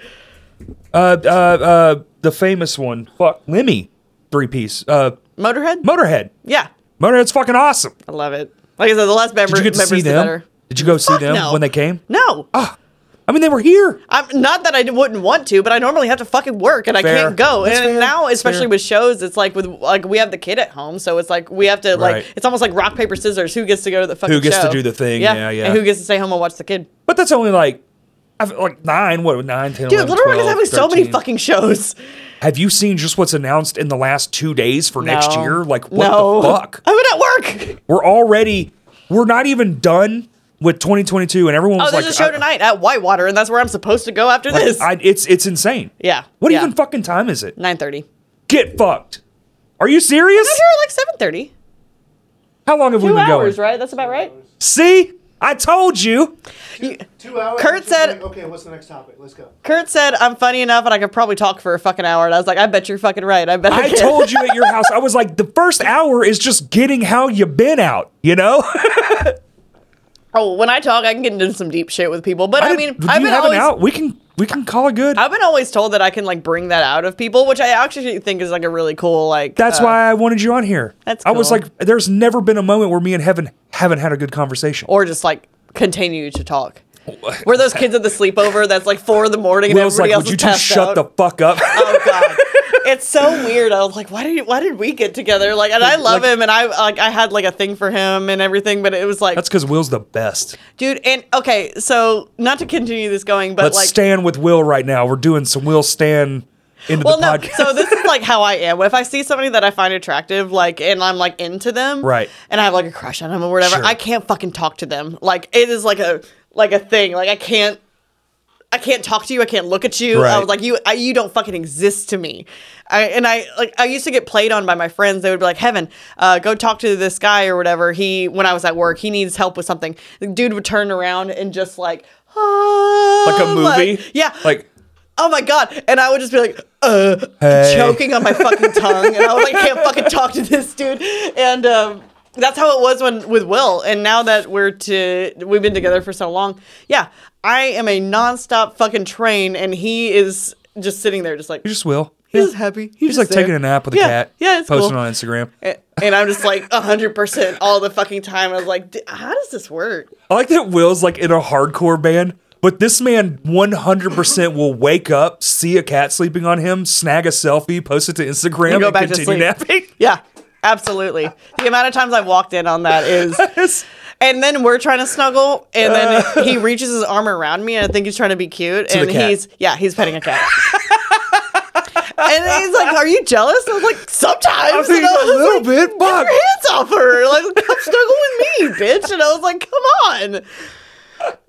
Speaker 1: Uh, uh, uh, the famous one. Fuck. Lemmy. Three piece. Uh,
Speaker 2: Motorhead?
Speaker 1: Motorhead.
Speaker 2: yeah,
Speaker 1: Motorhead's fucking awesome.
Speaker 2: I love it. Like I said, the last member,
Speaker 1: Did you get to
Speaker 2: members
Speaker 1: see
Speaker 2: the
Speaker 1: them?
Speaker 2: better.
Speaker 1: Did you go see
Speaker 2: Fuck
Speaker 1: them
Speaker 2: no.
Speaker 1: when they came? Ah.
Speaker 2: No,
Speaker 1: I mean, they were here.
Speaker 2: I'm not that I d- wouldn't want to, but I normally have to fucking work and I
Speaker 1: Fair.
Speaker 2: can't go.
Speaker 1: That's
Speaker 2: and
Speaker 1: fair.
Speaker 2: now,
Speaker 1: That's
Speaker 2: especially
Speaker 1: fair.
Speaker 2: with shows, it's like with like we have the kid at home, so it's like we have to
Speaker 1: Right.
Speaker 2: like it's almost like rock paper scissors. Who gets to go to the fucking
Speaker 1: Who gets to
Speaker 2: show?
Speaker 1: do the thing? Yeah, yeah.
Speaker 2: And who gets to stay home and watch the kid?
Speaker 1: But that's only like, I've, like nine. What nine, ten,
Speaker 2: Dude,
Speaker 1: 11,
Speaker 2: Little Rock is
Speaker 1: 12,
Speaker 2: having so many
Speaker 1: 13.
Speaker 2: fucking shows.
Speaker 1: Have you seen just what's announced in the last two days for next
Speaker 2: No.
Speaker 1: year? Like, what
Speaker 2: no.
Speaker 1: the fuck?
Speaker 2: I'm at work.
Speaker 1: We're already, we're not even done with 2022, and everyone
Speaker 2: Oh,
Speaker 1: was
Speaker 2: there's
Speaker 1: like,
Speaker 2: a show
Speaker 1: I-
Speaker 2: tonight at Whitewater, and that's where I'm supposed to go after this.
Speaker 1: I, it's it's insane.
Speaker 2: yeah.
Speaker 1: What
Speaker 2: yeah.
Speaker 1: even fucking time is it?
Speaker 2: Nine thirty.
Speaker 1: Get fucked. Are you serious?
Speaker 2: I'm here at like seven thirty.
Speaker 1: How long have we
Speaker 2: Two
Speaker 1: been
Speaker 2: hours,
Speaker 1: going?
Speaker 2: right? That's about right.
Speaker 1: See, I told you.
Speaker 3: Two, two hours.
Speaker 2: Kurt
Speaker 3: and she's
Speaker 2: said-
Speaker 3: like, "Okay, what's the next topic? Let's go."
Speaker 2: Kurt said, I'm funny enough and I could probably talk for a fucking hour. And I was like, I bet you're fucking right. I bet I,
Speaker 1: I
Speaker 2: can.
Speaker 1: told you at your house. I was like, the first hour is just getting how you been out, you know?
Speaker 2: Oh, when I talk, I can get into some deep shit with people. But I, mean,
Speaker 1: did
Speaker 2: I've
Speaker 1: you
Speaker 2: been
Speaker 1: have
Speaker 2: always.
Speaker 1: an out. We can we can call it good.
Speaker 2: I've been always told that I can like bring that out of people, which I actually think is like a really cool like.
Speaker 1: that's
Speaker 2: uh,
Speaker 1: why I wanted you on here.
Speaker 2: That's
Speaker 1: I was
Speaker 2: cool.
Speaker 1: like, there's never been a moment where me and Heaven haven't had a good conversation.
Speaker 2: or just like continue to talk. We're those kids at the sleepover that's like four in the morning and
Speaker 1: Will's
Speaker 2: everybody
Speaker 1: like,
Speaker 2: else
Speaker 1: would you
Speaker 2: is
Speaker 1: two
Speaker 2: passed
Speaker 1: shut
Speaker 2: out.
Speaker 1: the fuck up?
Speaker 2: oh god, it's so weird. I was like, why did you, why did we get together? Like, and I love
Speaker 1: Like-
Speaker 2: him, and I like I had like a thing for him and everything, but it was like,
Speaker 1: That's because Will's the best.
Speaker 2: dude, and okay, so not to continue this going, but
Speaker 1: Let's
Speaker 2: like.
Speaker 1: stand with Will right now. We're doing some Will stand into
Speaker 2: well,
Speaker 1: the
Speaker 2: no.
Speaker 1: podcast.
Speaker 2: So this is like how I am. If I see somebody that I find attractive, like, and I'm like into them,
Speaker 1: Right.
Speaker 2: And I have like a crush on them or whatever,
Speaker 1: Sure.
Speaker 2: I can't fucking talk to them. Like, it is like a like a thing. Like, I can't I can't talk to you. I can't look at you. I
Speaker 1: Right.
Speaker 2: was like, you, I, you don't fucking exist to me. I, and I, like, I used to get played on by my friends. They would be like, Heaven, uh, go talk to this guy or whatever. He, when I was at work, he needs help with something. The dude would turn around and just like, "Ah,"
Speaker 1: like a movie.
Speaker 2: yeah.
Speaker 1: Like,
Speaker 2: oh my god. And I would just be like, uh,
Speaker 1: Hey.
Speaker 2: choking on my fucking tongue. And I was like, I can't fucking talk to this dude. And um, that's how it was when with Will. And now that we're to we've been together for so long, yeah, I am a nonstop fucking train, and he is just sitting there, just like.
Speaker 1: you just Will.
Speaker 2: He's just happy.
Speaker 1: He's, like
Speaker 2: there.
Speaker 1: taking a nap with a
Speaker 2: Yeah,
Speaker 1: cat.
Speaker 2: Yeah, it's
Speaker 1: posting
Speaker 2: cool.
Speaker 1: on Instagram.
Speaker 2: A- And I'm just like 100% all the fucking time. I was like, "D- how does this work?
Speaker 1: I like that Will's like in a hardcore band, but this man 100% will wake up, see a cat sleeping on him, snag a selfie, post it to Instagram, and,
Speaker 2: go back to
Speaker 1: continue
Speaker 2: sleep.
Speaker 1: napping.
Speaker 2: Yeah, absolutely. The amount of times I've walked in on that is.
Speaker 1: Yes.
Speaker 2: And then we're trying to snuggle, and then he reaches his arm around me, and I think he's trying to be cute.
Speaker 1: Uh. the
Speaker 2: and
Speaker 1: cat.
Speaker 2: he's yeah, he's petting a cat. and he's like, "Are you jealous?" And I was like, "Sometimes."
Speaker 1: I think
Speaker 2: and I
Speaker 1: a
Speaker 2: was
Speaker 1: little
Speaker 2: like, "Oh,
Speaker 1: bit,
Speaker 2: "Get
Speaker 1: but
Speaker 2: your hands off her! Like, come snuggle with me, bitch!" And I was like, "Come on."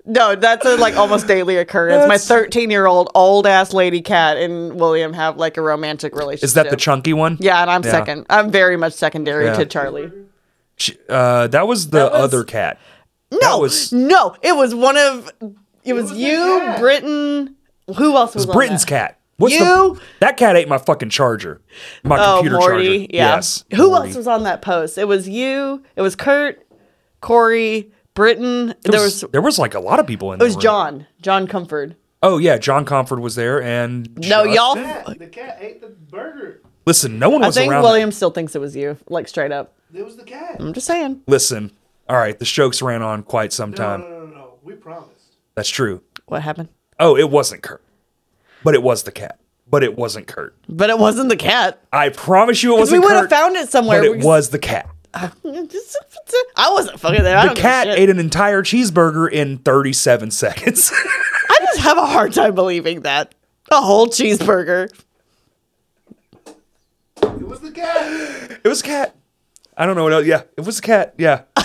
Speaker 2: No, that's a like almost daily occurrence. My
Speaker 1: That's-
Speaker 2: 13 year old old ass lady cat and William have like a romantic relationship.
Speaker 1: is that the chunky one?
Speaker 2: Yeah, and I'm
Speaker 1: Yeah.
Speaker 2: second. I'm very much secondary
Speaker 1: Yeah.
Speaker 2: to Charlie.
Speaker 1: Ch- Uh, that was the
Speaker 2: That was-
Speaker 1: other cat. No,
Speaker 2: No,
Speaker 1: that was
Speaker 2: no, it was one of it was,
Speaker 3: was the
Speaker 2: you,
Speaker 3: cat.
Speaker 2: Britain. Who else was, on
Speaker 1: Britain's
Speaker 2: that?
Speaker 1: cat. What's
Speaker 2: You-
Speaker 1: the, that cat ate my fucking charger, my
Speaker 2: Oh,
Speaker 1: computer
Speaker 2: Morty.
Speaker 1: charger.
Speaker 2: Yeah.
Speaker 1: Yes.
Speaker 2: Who
Speaker 1: Morty.
Speaker 2: else was on that post? It was you. It was Kurt, Corey, Britain.
Speaker 1: There
Speaker 2: there
Speaker 1: was,
Speaker 2: was it
Speaker 1: there was like a lot of people in.
Speaker 2: was John. John Comford.
Speaker 1: Oh yeah, John Comfort was there, and
Speaker 2: No, y'all.
Speaker 3: Cat, the cat ate the burger.
Speaker 1: Listen, no one
Speaker 2: I
Speaker 1: was
Speaker 2: think
Speaker 1: around.
Speaker 2: William still thinks it was you. Like straight up.
Speaker 3: It was the cat.
Speaker 1: Mm.
Speaker 2: I'm just saying.
Speaker 1: Listen, all right, the jokes ran on quite some
Speaker 3: No,
Speaker 1: time.
Speaker 3: no, no, no, no. We promised.
Speaker 1: That's true.
Speaker 2: What happened?
Speaker 1: Oh, it wasn't Kurt, but it was the cat. But it wasn't Kurt.
Speaker 2: But it wasn't the cat.
Speaker 1: I promise you, it
Speaker 2: We
Speaker 1: wasn't.
Speaker 2: would have
Speaker 1: Kurt,
Speaker 2: found it somewhere.
Speaker 1: But
Speaker 2: We
Speaker 1: it
Speaker 2: just-
Speaker 1: was the cat.
Speaker 2: I wasn't fucking there. I
Speaker 1: The
Speaker 2: don't give a
Speaker 1: cat
Speaker 2: shit.
Speaker 1: ate an entire cheeseburger in 37 seconds.
Speaker 2: I just have a hard time believing that. A whole cheeseburger.
Speaker 3: It was the cat.
Speaker 1: it was a cat. I don't know what else. Yeah, it was a cat.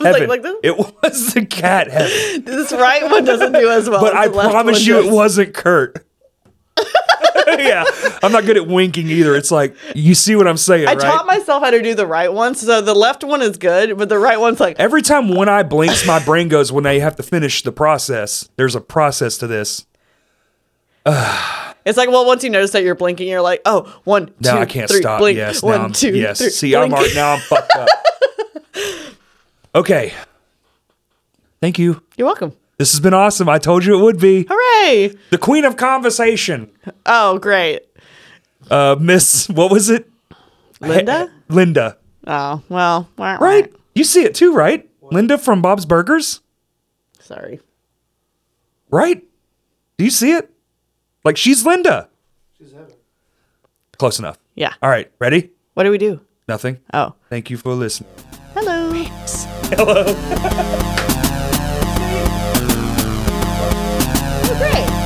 Speaker 1: Yeah. Heaven.
Speaker 2: like this?
Speaker 1: It was the cat. Heaven.
Speaker 2: This right one doesn't do as well.
Speaker 1: But
Speaker 2: as
Speaker 1: I
Speaker 2: the left
Speaker 1: promise
Speaker 2: one
Speaker 1: you,
Speaker 2: does.
Speaker 1: it wasn't Kurt. yeah, I'm not good at winking either. It's like you see what I'm saying,
Speaker 2: I
Speaker 1: right?
Speaker 2: taught myself how to do the right one, so the left one is good, but the right one's like,
Speaker 1: Every time one eye blinks, my brain goes, "Well, now you have to finish the process. There's a process to this."
Speaker 2: it's like, well, once you notice that you're blinking, you're like, oh, one, two,
Speaker 1: Now I can't
Speaker 2: three,
Speaker 1: stop.
Speaker 2: blink,
Speaker 1: yes,
Speaker 2: one,
Speaker 1: now I'm,
Speaker 2: two,
Speaker 1: yes.
Speaker 2: three,
Speaker 1: See, I'm
Speaker 2: blink.
Speaker 1: already now I'm fucked up. okay. Thank you.
Speaker 2: You're welcome.
Speaker 1: This has been awesome. I told you it would be
Speaker 2: Hooray!
Speaker 1: the queen of conversation.
Speaker 2: Oh, great,
Speaker 1: Uh, Miss, what was it?
Speaker 2: Linda.
Speaker 1: Linda,
Speaker 2: Oh well, wah, wah.
Speaker 1: right? You see it too, right? Linda from Bob's Burgers,
Speaker 2: Sorry.
Speaker 1: right? Do you see it? Like she's Linda.
Speaker 3: She's heaven.
Speaker 1: Close enough.
Speaker 2: Yeah.
Speaker 1: All right. Ready?
Speaker 2: What do we do?
Speaker 1: Nothing.
Speaker 2: Oh,
Speaker 1: Thank you for listening.
Speaker 2: hello. Hello. great.